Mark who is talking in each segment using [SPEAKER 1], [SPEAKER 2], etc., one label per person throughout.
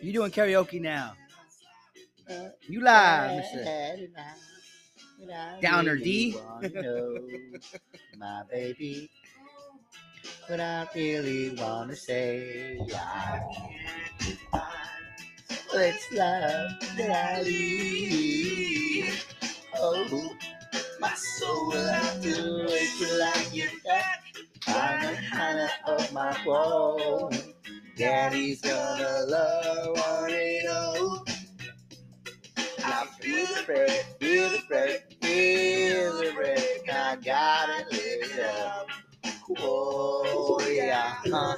[SPEAKER 1] You doing karaoke now?
[SPEAKER 2] Uh,
[SPEAKER 1] You live, Mr. Downer D.
[SPEAKER 2] my baby. What I really wanna say, I can't define. It's love that I need. Oh, my soul, I do it like you that. I'm the honor of my soul. Daddy's gonna love on it all. I feel the break, feel the break, feel the break. I gotta live it up. Oh yeah, huh?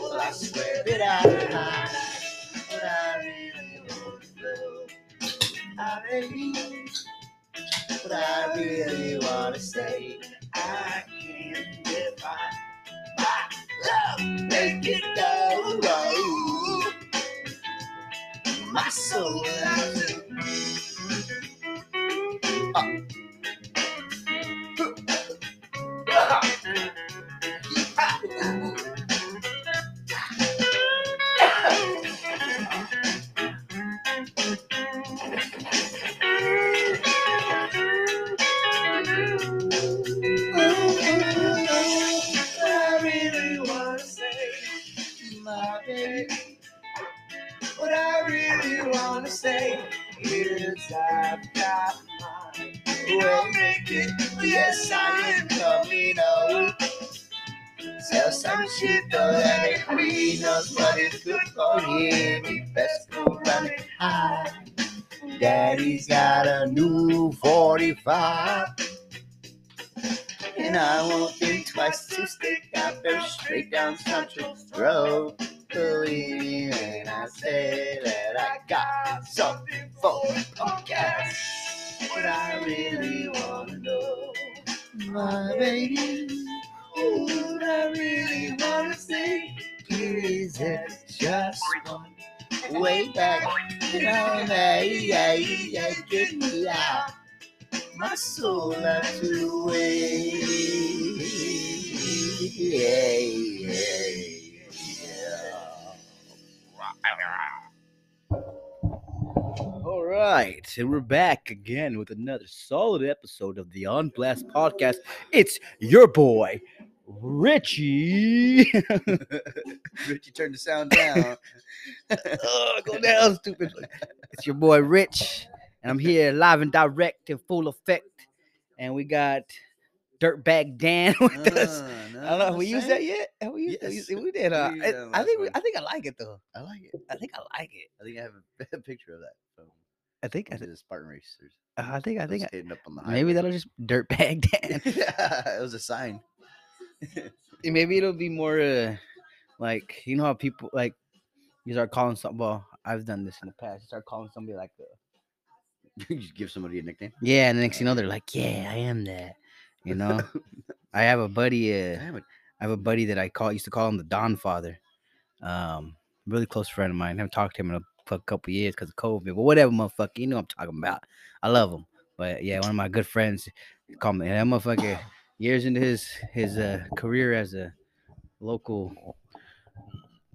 [SPEAKER 2] Well, I swear it out. huh? But I really want love. I really, but I really wanna say I can't define my love. Make it go. My soul, I do. I really wanna say, my baby. What I really wanna say is I've got mine. We'll make it. Yes, I am coming out. Sell some shit, don't let it be knows what is good for him. He best go run it high. Daddy's got a new 45. And I won't think twice to stick out there straight down Central Road. Believe me when I say that I got something for podcast. What I really wanna know, my baby. Ooh, What I really wanna say is it's just one way back. You know, hey, hey, hey, get me out my soul out to way. Yeah, yeah, yeah.
[SPEAKER 1] All right, and we're back again with another solid episode of the On Blast podcast. It's your boy, Richie.
[SPEAKER 2] Richie turned the sound down.
[SPEAKER 1] oh, go down, stupid. It's your boy Rich, and I'm here live and direct in full effect. And we got Dirtbag Dan with us. I don't know. Have we used that yet? Have we used that?
[SPEAKER 2] Uh, Yes,
[SPEAKER 1] We did. Uh,
[SPEAKER 2] we used
[SPEAKER 1] I-
[SPEAKER 2] that on
[SPEAKER 1] I
[SPEAKER 2] last
[SPEAKER 1] think. We,
[SPEAKER 2] one.
[SPEAKER 1] I think I like it though.
[SPEAKER 2] I like it.
[SPEAKER 1] I think I like it.
[SPEAKER 2] I think I have a, picture of that. From
[SPEAKER 1] I think. I,
[SPEAKER 2] I
[SPEAKER 1] th-
[SPEAKER 2] did the Spartan Racers.
[SPEAKER 1] I think. I
[SPEAKER 2] I think
[SPEAKER 1] think.
[SPEAKER 2] I, skating up on the
[SPEAKER 1] I, maybe that'll just Dirtbag Dan.
[SPEAKER 2] that. it was a sign.
[SPEAKER 1] And maybe it'll be more uh, like you know how people like you start calling some well i've done this in the past you start calling somebody like uh,
[SPEAKER 2] you just give somebody a nickname.
[SPEAKER 1] yeah and the next thing you know they're like yeah i am that you know i have a buddy uh,
[SPEAKER 2] Damn it.
[SPEAKER 1] i have a buddy that i call used to call him the don father um really close friend of mine haven't talked to him in a cou- couple years because of covid but whatever motherfucker you know what i'm talking about i love him but yeah one of my good friends called me and that motherfucker years into his his uh, career as a local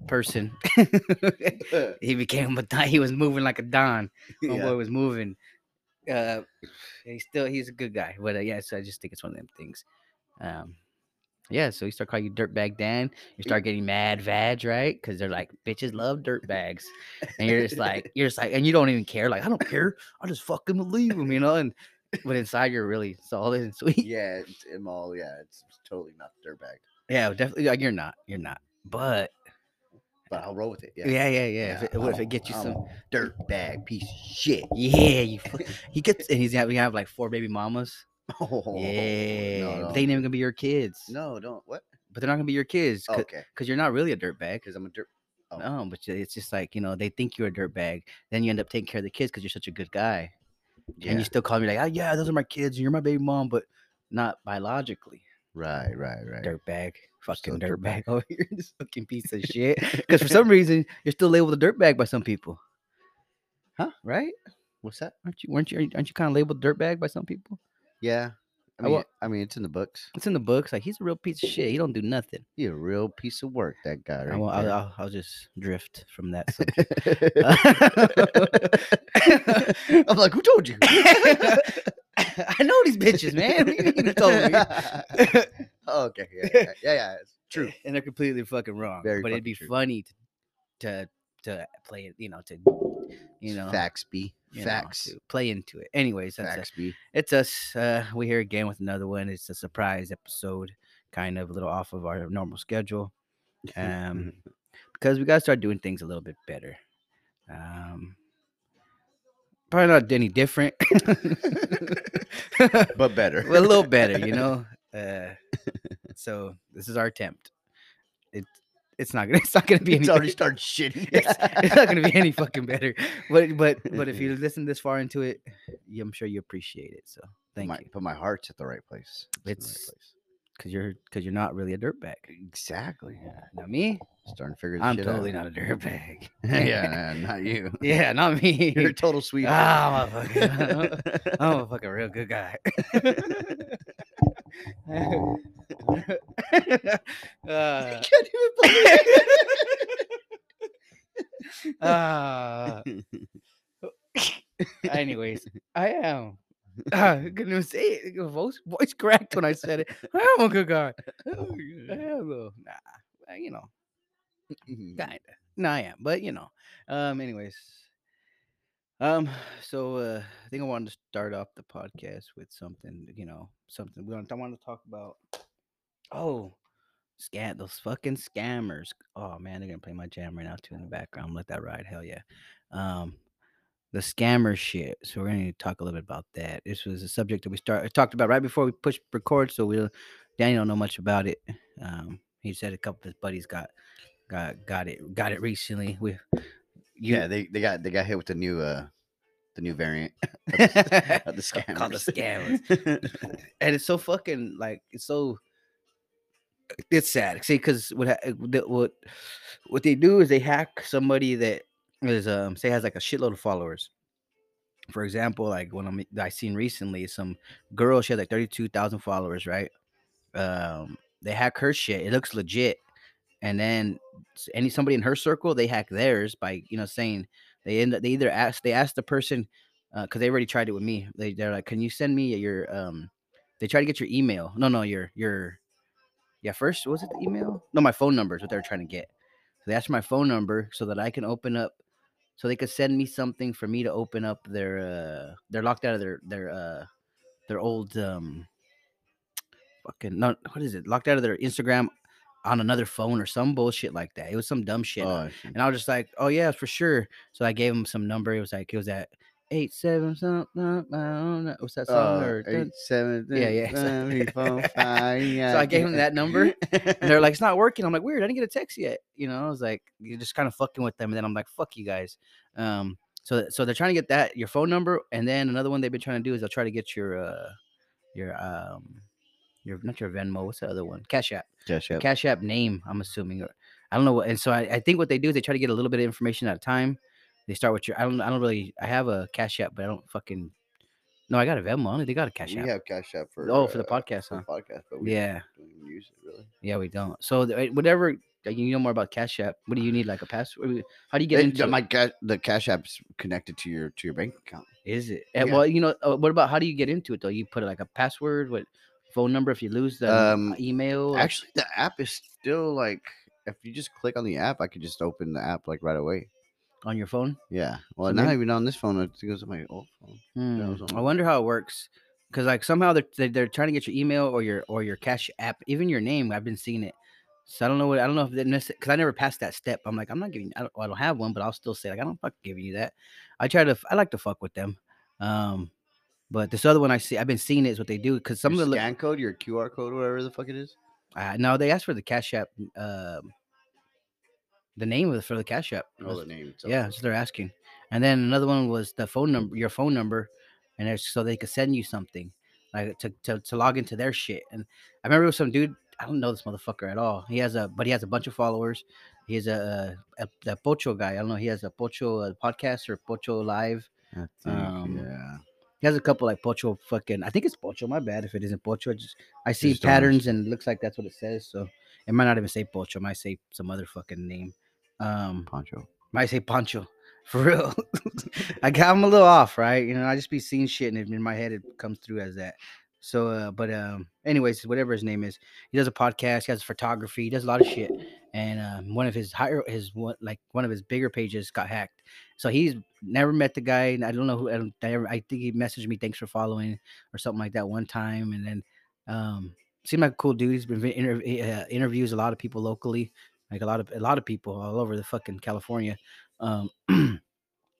[SPEAKER 1] person he became a don. He was moving like a don. My
[SPEAKER 2] Yeah.
[SPEAKER 1] boy was moving. Uh, he's still he's a good guy, but uh, yeah, so I just think it's one of them things. Um, yeah, so he start calling you dirtbag Dan. You start getting mad vag, right? Because they're like bitches love dirtbags, and you're just like you're just like, and you don't even care. Like I don't care. I just fucking believe him, you know. And but inside you're really solid and sweet.
[SPEAKER 2] yeah, it's I'm all yeah, it's totally not dirtbag.
[SPEAKER 1] Yeah, definitely. Like you're not. You're not. But
[SPEAKER 2] But I'll roll with it. Yeah.
[SPEAKER 1] yeah, yeah, yeah. If it, what if
[SPEAKER 2] I'm-
[SPEAKER 1] it gets you
[SPEAKER 2] I'm
[SPEAKER 1] some?
[SPEAKER 2] a dirtbag piece of shit.
[SPEAKER 1] Yeah, you. fu- He gets and he's gonna have like four baby mamas.
[SPEAKER 2] Oh,
[SPEAKER 1] Yeah,
[SPEAKER 2] No,
[SPEAKER 1] but
[SPEAKER 2] no.
[SPEAKER 1] they ain't even gonna be your kids.
[SPEAKER 2] no, don't. What?
[SPEAKER 1] But they're not gonna be your kids because
[SPEAKER 2] okay.
[SPEAKER 1] you're not really a dirtbag.
[SPEAKER 2] Because I'm a dirt. oh.
[SPEAKER 1] No, but you- it's just like you know they think you're a dirtbag. Then you end up taking care of the kids because you're such a good guy,
[SPEAKER 2] Yeah.
[SPEAKER 1] and you still call me like, oh yeah, those are my kids, and you're my baby mom, but not biologically.
[SPEAKER 2] right, right, right.
[SPEAKER 1] Dirtbag, fucking
[SPEAKER 2] a
[SPEAKER 1] dirtbag over here, this fucking piece of shit. Because for some reason you're still labeled a dirtbag by some people, huh? Right?
[SPEAKER 2] What's that?
[SPEAKER 1] Aren't you? Weren't you? Aren't you kind of labeled dirtbag by some people?
[SPEAKER 2] Yeah.
[SPEAKER 1] I
[SPEAKER 3] I mean,
[SPEAKER 1] wa-
[SPEAKER 3] I mean, it's in the books.
[SPEAKER 1] It's in the books. Like he's a real piece of shit. He don't do nothing.
[SPEAKER 3] He a real piece of work, that guy.
[SPEAKER 1] I
[SPEAKER 3] Right
[SPEAKER 1] will, I'll,
[SPEAKER 3] there.
[SPEAKER 1] I'll, I'll just drift from that. sub-
[SPEAKER 3] I'm like, who told you?
[SPEAKER 1] I know these bitches, man. What do you mean you told me?
[SPEAKER 3] Oh, okay, yeah, yeah, yeah, yeah, it's true.
[SPEAKER 1] and they're completely fucking wrong.
[SPEAKER 3] Very
[SPEAKER 1] but
[SPEAKER 3] fucking
[SPEAKER 1] it'd be
[SPEAKER 3] true.
[SPEAKER 1] funny to, to to play it, you know, to you know,
[SPEAKER 3] facts be
[SPEAKER 1] you know,
[SPEAKER 3] facts.
[SPEAKER 1] to play into it. Anyways, that's
[SPEAKER 3] Facts be.
[SPEAKER 1] it. it's us. Uh, we here again with another one. It's a surprise episode, kind of a little off of our normal schedule, um, because we gotta start doing things a little bit better. Um, probably not any different.
[SPEAKER 3] but better.
[SPEAKER 1] well, a little better, you know. Uh, so this is our attempt. It it's not gonna it's not gonna be
[SPEAKER 3] it's
[SPEAKER 1] any
[SPEAKER 3] already
[SPEAKER 1] better.
[SPEAKER 3] started shitting.
[SPEAKER 1] It's, it's not gonna be any fucking better. But but but if you listen this far into it, you, I'm sure you appreciate it. So thank
[SPEAKER 3] my,
[SPEAKER 1] you,
[SPEAKER 3] But my heart's at the right place. in the right
[SPEAKER 1] It's-
[SPEAKER 3] place.
[SPEAKER 1] because you're because you're not really a dirtbag.
[SPEAKER 3] exactly.
[SPEAKER 1] Yeah, not me.
[SPEAKER 3] Starting to figure. This
[SPEAKER 1] I'm
[SPEAKER 3] shit
[SPEAKER 1] totally
[SPEAKER 3] out.
[SPEAKER 1] not a dirtbag.
[SPEAKER 3] yeah, nah, not you.
[SPEAKER 1] yeah, not me.
[SPEAKER 3] You're a total sweetheart.
[SPEAKER 1] Ah, motherfucker. I'm a fucking real good guy. Uh,
[SPEAKER 3] can't even
[SPEAKER 1] Ah. anyways, I am. Ah, I couldn't even say it. My Voice, voice cracked when I said it. I am a good guy.
[SPEAKER 3] Ah.
[SPEAKER 1] I
[SPEAKER 3] believe
[SPEAKER 1] am though. Nah, well, you know,
[SPEAKER 3] it.
[SPEAKER 1] kinda. No, I am, but you know. Um, anyways. Um, so uh, I think I wanted to start off the podcast with something. You know, something we want. I want to talk about. Oh, scam those fucking scammers. Oh man, they're gonna play my jam right now too in the background. Let that ride, hell yeah. Um, the scammer shit. So we're gonna talk a little bit about that. This was a subject that we start uh, talked about right before we pushed record. So we'll. Danny don't know much about it. Um, he said a couple of his buddies got got got it got it recently. We you-
[SPEAKER 3] yeah, they, they got they got hit with the new uh the new variant of the
[SPEAKER 1] Ca-
[SPEAKER 3] scammers.
[SPEAKER 1] called the and it's so fucking like it's so it's sad see because what ha- eh, the- what what they do is they hack somebody that is um say has like a shitload of followers for example like one I'm, i seen recently is some girl she has like 32000 followers right um they hack her shit it looks legit and then s- any somebody in her circle they hack theirs by you know saying they end up they either ask they ask the person because they already tried it with me they, they're like can you send me your um they try to get your email no no your your yeah first was it the email no my phone number is what they're trying to get so they asked for my phone number so that i can open up so they could send me something for me to open up their uh they're locked out of their their uh their old um fucking not what is it locked out of their instagram on another phone or some bullshit like that it was some dumb shit
[SPEAKER 3] Oh, shit.
[SPEAKER 1] and I was just like, oh yeah, for sure. So I gave him some number. It was like it was at eight seven something. I don't know. What's that song?
[SPEAKER 3] Uh,
[SPEAKER 1] or
[SPEAKER 3] eight, seven,
[SPEAKER 1] Yeah,
[SPEAKER 3] eight,
[SPEAKER 1] yeah,
[SPEAKER 3] seven,
[SPEAKER 1] exactly.
[SPEAKER 3] eight, four, five, yeah.
[SPEAKER 1] I gave him that number, and they're like, it's not working. I'm like, weird. I didn't get a text yet. You know, I was like, you're just kind of fucking with them. And then I'm like, fuck you guys. Um, so th- so they're trying to get that your phone number, and then another one they've been trying to do is they'll try to get your uh your um your not your Venmo. What's the other one? Cash App.
[SPEAKER 3] Cash App.
[SPEAKER 1] Cash App name, I'm assuming. or- I don't know what. And so I, I think what they do is they try to get a little bit of information at a time. They start with your. I don't. I don't really. I have a Cash App, but I don't fucking. No, I got a Venmo. I don't think they got a Cash
[SPEAKER 3] we
[SPEAKER 1] App.
[SPEAKER 3] have Cash App for
[SPEAKER 1] oh, for the
[SPEAKER 3] uh,
[SPEAKER 1] podcast,
[SPEAKER 3] for
[SPEAKER 1] huh?
[SPEAKER 3] the podcast, but we
[SPEAKER 1] Yeah.
[SPEAKER 3] don't even use it really.
[SPEAKER 1] Yeah, we don't. So the- uh, whatever uh, you know more about Cash App. What do you need? Like a password? How do you get
[SPEAKER 3] They-
[SPEAKER 1] into?
[SPEAKER 3] the,
[SPEAKER 1] it?
[SPEAKER 3] my cash, the Cash App's connected to your to your bank account.
[SPEAKER 1] Is it? Uh,
[SPEAKER 3] yeah.
[SPEAKER 1] Well, you know. uh, What about how do you get into it though? You put like a password. What phone number? If you lose the
[SPEAKER 3] Um,
[SPEAKER 1] email. or-
[SPEAKER 3] Actually, the app is still like if you just click on the app, I could just open the app like right away.
[SPEAKER 1] on your phone.
[SPEAKER 3] Yeah. Well,
[SPEAKER 1] So
[SPEAKER 3] not
[SPEAKER 1] maybe-
[SPEAKER 3] even on this phone. It goes on my old phone.
[SPEAKER 1] Hmm,
[SPEAKER 3] was
[SPEAKER 1] I
[SPEAKER 3] on-
[SPEAKER 1] wonder how it works because like somehow they're they- they're trying to get your email or your or your cash app, even your name. I've been seeing it, so I don't know what I don't know if they because I never passed that step. I'm like I'm not giving I don't, well, I don't have one, but I'll still say like I don't fucking giving you that. I try to f- I like to fuck with them, um, but this other one I see I've been seeing it is what they do because some
[SPEAKER 3] Your
[SPEAKER 1] of the li-
[SPEAKER 3] scan code, your QR code, whatever the fuck it is.
[SPEAKER 1] uh, no they ask for the cash app, um, the name of the, for the cash app.
[SPEAKER 3] Oh,
[SPEAKER 1] That's-
[SPEAKER 3] the name. it's up
[SPEAKER 1] yeah,
[SPEAKER 3] there.
[SPEAKER 1] so they're asking. And then another one was the phone number, your phone number, and it's so they could send you something, like to, to, to log into their shit. And I remember it was some dude. I don't know this motherfucker at all. He has a, but he has a bunch of followers. He has a, a, a Pocho guy. I don't know. He has a Pocho uh, podcast or Pocho Live.
[SPEAKER 3] I think,
[SPEAKER 1] um,
[SPEAKER 3] yeah.
[SPEAKER 1] He has a couple like Pocho fucking. I think it's Pocho. My bad if it isn't Pocho. I just I see
[SPEAKER 3] Just don't know.
[SPEAKER 1] patterns and it looks like that's what it says. So it might not even say Pocho. It might say some other fucking name. Um,
[SPEAKER 3] Poncho.
[SPEAKER 1] might say Poncho. For real, I got I'm a little off, right? You know, I just be seeing shit, and in my head it comes through as that. So, uh, but um, anyways, whatever his name is, he does a podcast. He has photography. He does a lot of shit. And um, one of his higher, his one like one of his bigger pages got hacked. So he's never met the guy. And I don't know who. I, don't, I never- I think he messaged me, "Thanks for following" or something like that one time. And then, um, seemed like a cool dude. He's been vi- interv- he, uh, interviews a lot of people locally, like a lot of a lot of people all over the fucking California. Um,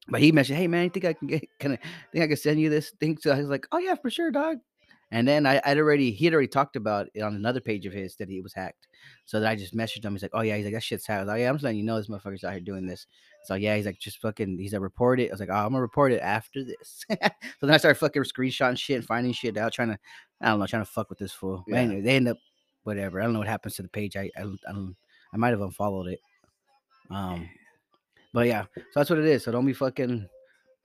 [SPEAKER 1] but he mentioned, "Hey man, you think I can get? Can I think I can send you this thing?" So I was like, "Oh yeah, for sure, dog." And then I, I'd already he had already talked about it on another page of his that he was hacked. So then I just messaged him. He's like, "Oh yeah," he's like, "That shit's hacked." I was like, "Yeah, I'm just letting you know this motherfucker's out here doing this." So yeah, he's like, "Just fucking," he's like, "Report it." I was like, "Oh, I'm gonna report it after this." so then I started fucking screenshotting shit and finding shit out, trying to, I don't know, trying to fuck with this fool. But
[SPEAKER 3] Yeah.
[SPEAKER 1] anyway, they end up whatever. I don't know what happens to the page. I I, don't- I don't. I might have unfollowed it. Um, but yeah, so that's what it is. So don't be fucking,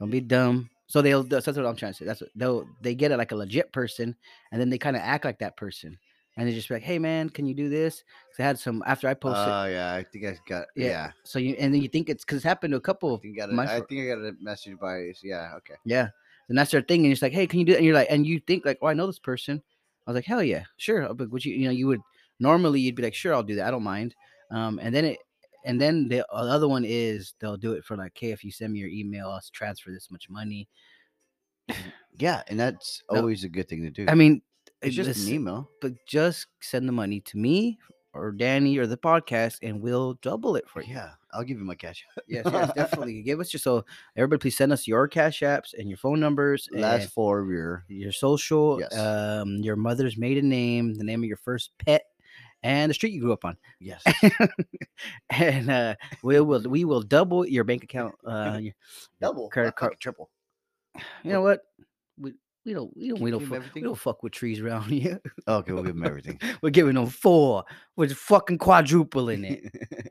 [SPEAKER 1] don't be dumb. So they'll. That's what I'm trying to say. That's what they'll. They get it like a legit person, and then they kind of act like that person, and they just be like, "Hey man, can you do this?" 'Cause I had some after I
[SPEAKER 3] Oh
[SPEAKER 1] posted.
[SPEAKER 3] yeah, I think I got
[SPEAKER 1] Yeah,
[SPEAKER 3] yeah.
[SPEAKER 1] so you and then you think it's because it's happened to a couple
[SPEAKER 3] I
[SPEAKER 1] of
[SPEAKER 3] think I got a,
[SPEAKER 1] my
[SPEAKER 3] I
[SPEAKER 1] fr-
[SPEAKER 3] think I got a message by yeah. Okay.
[SPEAKER 1] yeah. And that's their thing. And it's like, hey, can you do that? And you're like, and you think like, oh, I know this person. I was like, hell yeah, sure. But would you, you know, you would normally you'd be like, sure, I'll do that. I don't mind. Um, and then it, and then the o- other one is they'll do it for like, hey, if you send me your email, I'll s- transfer this much money.
[SPEAKER 3] Yeah, and that's
[SPEAKER 1] No.
[SPEAKER 3] always a good thing to do.
[SPEAKER 1] I mean,
[SPEAKER 3] it's
[SPEAKER 1] it-
[SPEAKER 3] just an
[SPEAKER 1] listen,
[SPEAKER 3] email.
[SPEAKER 1] but just send the money to me or Danny or the podcast, and we'll double it for you.
[SPEAKER 3] Yeah, I'll give you my cash.
[SPEAKER 1] Yes, yes, definitely. Give us your so everybody, please send us your cash apps and your phone numbers. and-
[SPEAKER 3] Last four of your
[SPEAKER 1] your social,
[SPEAKER 3] Yes.
[SPEAKER 1] um, your mother's maiden name, the name of your first pet, and the street you grew up on.
[SPEAKER 3] yes.
[SPEAKER 1] and uh, we will we will double your bank account. Uh, you
[SPEAKER 3] Double.
[SPEAKER 1] Credit
[SPEAKER 3] not
[SPEAKER 1] card-
[SPEAKER 3] fucking triple.
[SPEAKER 1] you know what? We we don't we don't we
[SPEAKER 3] Give
[SPEAKER 1] don't
[SPEAKER 3] him
[SPEAKER 1] fuck, we
[SPEAKER 3] everything?
[SPEAKER 1] don't fuck with trees around here.
[SPEAKER 3] Okay, we'll give them everything.
[SPEAKER 1] We're giving them four. We're just fucking quadrupling it.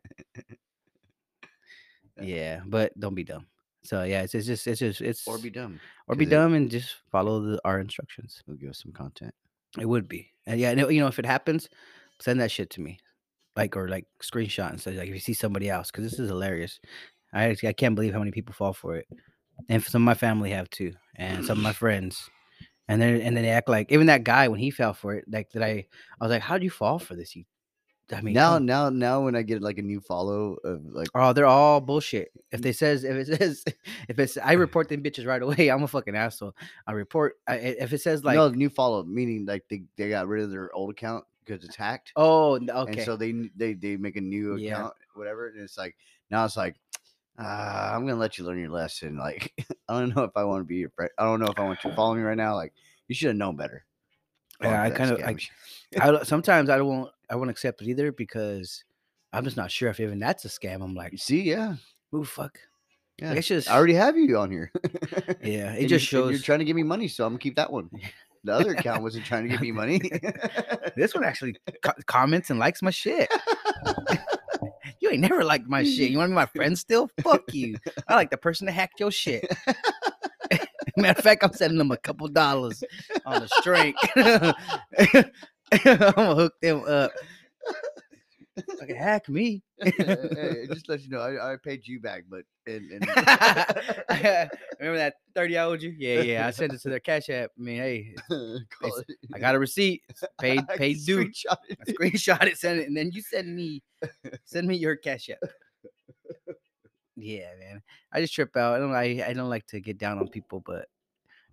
[SPEAKER 3] Yeah.
[SPEAKER 1] yeah, but don't be dumb. So yeah, it's, it's just it's just it's
[SPEAKER 3] or be dumb.
[SPEAKER 1] or be
[SPEAKER 3] 'cause it-
[SPEAKER 1] dumb and just follow the, our instructions.
[SPEAKER 3] We'll give us some content.
[SPEAKER 1] It would be. And yeah, and it- you know, if it happens, send that shit to me. Like or like screenshot and say like if you see somebody else, because this is hilarious. I actually I can't believe how many people fall for it. And some of my family have too, and some of my friends. And then and then they act like even that guy when he fell for it, like that I I was like, How'd you fall for this? You I mean
[SPEAKER 3] now,
[SPEAKER 1] come-
[SPEAKER 3] now, now, when I get like a new follow of like,
[SPEAKER 1] Oh, they're all bullshit.
[SPEAKER 3] Mm.
[SPEAKER 1] If they says if it says if it's
[SPEAKER 3] Uh-huh.
[SPEAKER 1] I report them bitches right away, I'm a fucking asshole. I report I, if it says like
[SPEAKER 3] no new follow, meaning like they, they got rid of their old account because it's hacked,
[SPEAKER 1] oh n- okay
[SPEAKER 3] and so they n- they they make a new
[SPEAKER 1] Yeah.
[SPEAKER 3] account, whatever. And it's like now it's like. Uh, I'm gonna let you learn your lesson. Like, I don't know if I want to be your friend. I don't know if I want you to follow me right now. Like, you should have known better. going
[SPEAKER 1] yeah, I
[SPEAKER 3] for that
[SPEAKER 1] kind of
[SPEAKER 3] scam
[SPEAKER 1] I,
[SPEAKER 3] shit.
[SPEAKER 1] I don't- sometimes I don't want I won't accept it either because I'm just not sure if even that's a scam. I'm like,
[SPEAKER 3] See, yeah,
[SPEAKER 1] oh fuck.
[SPEAKER 3] yeah.
[SPEAKER 1] Like, it's just
[SPEAKER 3] I already have you on here. it
[SPEAKER 1] yeah. It just
[SPEAKER 3] you're
[SPEAKER 1] shows
[SPEAKER 3] trying to give me money, so I'm gonna keep that one. The other account wasn't trying to give me money.
[SPEAKER 1] this one actually co- comments and likes my shit. you ain't never liked my shit. You want to be my friend still? Fuck you. I like the person that hacked your shit. Matter of fact, I'm sending them a couple dollars on the strength. I'm gonna hook them up. Fucking hack me.
[SPEAKER 3] Hey, hey, just let you know, I, I paid you back, but and, and
[SPEAKER 1] Remember that 30 I owed you? Yeah, yeah. I sent it to their cash app. I mean, hey,
[SPEAKER 3] call it.
[SPEAKER 1] I got a receipt. It's Paid
[SPEAKER 3] I
[SPEAKER 1] paid due.
[SPEAKER 3] screenshot it.
[SPEAKER 1] I screenshot it, sent it, and then you send me send me your cash app. Yeah, man. I just trip out. I don't I, I don't like to get down on people, but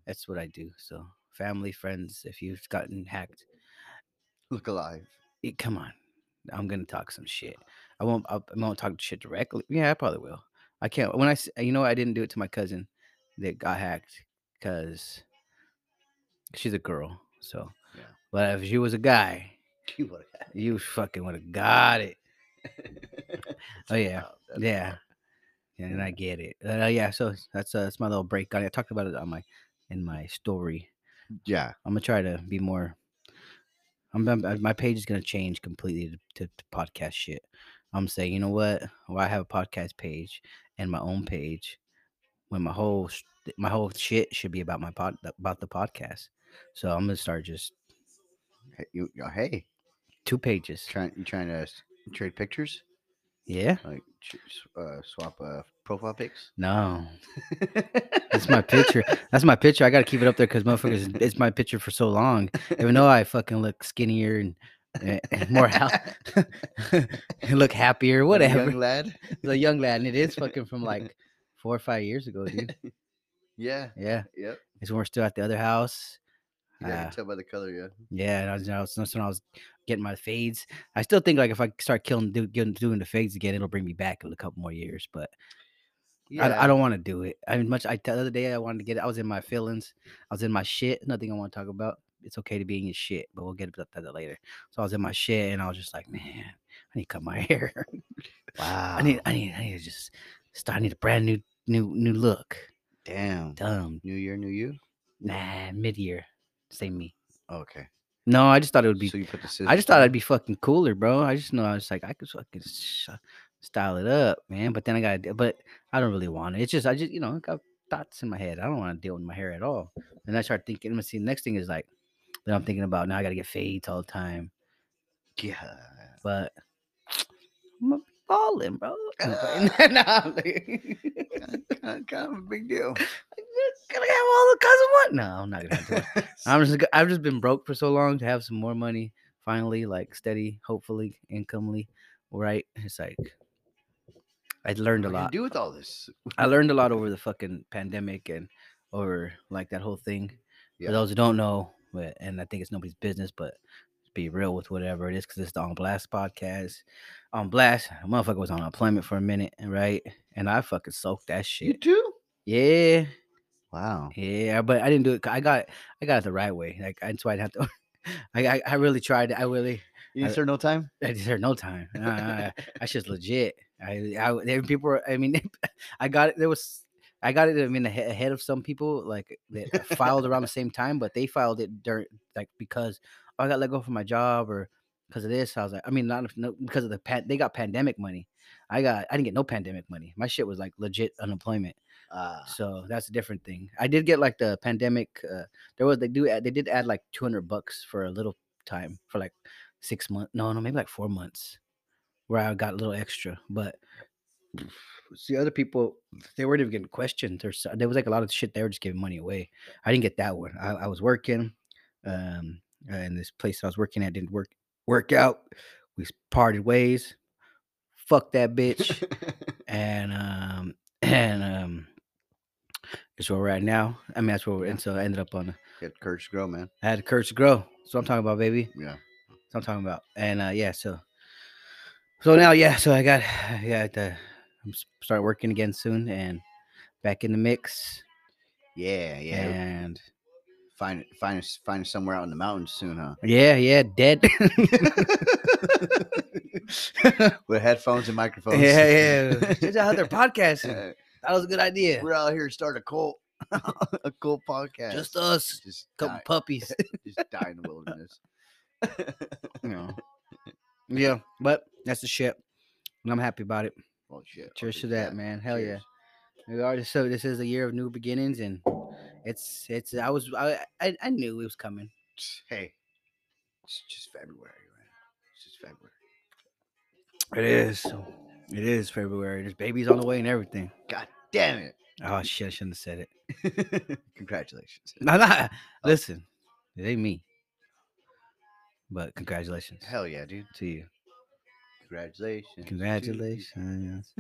[SPEAKER 1] that's what I do. So family, friends, if you've gotten hacked,
[SPEAKER 3] Look alive.
[SPEAKER 1] eh, come on. I'm gonna talk some shit. I won't. I won't talk shit directly. Yeah, I probably will. I can't. When I, s- you know, I didn't do it to my cousin that got hacked because she's a girl. So,
[SPEAKER 3] Yeah.
[SPEAKER 1] but if she was a guy,
[SPEAKER 3] You would have.
[SPEAKER 1] you fucking would have got it. Oh yeah,
[SPEAKER 3] Wow, that's
[SPEAKER 1] yeah,
[SPEAKER 3] wild.
[SPEAKER 1] and I get it. Uh, yeah, so that's uh, that's my little break on it. I talked about it on my in my story.
[SPEAKER 3] yeah.
[SPEAKER 1] I'm gonna try to be more. I'm, I'm I- my page is gonna change completely to, to, to podcast shit. I'm saying, you know what? Well, I have a podcast page and my own page. When my whole s- th- my whole shit should be about my pod about the podcast. So I'm gonna start just
[SPEAKER 3] Hey, you, oh, hey,
[SPEAKER 1] two pages.
[SPEAKER 3] trying you trying to s- trade pictures?
[SPEAKER 1] Yeah.
[SPEAKER 3] Like ch- s- uh, swap uh, profile pics?
[SPEAKER 1] No, that's my picture. That's my picture. I gotta keep it up there because motherfuckers, it's my picture for so long. Even though I fucking look skinnier and, and- and more health, look happier,
[SPEAKER 3] Like a
[SPEAKER 1] whatever.
[SPEAKER 3] young lad.
[SPEAKER 1] the young lad, and it is fucking from like four or five years ago, dude.
[SPEAKER 3] Yeah.
[SPEAKER 1] Yeah,
[SPEAKER 3] Yep.
[SPEAKER 1] it's when we're still at the other house.
[SPEAKER 3] Yeah. I
[SPEAKER 1] Uh,
[SPEAKER 3] can tell by the color. Yeah.
[SPEAKER 1] Yeah, and I was, I was that's when I was getting my fades. I still think like if I start killing, do, getting, doing the fades again, it'll bring me back in a couple more years. But I, I don't want to do it. I mean, much. I the other day I wanted to get. it. I was in my feelings. I was in my shit. Nothing I want to talk about. It's okay to be in your shit, but we'll get about that later. So I was in my shit, and I was just like, man, I need to cut my hair.
[SPEAKER 3] Wow.
[SPEAKER 1] I need, I need, I need to just start. I need a brand new, new, new look.
[SPEAKER 3] Damn.
[SPEAKER 1] Dumb.
[SPEAKER 3] New year, new you.
[SPEAKER 1] Nah, mid year, same me.
[SPEAKER 3] Okay.
[SPEAKER 1] No, I just thought it would be
[SPEAKER 3] So you put the
[SPEAKER 1] I just thought I'd be fucking cooler, bro. I just know I was like I could fucking sh- uh, style it up, man. But then I got, to but I don't really want it. It's just I just you know I got thoughts in my head. I don't want to deal with my hair at all. And I start thinking. Let's see. Next thing is like then I'm thinking about now I got to get fades all the time.
[SPEAKER 3] Yeah.
[SPEAKER 1] But I'm a balling, bro.
[SPEAKER 3] Kind
[SPEAKER 1] No,
[SPEAKER 3] of,
[SPEAKER 1] but- no, I'm like,
[SPEAKER 3] kind of a big deal.
[SPEAKER 1] Can I have all the cause of what? No, I'm not gonna have too much. I'm just g- I've just been broke for so long to have some more money finally, like steady, hopefully, incomely, right? It's like I learned a
[SPEAKER 3] What do you
[SPEAKER 1] lot.
[SPEAKER 3] do with all this?
[SPEAKER 1] I learned a lot over the fucking pandemic and over like that whole thing.
[SPEAKER 3] Yeah.
[SPEAKER 1] For those who don't know, but and I think it's nobody's business, but be real with whatever it is because it's the On Blast podcast. On Blast, a motherfucker was on unemployment for a minute, right? And I fucking soaked that shit.
[SPEAKER 3] too?
[SPEAKER 1] Yeah.
[SPEAKER 3] Wow.
[SPEAKER 1] Yeah, but I didn't do it. I got I got it the right way. Like that's why I didn't have to. I, I I really tried. I really
[SPEAKER 3] You
[SPEAKER 1] I-
[SPEAKER 3] didn't serve no time?
[SPEAKER 1] I deserve no time. Nah, nah, that's just legit. I I there were people. were- I mean, I got it. There was I got it. I mean, ahe- ahead of some people like that filed around the same time, but they filed it during like because oh, I got let go from my job or because of this. I was like, I mean, not if- no, because of the pan, they got pandemic money. I got I didn't get no pandemic money. My shit was like legit unemployment.
[SPEAKER 3] Uh,
[SPEAKER 1] So that's a different thing. I did get like the pandemic. Uh, there was they do add, they did add like two hundred bucks for a little time for like six months. No, no, maybe like four months, where I got a little extra. But see, other people they weren't even getting questioned. There's there was like a lot of shit they were just giving money away. I didn't get that one. I, I was working, um, uh, and this place I was working at didn't work work out. We s- parted ways. Fuck that bitch and um and um it's where we're at now. I mean that's where we're and so I ended up on
[SPEAKER 3] Get courage to grow, man.
[SPEAKER 1] I had the courage to grow. That's what I'm talking about, baby.
[SPEAKER 3] Yeah.
[SPEAKER 1] That's what I'm talking about. And uh yeah, so so now yeah, so I got yeah, the, I'm s- start working again soon and back in the mix.
[SPEAKER 3] Yeah, yeah.
[SPEAKER 1] And
[SPEAKER 3] Find find us- find us somewhere out in the mountains soon, huh?
[SPEAKER 1] yeah, yeah, dead.
[SPEAKER 3] With headphones and microphones.
[SPEAKER 1] yeah, yeah. It's out there podcasting.
[SPEAKER 3] Uh,
[SPEAKER 1] That was a good idea.
[SPEAKER 3] We're out here to start a cult, a cult podcast.
[SPEAKER 1] Just us,
[SPEAKER 3] Just
[SPEAKER 1] couple
[SPEAKER 3] die,
[SPEAKER 1] puppies.
[SPEAKER 3] just die in the wilderness.
[SPEAKER 1] you know. Yeah, but that's the shit. And I'm happy about it.
[SPEAKER 3] Well, shit.
[SPEAKER 1] Cheers
[SPEAKER 3] okay,
[SPEAKER 1] to that,
[SPEAKER 3] yeah,
[SPEAKER 1] man. Hell
[SPEAKER 3] cheers.
[SPEAKER 1] yeah. We are so this is a year of new beginnings and it's it's I was I I, I knew it was coming.
[SPEAKER 3] Tch, Hey, it's just February, man. It's just February.
[SPEAKER 1] It is. It is February. There's babies on the way and everything.
[SPEAKER 3] God damn
[SPEAKER 1] Oh shit, I shouldn't have said it.
[SPEAKER 3] it! Congratulations.
[SPEAKER 1] No, no. Listen, it ain't me. But congratulations
[SPEAKER 3] Hell yeah, dude.
[SPEAKER 1] to you.
[SPEAKER 3] Congratulations. to you.
[SPEAKER 1] Congratulations.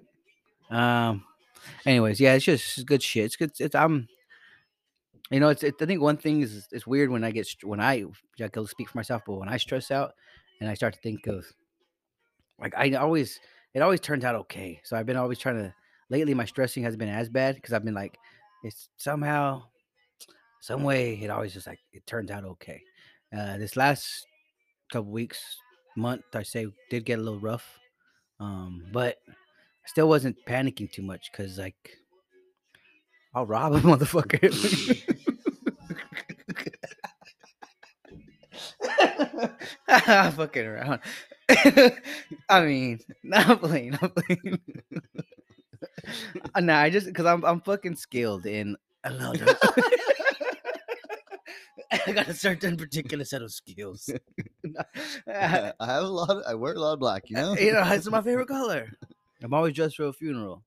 [SPEAKER 1] um. Anyways, yeah, it's just it's good shit. It's good. It's I'm. You know, it's. It, I think one thing is it's weird when I get str- when I I can speak for myself, but when I stress out and I start to think of like I always it always turns out okay. So I've been always trying to lately my stressing has been as bad because I've been like it's somehow some way it always just like it turns out okay. Uh, this last couple weeks month I say did get a little rough, um, but I still wasn't panicking too much because like I'll rob a motherfucker. I'm fucking around. I mean, not playing, not playing. uh, nah, I just because I'm I'm fucking skilled in I don't know, dude. I got a certain particular set of skills.
[SPEAKER 3] I
[SPEAKER 1] you
[SPEAKER 3] have a lot. I wear a lot of black. You know.
[SPEAKER 1] know, it's my favorite color. I'm always dressed for a funeral.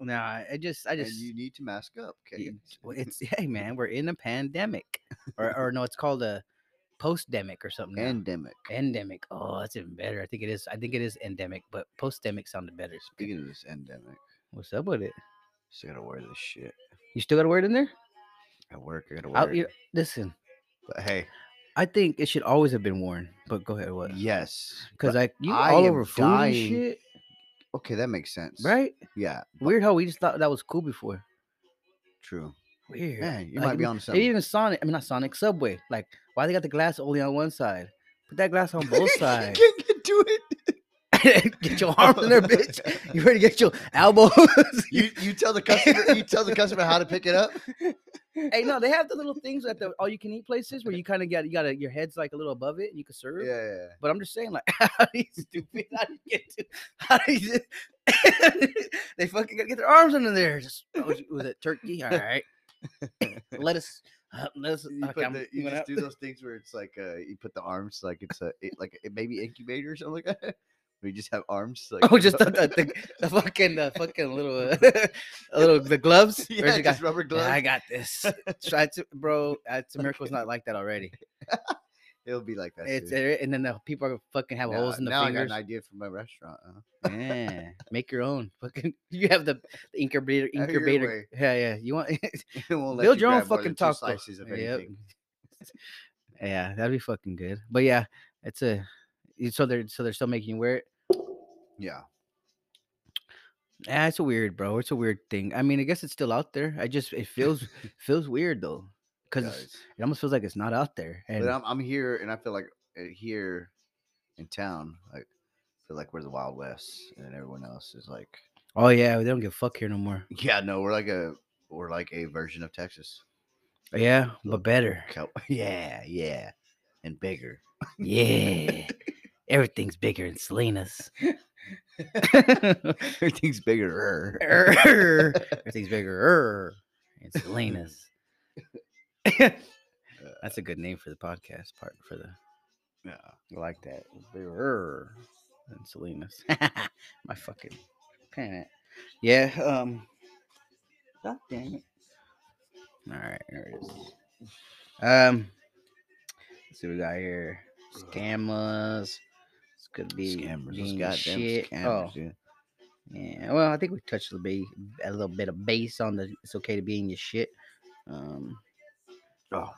[SPEAKER 1] Nah, I just I
[SPEAKER 3] And
[SPEAKER 1] just
[SPEAKER 3] you need to mask up. Okay.
[SPEAKER 1] y- well, it's hey man, we're in a pandemic, or or no, it's called a post-demic or something. now.
[SPEAKER 3] Pandemic.
[SPEAKER 1] endemic. Oh, that's even better. I think it is. I think it is endemic, but post-demic sounded better.
[SPEAKER 3] Speaking of this endemic,
[SPEAKER 1] What's up with it?
[SPEAKER 3] still gotta wear this shit
[SPEAKER 1] You still got a word in there?
[SPEAKER 3] at work. I gotta wear.
[SPEAKER 1] Out
[SPEAKER 3] it.
[SPEAKER 1] here, listen.
[SPEAKER 3] But hey,
[SPEAKER 1] I think it should always have been worn. But go ahead, what?
[SPEAKER 3] yes.
[SPEAKER 1] Because
[SPEAKER 3] but-
[SPEAKER 1] like you
[SPEAKER 3] I
[SPEAKER 1] all
[SPEAKER 3] am
[SPEAKER 1] over food and
[SPEAKER 3] dying-
[SPEAKER 1] shit,
[SPEAKER 3] okay, that makes sense.
[SPEAKER 1] right?
[SPEAKER 3] Yeah.
[SPEAKER 1] Weird how we just thought that was cool before.
[SPEAKER 3] True.
[SPEAKER 1] Weird.
[SPEAKER 3] Yeah, you
[SPEAKER 1] Like,
[SPEAKER 3] might be
[SPEAKER 1] even-
[SPEAKER 3] on
[SPEAKER 1] They
[SPEAKER 3] something.
[SPEAKER 1] even Sonic. I mean, not Sonic. Subway. Like, why they got the glass only on one side? Put that glass on both sides.
[SPEAKER 3] Can't get to it.
[SPEAKER 1] get your arms in there, bitch. You ready to get your elbows?
[SPEAKER 3] You you tell the customer you tell the customer how to pick it up.
[SPEAKER 1] hey, no, they have the little things at the all you can eat places where you kind of got you got your head's like a little above it and you can serve.
[SPEAKER 3] Yeah.
[SPEAKER 1] But I'm just saying, like, how do you stupid? How do you get to? How do you? they fucking gotta get their arms under there. Just oh, was, was it turkey? All right, let us. Uh, let us.
[SPEAKER 3] You,
[SPEAKER 1] okay,
[SPEAKER 3] put
[SPEAKER 1] I'm
[SPEAKER 3] the, you
[SPEAKER 1] gonna-
[SPEAKER 3] just do those things where it's like uh, you put the arms like it's a it, like it maybe incubator or something like that. Where you just have arms like
[SPEAKER 1] Oh, just the,
[SPEAKER 3] ru-
[SPEAKER 1] the, the, the fucking the fucking little uh, a little the gloves. Or
[SPEAKER 3] yeah,
[SPEAKER 1] you got-
[SPEAKER 3] just rubber gloves.
[SPEAKER 1] "Yeah, I got this. Try to, bro. It's a miracle. It's not like that already.
[SPEAKER 3] It'll be like that.
[SPEAKER 1] It's uh,
[SPEAKER 3] soon.
[SPEAKER 1] and then the people are gonna fucking have
[SPEAKER 3] Now-
[SPEAKER 1] holes in the
[SPEAKER 3] now I
[SPEAKER 1] fingers.
[SPEAKER 3] got an idea for my restaurant. Huh?
[SPEAKER 1] Yeah, make your own. Fucking, you have the, the incubator.
[SPEAKER 3] your
[SPEAKER 1] Incubator.
[SPEAKER 3] way.
[SPEAKER 1] yeah, yeah. You want?
[SPEAKER 3] It won't let
[SPEAKER 1] Build
[SPEAKER 3] you
[SPEAKER 1] your own
[SPEAKER 3] grab more
[SPEAKER 1] fucking
[SPEAKER 3] than two
[SPEAKER 1] taco.
[SPEAKER 3] Slices of
[SPEAKER 1] Yep.
[SPEAKER 3] anything.
[SPEAKER 1] yeah, that'd be fucking good. But yeah, it's a. you- So they're so they're still making you wear it.
[SPEAKER 3] Yeah.
[SPEAKER 1] Yeah, Ah, it's a weird, bro. It's a weird thing. I mean, I guess it's still out there. I just it feels feels weird though, because
[SPEAKER 3] guys.
[SPEAKER 1] it almost feels like it's not out there. And
[SPEAKER 3] but I'm, I'm here, and I feel like uh, here in town, like feel like we're the Wild West, and everyone else is like,
[SPEAKER 1] oh yeah, they don't give a fuck here no more.
[SPEAKER 3] yeah, no, we're like a we're like a version of Texas.
[SPEAKER 1] Yeah, but better.
[SPEAKER 3] Cow- Yeah, yeah, and bigger.
[SPEAKER 1] Yeah, everything's bigger in Salinas.
[SPEAKER 3] Everything's bigger.
[SPEAKER 1] Er. Err. Everything's bigger. Err. And Selena's.
[SPEAKER 3] Uh,
[SPEAKER 1] That's a good name for the podcast part for the.
[SPEAKER 3] Yeah.
[SPEAKER 1] I like that. Bigger than Selena's. My fucking planet. Yeah. Um. God damn it. All right, there it is. Um. Let's see what we got here. Scammers. This could be
[SPEAKER 3] Scammers, those
[SPEAKER 1] being
[SPEAKER 3] goddamn
[SPEAKER 1] shit.
[SPEAKER 3] scammers,
[SPEAKER 1] Oh.
[SPEAKER 3] dude.
[SPEAKER 1] Yeah, well, I think we touched a little bit, a little bit of base on the. It's okay to be in your shit. Um,
[SPEAKER 3] Oh,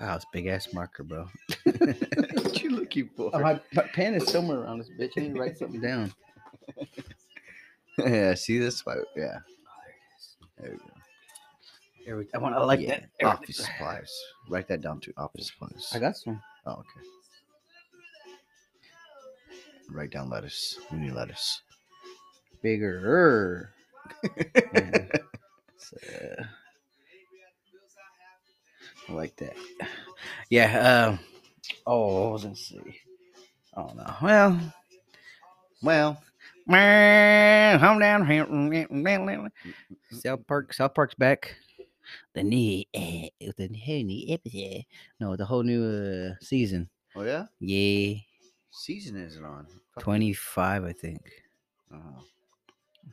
[SPEAKER 1] wow, it's big ass marker, bro.
[SPEAKER 3] what you looking for?
[SPEAKER 1] my, my pen is somewhere around this bitch. I need to write something down.
[SPEAKER 3] yeah, see this? Why-
[SPEAKER 1] Oh,
[SPEAKER 3] Yeah, there you go.
[SPEAKER 1] Every, I want. I like
[SPEAKER 3] Yeah,
[SPEAKER 1] that. Everything-
[SPEAKER 3] Office supplies. Write that down to office supplies.
[SPEAKER 1] I got some.
[SPEAKER 3] Oh, okay. Write down lettuce. We need lettuce.
[SPEAKER 1] Bigger. Yeah. So, uh, I like that. Yeah. Um. Oh, what was I gonna say? Oh no. Well,
[SPEAKER 3] Well,
[SPEAKER 1] Man, come down here. South Park, South Park's back. The new, uh, the whole new episode. No, the whole new uh, season.
[SPEAKER 3] oh yeah,
[SPEAKER 1] Yeah,
[SPEAKER 3] season isn't on. Fuck.
[SPEAKER 1] twenty-five, I think.
[SPEAKER 3] Oh.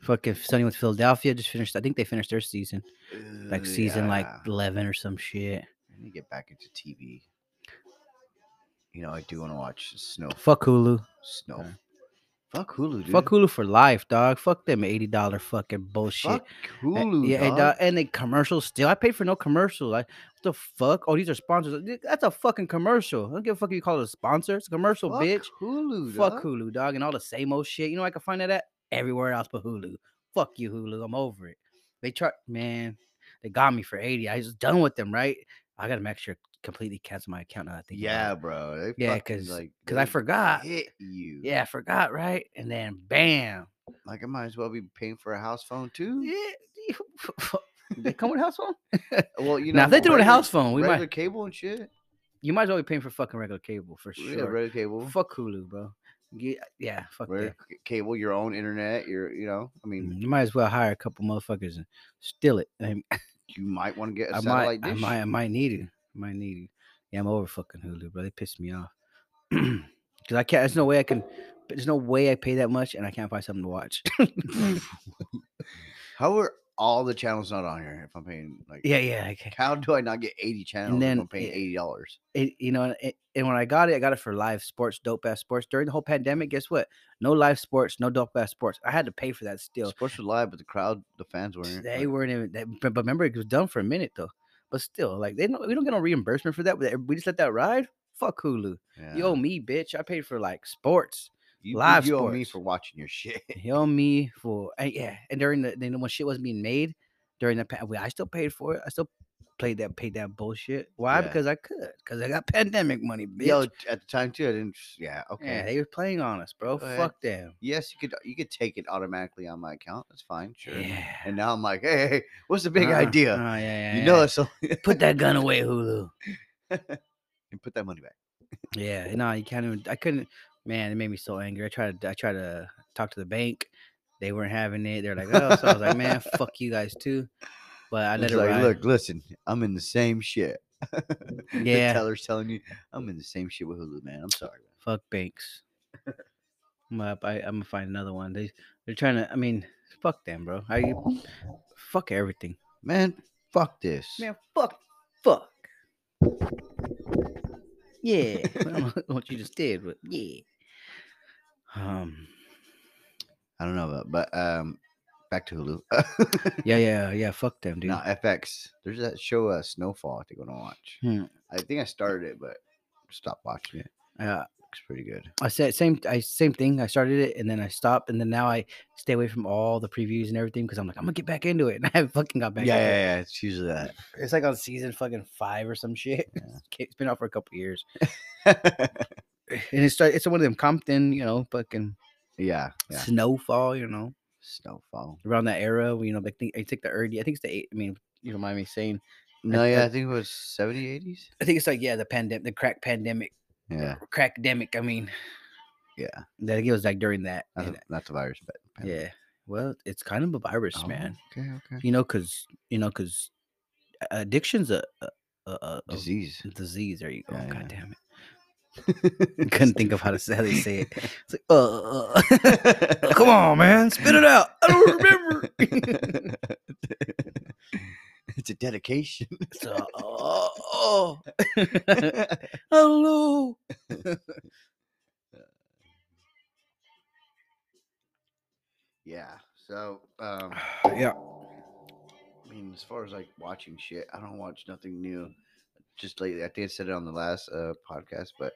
[SPEAKER 1] Fucking Sunny with Philadelphia just finished. I think they finished their season, like
[SPEAKER 3] Ugh,
[SPEAKER 1] season like
[SPEAKER 3] yeah.
[SPEAKER 1] eleven or some shit.
[SPEAKER 3] I need to get back into TV. You know, I do want to watch Snow.
[SPEAKER 1] Fuck Hulu.
[SPEAKER 3] Snow.
[SPEAKER 1] Okay.
[SPEAKER 3] Fuck Hulu, dude.
[SPEAKER 1] Fuck Hulu for life, dog. Fuck them eighty dollar fucking bullshit.
[SPEAKER 3] Fuck
[SPEAKER 1] Uh,
[SPEAKER 3] Hulu.
[SPEAKER 1] yeah, and, uh,
[SPEAKER 3] dog.
[SPEAKER 1] and the commercials still. I paid for no commercial. Like, what the fuck? Oh, these are sponsors. Th- That's a fucking commercial. I don't give a fuck if you call it a sponsor. It's a commercial,
[SPEAKER 3] Fuck
[SPEAKER 1] bitch.
[SPEAKER 3] Hulu.
[SPEAKER 1] Fuck
[SPEAKER 3] dog.
[SPEAKER 1] Hulu, dog, and all the same old shit. You know, where I can find that at everywhere else but Hulu. Fuck you, Hulu. I'm over it. They try, man. They got me for eighty. I was done with them, right? I gotta make sure completely cancel my account now. that I think.
[SPEAKER 3] Yeah, bro. They
[SPEAKER 1] Yeah,
[SPEAKER 3] fucking,
[SPEAKER 1] 'cause-
[SPEAKER 3] like
[SPEAKER 1] because I
[SPEAKER 3] they
[SPEAKER 1] forgot.
[SPEAKER 3] hit you.
[SPEAKER 1] Yeah, I forgot, right? And then bam.
[SPEAKER 3] like I might as well be paying for a house phone too.
[SPEAKER 1] Yeah. they come with a house phone.
[SPEAKER 3] Well, you know,
[SPEAKER 1] now if they do it a
[SPEAKER 3] regular-
[SPEAKER 1] house phone, we might
[SPEAKER 3] regular cable and shit.
[SPEAKER 1] you might as well be paying for fucking regular cable for
[SPEAKER 3] Yeah,
[SPEAKER 1] sure.
[SPEAKER 3] regular cable.
[SPEAKER 1] Fuck Hulu, bro. Ye- Yeah, fuck
[SPEAKER 3] Where
[SPEAKER 1] that.
[SPEAKER 3] c- cable, your own internet, your you know, I mean,
[SPEAKER 1] Mm, You might as well hire a couple motherfuckers and steal it. I, mean,
[SPEAKER 3] you might want to get
[SPEAKER 1] I
[SPEAKER 3] a
[SPEAKER 1] might,
[SPEAKER 3] satellite
[SPEAKER 1] I
[SPEAKER 3] dish.
[SPEAKER 1] might, I might need it. I might need it. Yeah, I'm over fucking Hulu, bro. They pissed me off. Cause I can't. There's no way I can. There's no way I pay that much and I can't find something to watch.
[SPEAKER 3] How are all the channels not on here? If I'm paying like,
[SPEAKER 1] yeah, yeah. I can't.
[SPEAKER 3] how do I not get 80 channels? And
[SPEAKER 1] then
[SPEAKER 3] I'm paying
[SPEAKER 1] it-
[SPEAKER 3] eighty dollars.
[SPEAKER 1] it, you know, and, it- and when I got it, I got it for live sports, dope ass sports. During the whole pandemic, guess what? No live sports, no dope ass sports. I had to pay for that still.
[SPEAKER 3] Sports were live, but the crowd, the fans weren't.
[SPEAKER 1] They
[SPEAKER 3] like,
[SPEAKER 1] weren't even. That, but but remember, it was done for a minute though. But still, like they don't, we don't get no reimbursement for that. but We just let that ride. Fuck Hulu.
[SPEAKER 3] yeah.
[SPEAKER 1] You owe me, bitch. I paid for like sports.
[SPEAKER 3] You-
[SPEAKER 1] live
[SPEAKER 3] You owe me
[SPEAKER 1] sports.
[SPEAKER 3] for watching your shit.
[SPEAKER 1] You owe me for and yeah. And during the then when shit wasn't being made during the pan, I still paid for it. I still played that paid that bullshit. Why?
[SPEAKER 3] Yeah.
[SPEAKER 1] Because I could. Because I got pandemic money, bitch.
[SPEAKER 3] Yo, t- at the time too, I didn't. Yeah, okay.
[SPEAKER 1] Yeah, they were playing on us, bro.
[SPEAKER 3] Go ahead.
[SPEAKER 1] Fuck them.
[SPEAKER 3] yes, you could. You could take it automatically on my account. That's fine. Sure.
[SPEAKER 1] Yeah.
[SPEAKER 3] And now I'm like, hey, hey, what's the big
[SPEAKER 1] Uh,
[SPEAKER 3] idea?
[SPEAKER 1] uh, yeah, yeah,
[SPEAKER 3] you
[SPEAKER 1] yeah.
[SPEAKER 3] know, it's so
[SPEAKER 1] put that gun away, Hulu.
[SPEAKER 3] and put that money back.
[SPEAKER 1] Yeah, no, you can't even. I couldn't. Man, it made me so angry. I tried to. I tried to talk to the bank. They weren't having it. They're like, oh, so I was like, man, fuck you guys too. But I let
[SPEAKER 3] It's
[SPEAKER 1] it
[SPEAKER 3] like,
[SPEAKER 1] ride.
[SPEAKER 3] look, listen, I'm in the same shit. The
[SPEAKER 1] Yeah.
[SPEAKER 3] teller's telling you, I'm in the same shit with Hulu, man. I'm sorry. man."
[SPEAKER 1] Fuck banks. I'm up. I, I'm gonna find another one. They they're trying to. I mean, fuck them, bro. I fuck everything.
[SPEAKER 3] Man, fuck this.
[SPEAKER 1] Man, fuck, fuck. Yeah, I don't know what you just did, but yeah. Um.
[SPEAKER 3] I don't know about, but um, back to Hulu.
[SPEAKER 1] Yeah, yeah, yeah. Fuck them, dude.
[SPEAKER 3] no, FX. There's that show, uh, Snowfall. I think I'm gonna watch.
[SPEAKER 1] Hmm.
[SPEAKER 3] I think I started it, but stopped watching it.
[SPEAKER 1] Uh,
[SPEAKER 3] Looks pretty good.
[SPEAKER 1] I said same. I same thing. I started it and then I stopped, and then now I stay away from all the previews and everything because I'm like, I'm gonna get back into it, and I haven't fucking got
[SPEAKER 3] Yeah,
[SPEAKER 1] back.
[SPEAKER 3] yeah,
[SPEAKER 1] into
[SPEAKER 3] yeah. It's usually that.
[SPEAKER 1] It. It's like on season fucking five or some shit. it's been out for a couple years, and it's start, it's one of them Compton, you know, fucking
[SPEAKER 3] yeah, yeah.
[SPEAKER 1] snowfall, you know,
[SPEAKER 3] Snowfall.
[SPEAKER 1] around that era. where, You know, like I think the early. I think it's the eight. I mean, you don't mind me saying.
[SPEAKER 3] No,
[SPEAKER 1] I-
[SPEAKER 3] yeah.
[SPEAKER 1] I-
[SPEAKER 3] I think it was 70s, 80s.
[SPEAKER 1] I think it's like yeah, the pandemic, the crack pandemic,
[SPEAKER 3] Yeah,
[SPEAKER 1] crackdemic. I mean,
[SPEAKER 3] yeah. Uh-huh.
[SPEAKER 1] I think it was like during that.
[SPEAKER 3] Not,
[SPEAKER 1] and-
[SPEAKER 3] the, not the virus, but pandemic.
[SPEAKER 1] yeah. Well, it's kind of a virus,
[SPEAKER 3] Oh,
[SPEAKER 1] man.
[SPEAKER 3] Okay, okay.
[SPEAKER 1] you know because you know because addiction's a, a, a, a- a
[SPEAKER 3] Disease.
[SPEAKER 1] disease there you go
[SPEAKER 3] Yeah,
[SPEAKER 1] god
[SPEAKER 3] yeah.
[SPEAKER 1] damn it couldn't think of how to say how they say it it's like uh, uh. come on man spit it out i don't remember
[SPEAKER 3] it's a dedication.
[SPEAKER 1] It's a, uh, oh hello
[SPEAKER 3] yeah. So, um,
[SPEAKER 1] yeah
[SPEAKER 3] I mean, as far as like watching shit, I don't watch nothing new. Just lately, I think I said it on the last uh, podcast, but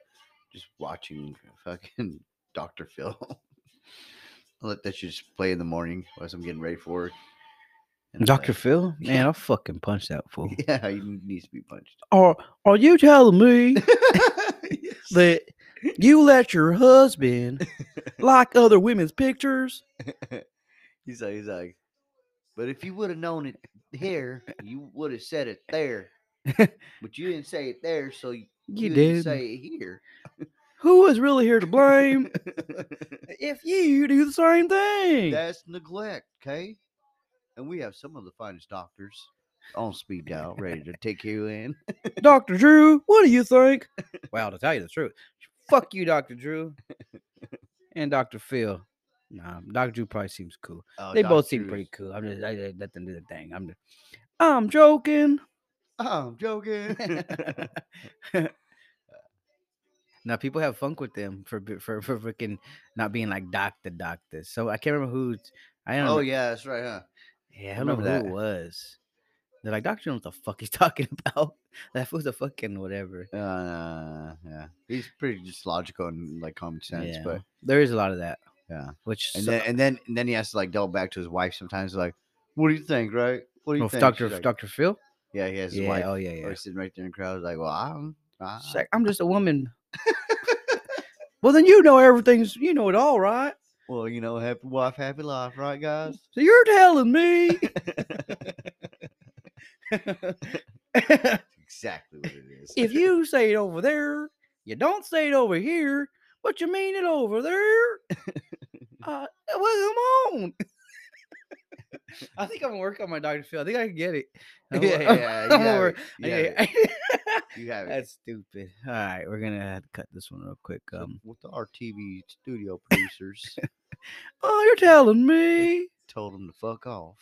[SPEAKER 3] just watching fucking Doctor Phil. I let that shit just play in the morning as I'm getting ready for work. And, uh,
[SPEAKER 1] dr phil man i'll fucking punch that fool
[SPEAKER 3] Yeah, he needs to be punched.
[SPEAKER 1] are are you telling me that you let your husband like other women's pictures
[SPEAKER 3] he's like, he's like, but if you would have known it here, you would have said it there. but you didn't say it there, so you,
[SPEAKER 1] you
[SPEAKER 3] didn't
[SPEAKER 1] did
[SPEAKER 3] say it here.
[SPEAKER 1] who is really here to blame if you do the same thing.
[SPEAKER 3] That's neglect, okay? And we have some of the finest doctors on speed dial, ready to take you in.
[SPEAKER 1] Dr. Drew, what do you think? well, to tell you the truth, fuck you, Dr. Drew. and Dr. Phil. Nah, Dr. Drew probably seems cool.
[SPEAKER 3] Oh,
[SPEAKER 1] they both
[SPEAKER 3] Dr.
[SPEAKER 1] seem
[SPEAKER 3] Drew
[SPEAKER 1] pretty
[SPEAKER 3] is-
[SPEAKER 1] cool. I'm just I, I let them do the thing. I'm just I'm joking.
[SPEAKER 3] I'm joking.
[SPEAKER 1] Now people have funk with them for bi- for for freaking not being like doctor doctor. So I can't remember who I don't
[SPEAKER 3] oh
[SPEAKER 1] know.
[SPEAKER 3] yeah, that's right, huh?
[SPEAKER 1] Yeah, I don't remember who
[SPEAKER 3] remember that.
[SPEAKER 1] it was. They're like, Doctor, knows what the fuck he's talking about. That fool's a fucking whatever.
[SPEAKER 3] Uh, yeah, he's pretty just logical and like common sense,
[SPEAKER 1] Yeah.
[SPEAKER 3] but
[SPEAKER 1] there is a lot of that.
[SPEAKER 3] yeah.
[SPEAKER 1] Which
[SPEAKER 3] And
[SPEAKER 1] su-
[SPEAKER 3] then and then and then he has to like double back to his wife sometimes, like, what do you think, right? What do you
[SPEAKER 1] well,
[SPEAKER 3] think?
[SPEAKER 1] Doctor
[SPEAKER 3] She's like-
[SPEAKER 1] Doctor Phil.
[SPEAKER 3] yeah, he has his
[SPEAKER 1] yeah.
[SPEAKER 3] wife
[SPEAKER 1] Oh yeah. Yeah.
[SPEAKER 3] or sitting right there in the crowd, like, well, I'm, I,
[SPEAKER 1] She's like, I'm just a woman. well, then you know everything's you know it all, right?
[SPEAKER 3] well, you know, happy wife, happy life, right, guys?
[SPEAKER 1] So you're telling me.
[SPEAKER 3] Exactly what it is.
[SPEAKER 1] Oh, if you say it over there, you don't say it over here. What you mean it over there? uh, well, come on. I think I'm gonna work on my Dr. Phil. I think I can get it. I'm
[SPEAKER 3] yeah,
[SPEAKER 1] gonna-
[SPEAKER 3] yeah,
[SPEAKER 1] I'm
[SPEAKER 3] you
[SPEAKER 1] gonna
[SPEAKER 3] have
[SPEAKER 1] work-
[SPEAKER 3] it, you have it,
[SPEAKER 1] yeah.
[SPEAKER 3] you have it.
[SPEAKER 1] That's stupid. All right, we're gonna have to cut this one real quick.
[SPEAKER 3] So
[SPEAKER 1] Um,
[SPEAKER 3] with our TV studio producers
[SPEAKER 1] oh, you're telling me.
[SPEAKER 3] told them to fuck off.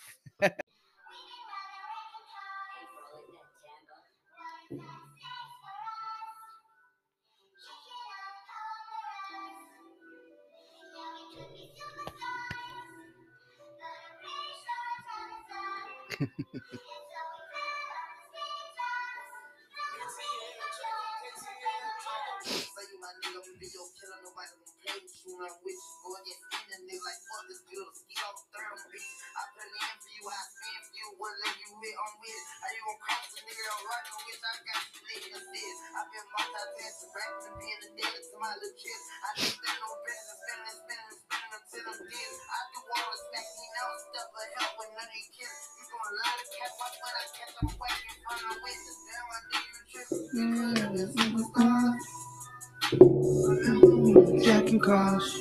[SPEAKER 4] Jack and Cross.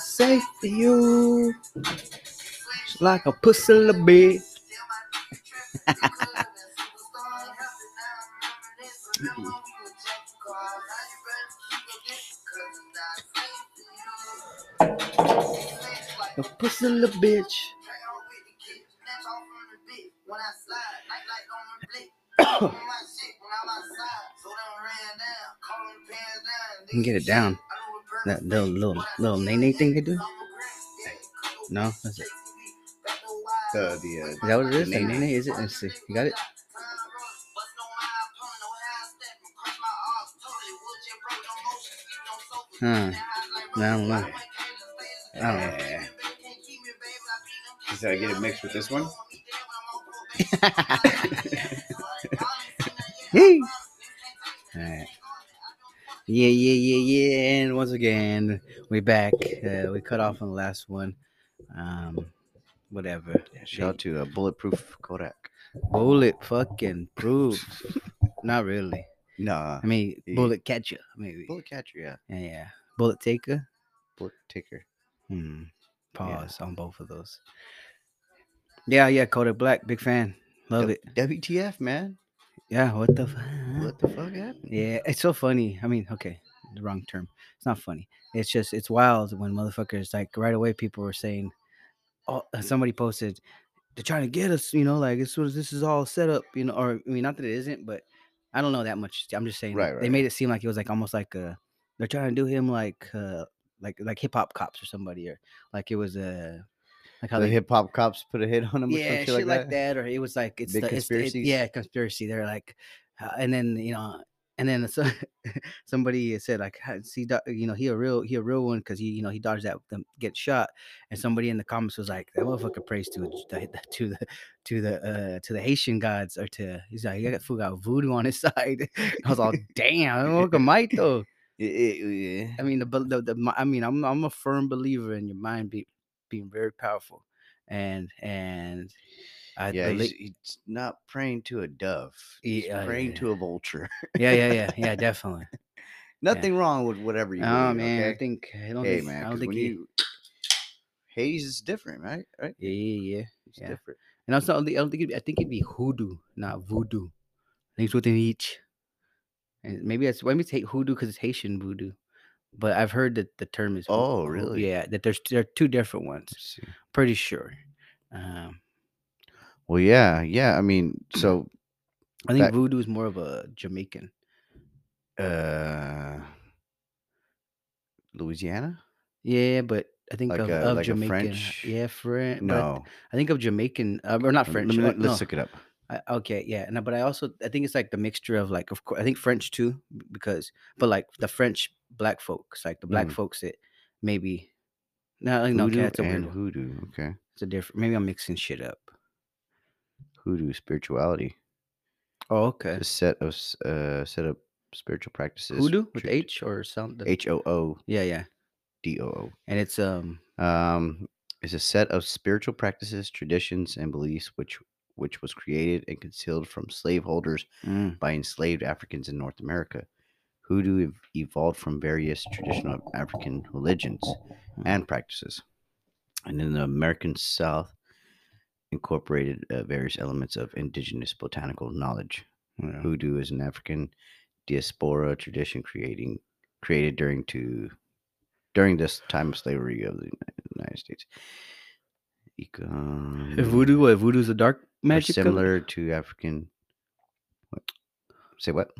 [SPEAKER 4] Safe for you.
[SPEAKER 1] It's like a pussy little bit. A pussy little bitch. You can get it down. That little little little nene thing they do. No, that's it.
[SPEAKER 3] The the uh,
[SPEAKER 1] Is that what it is?
[SPEAKER 3] the
[SPEAKER 1] Nene?
[SPEAKER 3] name.
[SPEAKER 1] Is it? Let's see. You got it? Huh. No, I don't know. I don't know.
[SPEAKER 3] Yeah. Did I get it mixed with this one?
[SPEAKER 1] Hey. Alright. Yeah, yeah, yeah, yeah. And once again, we're back. Uh, we cut off on the last one. Um, whatever.
[SPEAKER 3] Shout out to uh, Bulletproof Kodak.
[SPEAKER 1] Bullet fucking proof. Not really.
[SPEAKER 3] Nah.
[SPEAKER 1] I mean,
[SPEAKER 3] Yeah.
[SPEAKER 1] bullet catcher. Maybe.
[SPEAKER 3] Bullet catcher, yeah.
[SPEAKER 1] Yeah, yeah. Bullet taker.
[SPEAKER 3] Bullet ticker.
[SPEAKER 1] Hmm.
[SPEAKER 3] Yeah.
[SPEAKER 1] Pause on both of those. Yeah, yeah. Kodak Black, big fan. Love
[SPEAKER 3] W-
[SPEAKER 1] it.
[SPEAKER 3] WTF, man.
[SPEAKER 1] Yeah. What the? Fuck?
[SPEAKER 3] What the fuck happened?
[SPEAKER 1] Yeah, it's so funny. I mean, okay, the wrong term. It's not funny. It's just it's wild when motherfuckers like right away people were saying, oh,
[SPEAKER 3] Mm.
[SPEAKER 1] somebody posted, they're trying to get us, you know, like this was this is all set up, you know, or I mean, not that it isn't, but I don't know that much. I'm just saying,
[SPEAKER 3] Right,
[SPEAKER 1] they
[SPEAKER 3] right,
[SPEAKER 1] made it seem like it was like almost like uh they're trying to do him like uh like like hip hop cops or somebody or like it was uh like how
[SPEAKER 3] the
[SPEAKER 1] they
[SPEAKER 3] hip hop cops put a hit on him or
[SPEAKER 1] yeah,
[SPEAKER 3] some
[SPEAKER 1] shit like, that. or it was like it's
[SPEAKER 3] Big
[SPEAKER 1] the it's the- it-
[SPEAKER 3] conspiracies?
[SPEAKER 1] yeah, conspiracy. They're like, uh, and then you know, and then so, somebody said like, "Ha- see, doc- you know, he a real he a real one because he you know he dodged that them get shot, and somebody in the comments was like, that motherfucker prays to the, the- to the to the uh to the Haitian gods or to he's like, yeah, that fool got voodoo on his side. I was all, damn, welcome, Mike though.
[SPEAKER 3] Yeah, yeah,
[SPEAKER 1] I mean, the, bel- the, the mi- I mean, I'm I'm a firm believer in your mind be, being very powerful, and and I
[SPEAKER 3] yeah. yeah he's,
[SPEAKER 1] believe,
[SPEAKER 3] he's not praying to a dove. He's
[SPEAKER 1] Yeah, yeah,
[SPEAKER 3] praying
[SPEAKER 1] yeah.
[SPEAKER 3] to a vulture.
[SPEAKER 1] yeah, yeah, yeah, yeah, definitely.
[SPEAKER 3] Nothing wrong with whatever you
[SPEAKER 1] oh
[SPEAKER 3] believe,
[SPEAKER 1] man, I
[SPEAKER 3] okay?
[SPEAKER 1] think I don't
[SPEAKER 3] Hey,
[SPEAKER 1] think
[SPEAKER 3] man.
[SPEAKER 1] I don't
[SPEAKER 3] 'cause
[SPEAKER 1] think
[SPEAKER 3] when
[SPEAKER 1] he,
[SPEAKER 3] you... Hades is different, right? Right?
[SPEAKER 1] yeah, yeah, yeah.
[SPEAKER 3] It's
[SPEAKER 1] Yeah.
[SPEAKER 3] different.
[SPEAKER 1] And also, I don't think- I don't think it'd, be- I think it'd be hoodoo, not voodoo. I think it's within each, and maybe that's maybe it's hate hoodoo because it's Haitian voodoo, but I've heard that the term is hoo-
[SPEAKER 3] Oh,
[SPEAKER 1] hoo-
[SPEAKER 3] really?
[SPEAKER 1] yeah, that there's there are two different ones. Pretty sure. Um,
[SPEAKER 3] Well, yeah, yeah. I mean, so
[SPEAKER 1] I think
[SPEAKER 3] That-
[SPEAKER 1] voodoo is more of a Jamaican.
[SPEAKER 3] uh Louisiana?
[SPEAKER 1] Yeah, but I think
[SPEAKER 3] Like
[SPEAKER 1] of,
[SPEAKER 3] a-
[SPEAKER 1] of
[SPEAKER 3] like a
[SPEAKER 1] Jamaican.
[SPEAKER 3] French-
[SPEAKER 1] Yeah, French.
[SPEAKER 3] No.
[SPEAKER 1] I think of Jamaican uh, or not
[SPEAKER 3] Lem-
[SPEAKER 1] French.
[SPEAKER 3] Let me,
[SPEAKER 1] uh,
[SPEAKER 3] let,
[SPEAKER 1] no.
[SPEAKER 3] us look it up.
[SPEAKER 1] I, okay, yeah, no, but I also I think it's like the mixture of like of course I think French too b- because but like the French black folks like the black
[SPEAKER 3] Mm.
[SPEAKER 1] folks that maybe no like, no okay,
[SPEAKER 3] Hoodoo
[SPEAKER 1] that's a weird
[SPEAKER 3] and
[SPEAKER 1] one.
[SPEAKER 3] hoodoo. Okay.
[SPEAKER 1] It's a different. Maybe I'm mixing shit up.
[SPEAKER 3] Hoodoo spirituality.
[SPEAKER 1] Oh, okay.
[SPEAKER 3] A set of s- uh set up spiritual practices.
[SPEAKER 1] Hoodoo with
[SPEAKER 3] tri-
[SPEAKER 1] H or something.
[SPEAKER 3] H O O
[SPEAKER 1] Yeah, yeah,
[SPEAKER 3] D O
[SPEAKER 1] and it's um
[SPEAKER 3] O. Um is a set of spiritual practices, traditions, and beliefs which which was created and concealed from slaveholders
[SPEAKER 1] mm,
[SPEAKER 3] by enslaved Africans in North America. hoodoo ev- evolved from various traditional African religions and practices, and in the American South, incorporated uh, various elements of indigenous botanical knowledge.
[SPEAKER 1] Yeah.
[SPEAKER 3] Hoodoo is an African diaspora tradition creating created during to during this time of slavery of the Uni- United States. Econ-
[SPEAKER 1] If voodoo, what, voodoo's a dark
[SPEAKER 3] are
[SPEAKER 1] magic? color?
[SPEAKER 3] similar to African. What? Say what?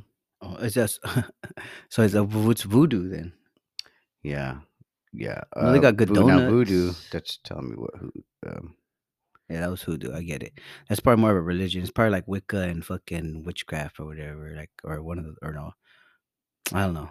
[SPEAKER 1] Oh, it's just so it's, a, vo- it's voodoo then.
[SPEAKER 3] Yeah, yeah.
[SPEAKER 1] Well, they got good
[SPEAKER 3] voo- now voodoo.
[SPEAKER 1] donuts.
[SPEAKER 3] That's telling me what who. Um,
[SPEAKER 1] Yeah, that was hoodoo. I get it. That's probably more of a religion. It's probably like Wicca and fucking witchcraft or whatever. Like or one of the or no, I don't know.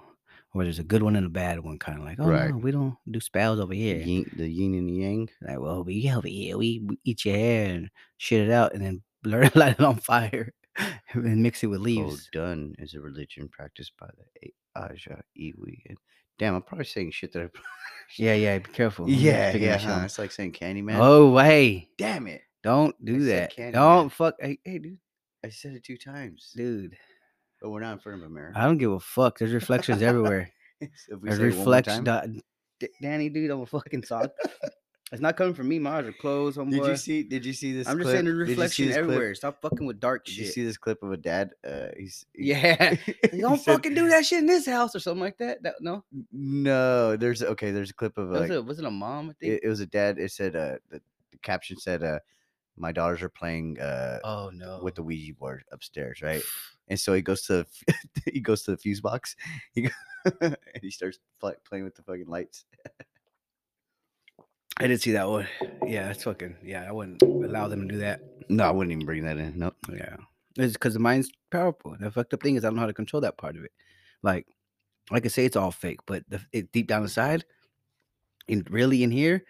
[SPEAKER 1] Or there's a good one and a bad one, kind of like oh
[SPEAKER 3] Right.
[SPEAKER 1] no, we don't do spells over here.
[SPEAKER 3] yin, the yin and yang. Oh,
[SPEAKER 1] Like well, we over here we b- eat your hair and shit it out and then blur it, light it on fire and mix it
[SPEAKER 3] Oh,
[SPEAKER 1] with leaves.
[SPEAKER 3] Odun is a religion practiced by the A- Aja Iwi. And, damn, I'm probably saying shit that. I,
[SPEAKER 1] Yeah, yeah. Be careful. I'm picking that shit
[SPEAKER 3] huh,
[SPEAKER 1] up.
[SPEAKER 3] It's like saying Candyman.
[SPEAKER 1] Oh hey,
[SPEAKER 3] damn it!
[SPEAKER 1] don't
[SPEAKER 3] I
[SPEAKER 1] do
[SPEAKER 3] said
[SPEAKER 1] that.
[SPEAKER 3] Candyman.
[SPEAKER 1] Don't fuck. Hey, hey, dude,
[SPEAKER 3] I said it two times.
[SPEAKER 1] dude.
[SPEAKER 3] But we're not in front of a mirror.
[SPEAKER 1] I don't give a fuck. There's reflections everywhere.
[SPEAKER 3] if we
[SPEAKER 1] There's
[SPEAKER 3] say it one more
[SPEAKER 1] reflection.
[SPEAKER 3] time-
[SPEAKER 1] Danny, dude, I'm a fucking sock. it's not coming from me. My eyes are closed. Homeboy.
[SPEAKER 3] Did you see? Did you see this?
[SPEAKER 1] I'm just
[SPEAKER 3] clip?
[SPEAKER 1] saying there's
[SPEAKER 3] Did you see
[SPEAKER 1] reflection
[SPEAKER 3] this clip?
[SPEAKER 1] everywhere. Stop fucking with dark
[SPEAKER 3] Did you
[SPEAKER 1] shit.
[SPEAKER 3] see this clip of a dad? Uh, he's he-
[SPEAKER 1] yeah.
[SPEAKER 3] he
[SPEAKER 1] You don't
[SPEAKER 3] said-
[SPEAKER 1] fucking do that shit in this house or something like that. that no.
[SPEAKER 3] No, there's okay. There's a clip of
[SPEAKER 1] Was,
[SPEAKER 3] like
[SPEAKER 1] it, was it a mom? I think.
[SPEAKER 3] it, it was a dad. It said uh the, the caption said uh my daughters are playing uh
[SPEAKER 1] oh, no.
[SPEAKER 3] with the Ouija board upstairs, right? And so he goes to the f- he goes to the fuse box. He go, and he starts pl- playing with the fucking lights.
[SPEAKER 1] I did see that one. Yeah, it's fucking. Yeah, I wouldn't allow them to do that.
[SPEAKER 3] No, I wouldn't even bring that in. Nope.
[SPEAKER 1] Yeah. It's because the mind's powerful. The fucked up thing is I don't know how to control that part of it. Like, I could say it's all fake, but the, it, deep down inside, in really in here,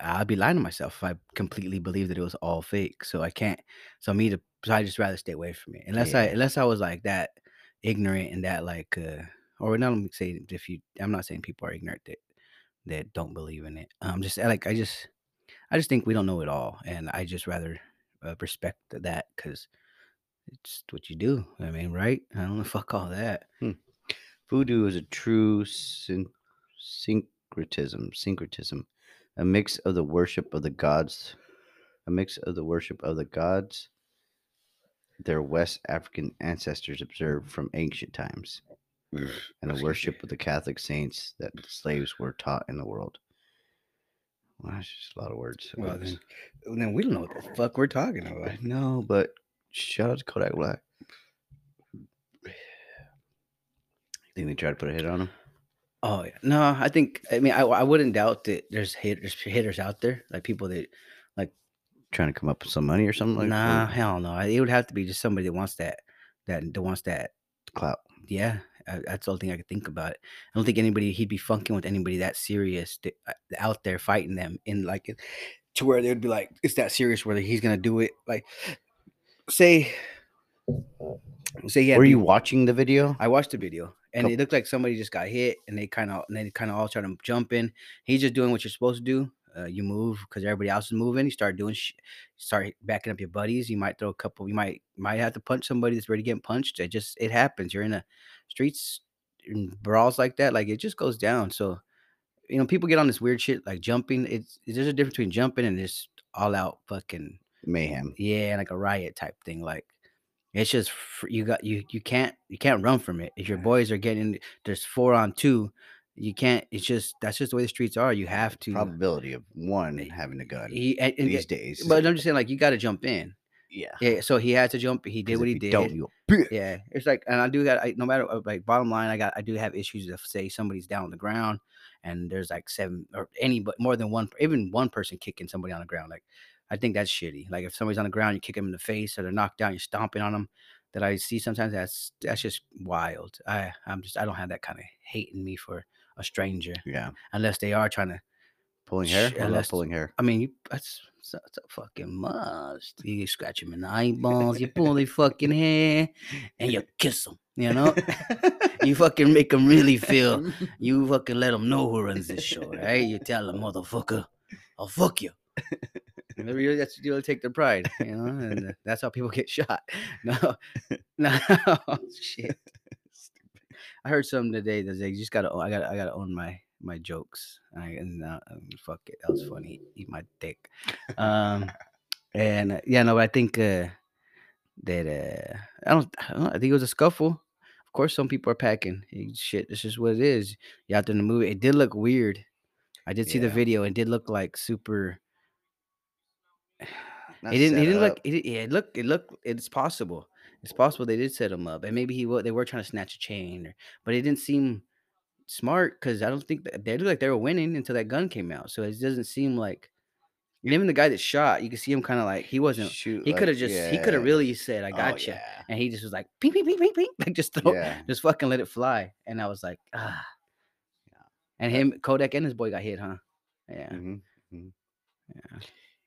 [SPEAKER 1] I'd be lying to myself if I completely believed that it was all fake. So I can't. So me to. So I just rather stay away from it, unless I
[SPEAKER 3] Yeah.
[SPEAKER 1] unless I was like that ignorant and that like uh or not. I'm saying if you. I'm not saying people are ignorant that that don't believe in it. Um, just I like I just I just think we don't know it all, and I just rather uh, respect that because it's what you do. I mean, right? I don't know. Fuck all that.
[SPEAKER 3] Voodoo is a true syn- syncretism. Syncretism, a mix of the worship of the gods, a mix of the worship of the gods. Their West African ancestors observed from ancient times, and the
[SPEAKER 1] Excuse
[SPEAKER 3] worship of the Catholic saints that the slaves were taught in the world. Wow, that's just a lot of words. I
[SPEAKER 1] Well,
[SPEAKER 3] guess.
[SPEAKER 1] then, then we don't know what the fuck we're talking about.
[SPEAKER 3] I know, but shout out to Kodak Black. Think they tried to put a hit on him?
[SPEAKER 1] Oh yeah. no, I think I mean I, I wouldn't doubt that there's hitters hitters out there like people that
[SPEAKER 3] Trying to come up with some money or something like
[SPEAKER 1] nah hell no it would have to be just somebody that wants that that that wants that
[SPEAKER 3] Clout.
[SPEAKER 1] yeah I, that's the only thing I could think about. I don't think anybody he'd be funking with anybody that serious that, uh, out there fighting them in like it- to where they would be like it's that serious where he's gonna do it like say say yeah
[SPEAKER 3] Were you watching the video?
[SPEAKER 1] I watched the video and
[SPEAKER 3] Cool.
[SPEAKER 1] it looked like somebody just got hit and they kind of and they kind of all trying to jump in. He's just doing what you're supposed to do. Uh, you move because everybody else is moving. You start doing, sh- start backing up your buddies. You might throw a couple. You might might have to punch somebody that's already getting punched. It just it happens. You're in a streets in brawls like that. Like it just goes down. So you know people get on this weird shit like jumping. It's there's a difference between jumping and just all out fucking
[SPEAKER 3] Mayhem.
[SPEAKER 1] yeah like a riot type thing like it's just fr- you got you you can't you can't run from it if your boys are getting there's four on two you can't it's just that's just the way the streets are you have to
[SPEAKER 3] Probability of one
[SPEAKER 1] Eh,
[SPEAKER 3] having a gun
[SPEAKER 1] he, and, and-
[SPEAKER 3] these days. is-
[SPEAKER 1] but i'm just saying like you got to jump in
[SPEAKER 3] yeah. 'cause
[SPEAKER 1] yeah so he had to jump he did what
[SPEAKER 3] if
[SPEAKER 1] he
[SPEAKER 3] you
[SPEAKER 1] did
[SPEAKER 3] Don't you?
[SPEAKER 1] yeah it's like and i do got I, no matter uh, like bottom line i got i do have issues if say somebody's down on the ground and there's like seven or any but more than one even one person kicking somebody on the ground like i think that's shitty like if somebody's on the ground you kick them in the face or they're knocked down you're stomping on them that i see sometimes that's that's just wild i i'm just i don't have that kind of hate in me for a stranger
[SPEAKER 3] Yeah.
[SPEAKER 1] unless they are trying to
[SPEAKER 3] Pulling hair?
[SPEAKER 1] Sh-
[SPEAKER 3] I love
[SPEAKER 1] unless-
[SPEAKER 3] pulling hair.
[SPEAKER 1] I mean, you, that's, that's a fucking must. You scratch him in the eyeballs, you pull their fucking hair, and you kiss them. You know, you fucking make them really feel. You fucking let them know who runs this show, right? You tell them, motherfucker, I'll fuck you. And they really, that's you really take their pride, you know, and uh, that's how people get shot. No, no, shit. I heard something today that's like, you just gotta, own- I gotta, I gotta own my my jokes. I, and uh, um, fuck it, that was funny. Eat my dick. Um, and uh, yeah, no, but I think uh, that uh, I don't, I don't. know, I think it was a scuffle. Of course, some people are packing. Eh, Shit, this is what it is. You out there in the movie. It did look weird. I did see the
[SPEAKER 3] Yeah.
[SPEAKER 1] video. It did look like super.
[SPEAKER 3] Not
[SPEAKER 1] It didn't. It
[SPEAKER 3] set
[SPEAKER 1] didn't
[SPEAKER 3] up.
[SPEAKER 1] look. It, didn't- yeah, it looked. It looked. It's possible. It's possible they did set him up, and maybe he. wa- They were trying to snatch a chain, or, but it didn't seem smart because I don't think that, they looked like they were winning until that gun came out. So it doesn't seem like. and Even the guy that shot, you can see him kind of like he wasn't.
[SPEAKER 3] Shoot,
[SPEAKER 1] He
[SPEAKER 3] like,
[SPEAKER 1] could have just. He could have
[SPEAKER 3] yeah.
[SPEAKER 1] really said, "I
[SPEAKER 3] Oh,
[SPEAKER 1] got gotcha. you,"
[SPEAKER 3] yeah.
[SPEAKER 1] and he just was like, "Ping, ping, ping, ping, ping," like just throw,
[SPEAKER 3] Yeah.
[SPEAKER 1] just fucking let it fly. And I was like, ah. And him, Kodak, and his boy got hit, huh? Yeah.
[SPEAKER 3] Mhm, mhm.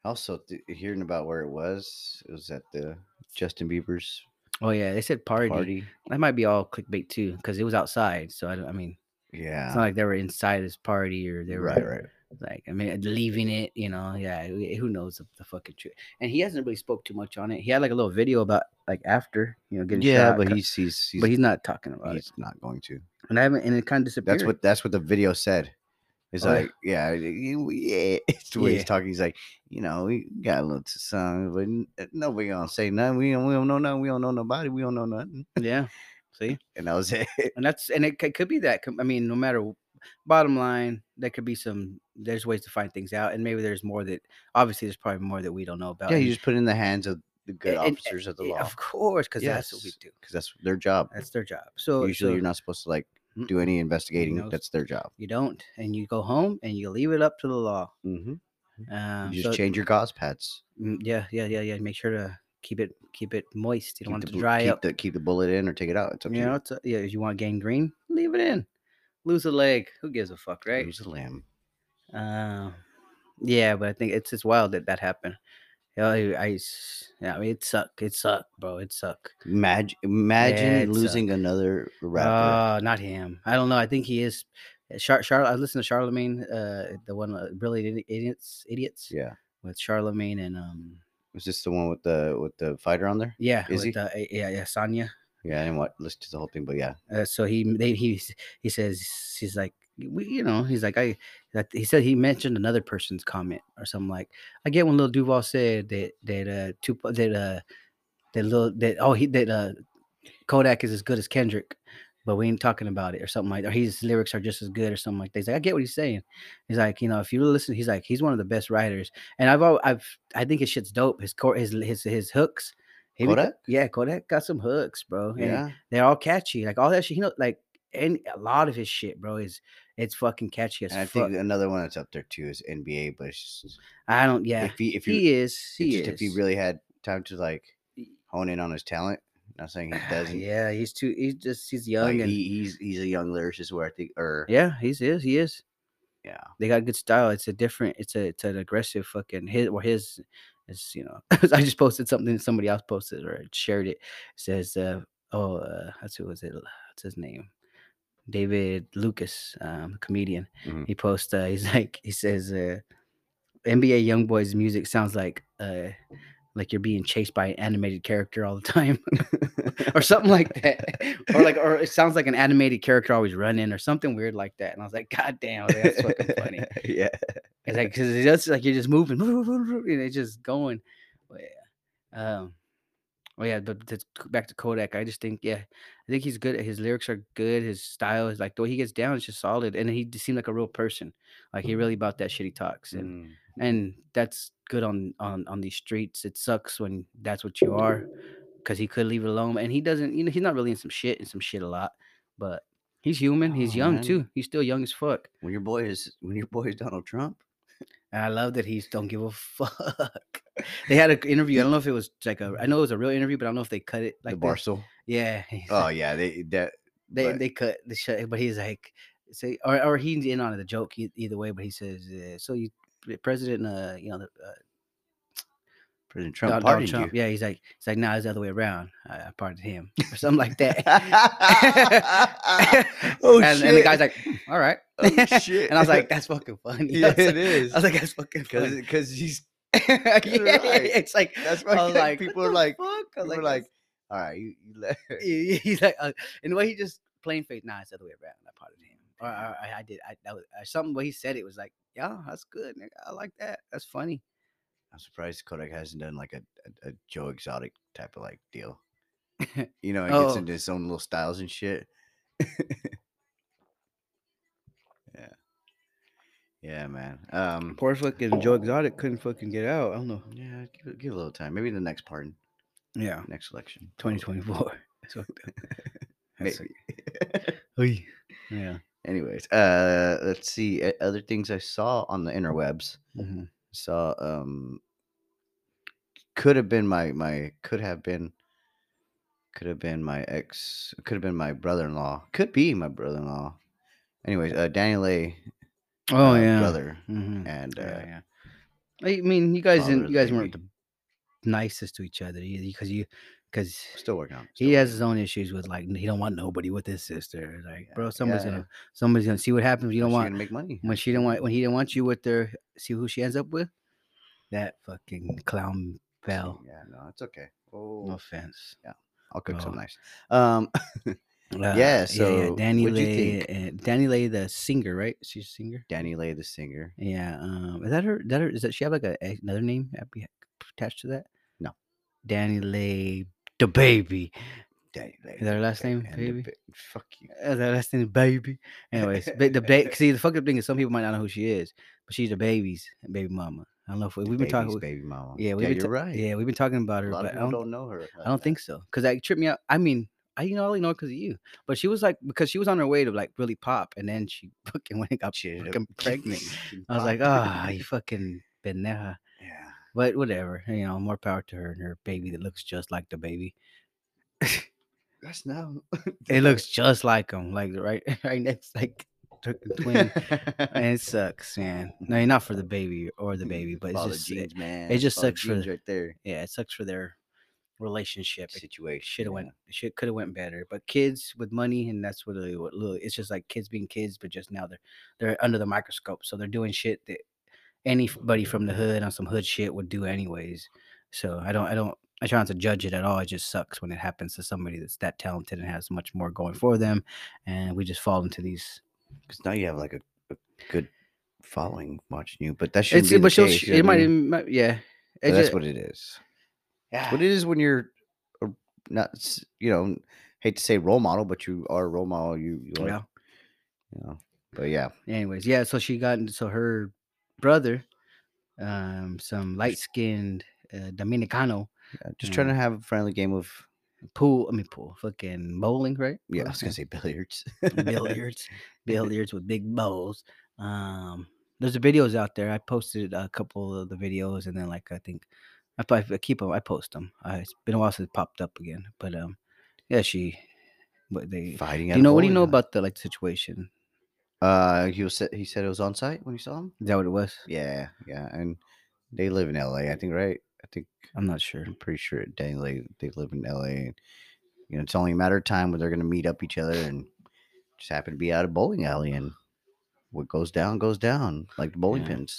[SPEAKER 3] Also, th- hearing about where it was, it was at the Justin Bieber's
[SPEAKER 1] Oh yeah, they said
[SPEAKER 3] party.
[SPEAKER 1] party. That might be all clickbait too, because it was outside. So I, don't, I mean,
[SPEAKER 3] Yeah.
[SPEAKER 1] it's not like they were inside his party or they were
[SPEAKER 3] Ah. right, right.
[SPEAKER 1] like, I mean, leaving it. You know, yeah. wh- Who knows the, the fucking truth? And he hasn't really spoke too much on it. He had like a little video about like after, you know, getting
[SPEAKER 3] Yeah,
[SPEAKER 1] shot,
[SPEAKER 3] but
[SPEAKER 1] cut-
[SPEAKER 3] he's he's he's,
[SPEAKER 1] but he's not talking about it.
[SPEAKER 3] he's not going to.
[SPEAKER 1] And I haven't, and it kind of disappeared.
[SPEAKER 3] That's what that's what the video said. It's
[SPEAKER 1] Oh, yeah.
[SPEAKER 3] like, yeah, you- yeah. It's the way
[SPEAKER 1] Yeah.
[SPEAKER 3] he's talking. He's like, you know, we got a little t- song, but n- uh, nobody gonna say nothing. We don't, we don't know nothing. We don't know nobody. We don't know nothing.
[SPEAKER 1] Yeah. See.
[SPEAKER 3] And that was it.
[SPEAKER 1] and that's and it c- could be that com- i mean no matter w- bottom line there could be some there's ways to find things out and maybe there's more that obviously there's probably more that we don't know about
[SPEAKER 3] yeah,
[SPEAKER 1] and-
[SPEAKER 3] you just put it in the hands of the good
[SPEAKER 1] and- and-
[SPEAKER 3] officers of the
[SPEAKER 1] yeah,
[SPEAKER 3] law
[SPEAKER 1] of course because that's what we
[SPEAKER 3] Yes.
[SPEAKER 1] do
[SPEAKER 3] because that's their job.
[SPEAKER 1] that's their job so
[SPEAKER 3] Usually,
[SPEAKER 1] so Mm-hmm.
[SPEAKER 3] you're not supposed to like
[SPEAKER 1] Mm-mm.
[SPEAKER 3] do any investigating.
[SPEAKER 1] knows?
[SPEAKER 3] That's their job.
[SPEAKER 1] you don't and you go home and you leave it up to the law
[SPEAKER 3] Mm-hmm.
[SPEAKER 1] um
[SPEAKER 3] you
[SPEAKER 1] so-
[SPEAKER 3] just change your gauze pads.
[SPEAKER 1] mm, yeah yeah yeah yeah make sure to keep it keep it moist you don't want it
[SPEAKER 3] the,
[SPEAKER 1] to
[SPEAKER 3] bu-
[SPEAKER 1] dry
[SPEAKER 3] keep
[SPEAKER 1] up
[SPEAKER 3] The, keep the bullet in or take it out. It's up
[SPEAKER 1] you
[SPEAKER 3] to
[SPEAKER 1] know it's a- yeah if you want gangrene leave it in lose a leg who gives a fuck
[SPEAKER 3] you.
[SPEAKER 1] right
[SPEAKER 3] Lose a limb.
[SPEAKER 1] Um, yeah, but I think it's just wild that that happened. Yeah, I, I s- yeah, I mean, it sucked. It sucked, bro. It sucked.
[SPEAKER 3] Imagine,
[SPEAKER 1] Yeah,
[SPEAKER 3] imagine
[SPEAKER 1] it
[SPEAKER 3] losing another rapper.
[SPEAKER 1] Uh, not him. I don't know. I think he is. eh, Char- Char- I listened to Charlemagne, uh, the one uh, really Idi- idiots, idiots
[SPEAKER 3] yeah,
[SPEAKER 1] with Charlemagne and um,
[SPEAKER 3] was this the one with the with the fighter on there?
[SPEAKER 1] yeah,
[SPEAKER 3] Is
[SPEAKER 1] with,
[SPEAKER 3] he?
[SPEAKER 1] uh, A- yeah, yeah, Sonya.
[SPEAKER 3] Yeah, I didn't watch, listen to the whole thing, but yeah,
[SPEAKER 1] Uh, so he they, he s- he says he's like we, you know he's like I that he said he mentioned another person's comment or something like I get when Lil Duval said that that uh two that uh that little that oh he that uh Kodak is as good as Kendrick but we ain't talking about it or something like that. Or his lyrics are just as good or something like that. He's like I get what he's saying. He's like you know if you listen he's like he's one of the best writers and I've al- I've I think his shit's dope his core his his his hooks. He be-
[SPEAKER 3] Kodak?
[SPEAKER 1] yeah, Kodak got some hooks, bro. and-
[SPEAKER 3] yeah,
[SPEAKER 1] they're all catchy. Like all that shit, you know, like and a lot of his shit, bro, is it's fucking catchy as
[SPEAKER 3] and I
[SPEAKER 1] fuck.
[SPEAKER 3] think another one that's up there too is NBA. But it's just,
[SPEAKER 1] I don't yeah.
[SPEAKER 3] if he if you
[SPEAKER 1] he is. He is.
[SPEAKER 3] if he really had time to like hone in on his talent, not saying he doesn't.
[SPEAKER 1] Ah, Yeah, he's too he's just he's young
[SPEAKER 3] like,
[SPEAKER 1] and
[SPEAKER 3] he, he's he's a young lyricist where I think or
[SPEAKER 1] yeah, he's is, he is.
[SPEAKER 3] yeah.
[SPEAKER 1] They got good style. It's a different it's a it's an aggressive fucking his or his is you know I just posted something that somebody else posted or shared it. says uh oh uh that's who was it what's his name? David Lucas, um, comedian.
[SPEAKER 3] Mhm.
[SPEAKER 1] He posts uh, he's like he says uh NBA YoungBoy's music sounds like uh like you're being chased by an animated character all the time or something like that. Or like or it sounds like an animated character always running or something weird like that. And I was like, God damn, I was like, that's fucking funny.
[SPEAKER 3] yeah.
[SPEAKER 1] It's like because it's just like you're just moving and it's just going. But yeah. Um well yeah, but that's back to Kodak. I just think, yeah, I think he's good. at- His lyrics are good. His style is like the way he gets down is just solid. And he just seemed like a real person. Like
[SPEAKER 3] Mm-hmm.
[SPEAKER 1] he really about that shit he talks. And
[SPEAKER 3] Mm.
[SPEAKER 1] and that's good on on on these streets it sucks when that's what you are because he could leave it alone and he doesn't you know he's not really in some shit and some shit a lot but he's human he's
[SPEAKER 3] Oh,
[SPEAKER 1] young
[SPEAKER 3] man.
[SPEAKER 1] too he's still young as fuck
[SPEAKER 3] When your boy is when your boy is Donald Trump,
[SPEAKER 1] and i love that he's don't give a fuck they had an interview i don't know if it was like a i know it was a real interview but i don't know if they cut it like
[SPEAKER 3] the
[SPEAKER 1] this.
[SPEAKER 3] Barstool.
[SPEAKER 1] yeah he's
[SPEAKER 3] Oh
[SPEAKER 1] like-
[SPEAKER 3] yeah, they that
[SPEAKER 1] they
[SPEAKER 3] but-
[SPEAKER 1] they cut the shit but he's like say or, or he's in on the joke e- either way but he says uh, so you president uh you know the, uh,
[SPEAKER 3] President Trump
[SPEAKER 1] Donald- Donald
[SPEAKER 3] pardoned
[SPEAKER 1] Trump.
[SPEAKER 3] you.
[SPEAKER 1] Yeah, he's like, he's like, nah, it's the other way around. I, I pardoned him or something like that.
[SPEAKER 3] oh
[SPEAKER 1] and,
[SPEAKER 3] shit!
[SPEAKER 1] and the guy's like, "Hmm, all right.
[SPEAKER 3] oh, shit.
[SPEAKER 1] and I was like, that's fucking funny. I
[SPEAKER 3] yeah,
[SPEAKER 1] was like-
[SPEAKER 3] it is.
[SPEAKER 1] I was like, that's fucking
[SPEAKER 3] because
[SPEAKER 1] funny.
[SPEAKER 3] he's
[SPEAKER 1] yeah,
[SPEAKER 3] right.
[SPEAKER 1] It's like,
[SPEAKER 3] that's
[SPEAKER 1] I
[SPEAKER 3] why
[SPEAKER 1] was like,
[SPEAKER 3] people
[SPEAKER 1] what
[SPEAKER 3] are
[SPEAKER 1] the
[SPEAKER 3] like
[SPEAKER 1] fuck? I was
[SPEAKER 3] people are
[SPEAKER 1] "That's-
[SPEAKER 3] like, all right, you, you let
[SPEAKER 1] Yeah, yeah, he's like, uh, and the way he just plain face. Nah, it's the other way around. I potted him. Or, or I, I did. I that was uh, something where he said it was like, yeah, that's good. Nigga. I like that. That's funny.
[SPEAKER 3] I'm surprised Kodak hasn't done like a, a, a Joe Exotic type of like deal. you know, and gets
[SPEAKER 1] Oh.
[SPEAKER 3] into his own little styles and shit. yeah. Yeah, man. Um
[SPEAKER 1] Mm. Poor fucking Joe Exotic couldn't fucking get out. I don't know.
[SPEAKER 3] yeah, give it, give it a little time. Maybe the next pardon,
[SPEAKER 1] Yeah,
[SPEAKER 3] next election.
[SPEAKER 1] 2024. That's what- that's
[SPEAKER 3] Maybe.
[SPEAKER 1] like- Oy. yeah.
[SPEAKER 3] Anyways, uh let's see uh, other things I saw on the interwebs.
[SPEAKER 1] Mhm.
[SPEAKER 3] saw um could have been my my could have been could have been my ex could have been my brother-in-law could be my brother-in-law anyways uh daniel a
[SPEAKER 1] Oh
[SPEAKER 3] uh,
[SPEAKER 1] yeah.
[SPEAKER 3] brother
[SPEAKER 1] Mhm.
[SPEAKER 3] and uh
[SPEAKER 1] yeah, yeah. I mean, you guys didn't. You
[SPEAKER 3] father
[SPEAKER 1] guys weren't
[SPEAKER 3] thingy.
[SPEAKER 1] the nicest to each other either, because you, because
[SPEAKER 3] still working on it, still
[SPEAKER 1] he
[SPEAKER 3] working
[SPEAKER 1] has his own issues with like he don't want nobody with his sister. Like,
[SPEAKER 3] Yeah,
[SPEAKER 1] bro, somebody's
[SPEAKER 3] yeah, yeah.
[SPEAKER 1] gonna somebody's gonna see what happens. when You
[SPEAKER 3] on it.
[SPEAKER 1] don't
[SPEAKER 3] She
[SPEAKER 1] want
[SPEAKER 3] gonna make money
[SPEAKER 1] when she didn't want when he didn't want you with her. See who she ends up with. That fucking clown
[SPEAKER 3] So,
[SPEAKER 1] bell.
[SPEAKER 3] yeah no it's okay oh
[SPEAKER 1] No offense.
[SPEAKER 3] i'll cook some
[SPEAKER 1] no.
[SPEAKER 3] nice um
[SPEAKER 1] Uh,
[SPEAKER 3] so
[SPEAKER 1] Danny
[SPEAKER 3] what'd you
[SPEAKER 1] Lay,
[SPEAKER 3] think?
[SPEAKER 1] and Danny Lay, the singer, right? She's a singer.
[SPEAKER 3] danny lay the singer
[SPEAKER 1] Yeah. Um, is that her? That her? Is that she have like a, a- another name at- be- attached to that?
[SPEAKER 3] No.
[SPEAKER 1] Danny Lay the baby.
[SPEAKER 3] danny lay
[SPEAKER 1] Is that her last
[SPEAKER 3] Danny
[SPEAKER 1] name?
[SPEAKER 3] and the
[SPEAKER 1] Baby.
[SPEAKER 3] ba- fuck you
[SPEAKER 1] Is that her last name baby? Anyways, ba- the baby. See, the fucked up thing is some people might not know who she is, but she's a baby's baby mama. I don't know if we,
[SPEAKER 3] The
[SPEAKER 1] we've been talking.
[SPEAKER 3] baby's
[SPEAKER 1] we-
[SPEAKER 3] baby mama
[SPEAKER 1] Yeah, we've
[SPEAKER 3] yeah
[SPEAKER 1] been
[SPEAKER 3] you're
[SPEAKER 1] ta-
[SPEAKER 3] right
[SPEAKER 1] Yeah, we've been talking about
[SPEAKER 3] a
[SPEAKER 1] her,
[SPEAKER 3] lot of
[SPEAKER 1] but I
[SPEAKER 3] people
[SPEAKER 1] don't,
[SPEAKER 3] don't know her uh, like
[SPEAKER 1] I don't
[SPEAKER 3] that.
[SPEAKER 1] think so. Cause that tripped me out. I mean, I you know I only know because of you, but she was like because she was on her way to like really pop, and then she fucking went and got
[SPEAKER 3] She ended up
[SPEAKER 1] fucking pregnant.
[SPEAKER 3] getting
[SPEAKER 1] I was like,
[SPEAKER 3] popped.
[SPEAKER 1] ah, you fucking pendeja.
[SPEAKER 3] yeah.
[SPEAKER 1] But whatever, you know, more power to her and her baby that looks just like the baby.
[SPEAKER 3] That's now.
[SPEAKER 1] It looks just like him, like right, right next, like fucking twin. and it sucks, man. No, not for the baby or the baby, but it's
[SPEAKER 3] Follow
[SPEAKER 1] just,
[SPEAKER 3] jeans,
[SPEAKER 1] it,
[SPEAKER 3] man.
[SPEAKER 1] just
[SPEAKER 3] Follow
[SPEAKER 1] sucks for
[SPEAKER 3] jeans
[SPEAKER 1] the
[SPEAKER 3] right there.
[SPEAKER 1] yeah, it sucks for their relationship. It
[SPEAKER 3] Situation
[SPEAKER 1] should have
[SPEAKER 3] yeah.
[SPEAKER 1] went, shit could have went better. But kids with money, and that's what, they- what look, it's just like kids being kids, but just now they're they're under the microscope, so they're doing shit that anybody from the hood on some hood shit would do anyways. So I don't, I don't, I try not to judge it at all. It just sucks when it happens to somebody that's that talented and has much more going for them, and we just fall into these.
[SPEAKER 3] 'Cause now you have like a, a good following watching you, but that shouldn't
[SPEAKER 1] It's
[SPEAKER 3] be the
[SPEAKER 1] but she'll,
[SPEAKER 3] case,
[SPEAKER 1] sh-
[SPEAKER 3] you know
[SPEAKER 1] it
[SPEAKER 3] what I
[SPEAKER 1] might,
[SPEAKER 3] mean?
[SPEAKER 1] even- might- yeah.
[SPEAKER 3] But that's what it is. It's What it is when you're a- not, s- you know, hate to say role model, but you are a role model. You, you are,
[SPEAKER 1] yeah.
[SPEAKER 3] you know. But yeah,
[SPEAKER 1] anyways yeah so she got into so her brother um some light-skinned uh, dominicano
[SPEAKER 3] yeah, just trying
[SPEAKER 1] Yeah.
[SPEAKER 3] to have a friendly game of.
[SPEAKER 1] pool i mean pool fucking bowling right
[SPEAKER 3] Yeah, I
[SPEAKER 1] Bowling?
[SPEAKER 3] was gonna say billiards.
[SPEAKER 1] billiards billiards with big bowls um there's the videos out there i posted a couple of the videos and then like i think i, probably, I keep them i post them uh, it's been a while since it popped up again but um yeah she but they
[SPEAKER 3] Fighting.
[SPEAKER 1] do
[SPEAKER 3] at
[SPEAKER 1] you
[SPEAKER 3] a
[SPEAKER 1] know what do you
[SPEAKER 3] bowling
[SPEAKER 1] know
[SPEAKER 3] alley.
[SPEAKER 1] about the like situation
[SPEAKER 3] Uh, he was sa- he said it was on site when you saw him.
[SPEAKER 1] is that what it was
[SPEAKER 3] Yeah, yeah, and they live in L.A. I think, right? I think
[SPEAKER 1] i'm not sure
[SPEAKER 3] I'm pretty sure they li- they live in L.A. You know, it's only a matter of time when they're gonna meet up each other and just happen to be out of bowling alley and what goes down goes down like the bowling
[SPEAKER 1] Yeah.
[SPEAKER 3] pins.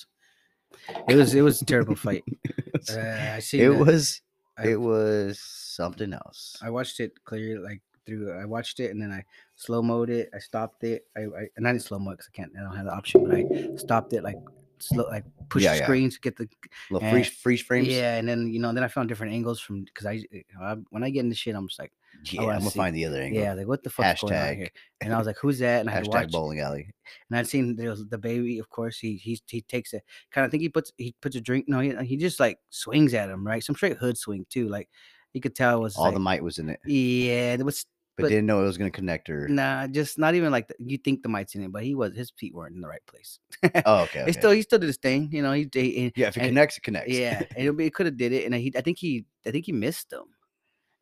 [SPEAKER 1] it was it was a terrible fight
[SPEAKER 3] It's-
[SPEAKER 1] uh, i see
[SPEAKER 3] it was
[SPEAKER 1] I-
[SPEAKER 3] it was something else.
[SPEAKER 1] I watched it clear like through. I watched it and then I slow mowed it. I stopped it. I, I and I didn't slow mo because I can't. I don't have the option. But I stopped it like slow, like push
[SPEAKER 3] Yeah,
[SPEAKER 1] the
[SPEAKER 3] yeah.
[SPEAKER 1] screens to get the
[SPEAKER 3] Little
[SPEAKER 1] eh,
[SPEAKER 3] freeze freeze frames.
[SPEAKER 1] yeah. And then you know, then I found different angles from because I, eh, I when I get into shit, I'm just like
[SPEAKER 3] yeah.
[SPEAKER 1] Oh, I
[SPEAKER 3] I'm gonna
[SPEAKER 1] see.
[SPEAKER 3] find the other angle.
[SPEAKER 1] yeah, like what the fuck's going on
[SPEAKER 3] Hashtag-
[SPEAKER 1] here? And I was like, who's that? And I had to
[SPEAKER 3] Hashtag
[SPEAKER 1] watch.
[SPEAKER 3] bowling alley.
[SPEAKER 1] And I'd seen there was the baby. Of course, he he he takes a kind of. I think he puts he puts a drink. No, he, he just like swings at him, right? Some straight hood swing too. Like you could tell it was
[SPEAKER 3] All
[SPEAKER 1] like,
[SPEAKER 3] the might was in it,
[SPEAKER 1] yeah. There was
[SPEAKER 3] but,
[SPEAKER 1] but-
[SPEAKER 3] didn't know it was gonna connect her.
[SPEAKER 1] Nah, just not even like the, you think the might's in it, but he was his feet weren't in the right place.
[SPEAKER 3] Oh, okay.
[SPEAKER 1] He
[SPEAKER 3] okay.
[SPEAKER 1] still he still did his thing, you know. He did, and,
[SPEAKER 3] yeah, if it
[SPEAKER 1] and-
[SPEAKER 3] connects, it connects.
[SPEAKER 1] yeah, and it'll be- it could have did it, and he I think he I think he missed them,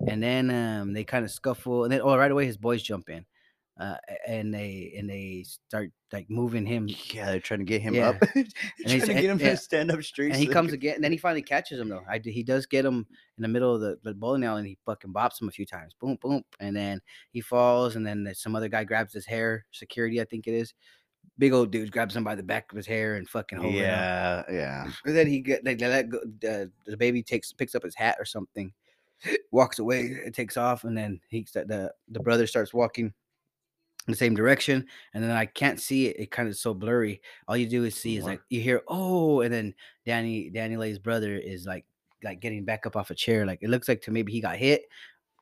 [SPEAKER 1] and then um they kind of scuffle, and then oh right away his boys jump in, uh a- and they and they start like moving him,
[SPEAKER 3] Yeah, they're trying to get him
[SPEAKER 1] Yeah.
[SPEAKER 3] up. they're trying
[SPEAKER 1] he's-
[SPEAKER 3] to
[SPEAKER 1] and-
[SPEAKER 3] get him
[SPEAKER 1] yeah.
[SPEAKER 3] to stand up straight.
[SPEAKER 1] and
[SPEAKER 3] so
[SPEAKER 1] he
[SPEAKER 3] they
[SPEAKER 1] comes
[SPEAKER 3] can-
[SPEAKER 1] again, and then he finally catches him though. I d- he does get him in the middle of the, the bowling alley, and he fucking bops him a few times, boom boom, and then he falls, and then there's some other guy grabs his hair, security I think it is. Big old dude grabs him by the back of his hair and fucking holds it up.
[SPEAKER 3] Yeah, yeah.
[SPEAKER 1] And then he get they, they let go. Uh, the baby takes picks up his hat or something, walks away. It takes off, and then he sta- the the brother starts walking in the same direction, and then I can't see it. It kind of so blurry. All you do is see is
[SPEAKER 3] Blur.
[SPEAKER 1] like you hear oh, and then Danny Danny Lay's brother is like like getting back up off a chair. Like it looks like to maybe he got hit.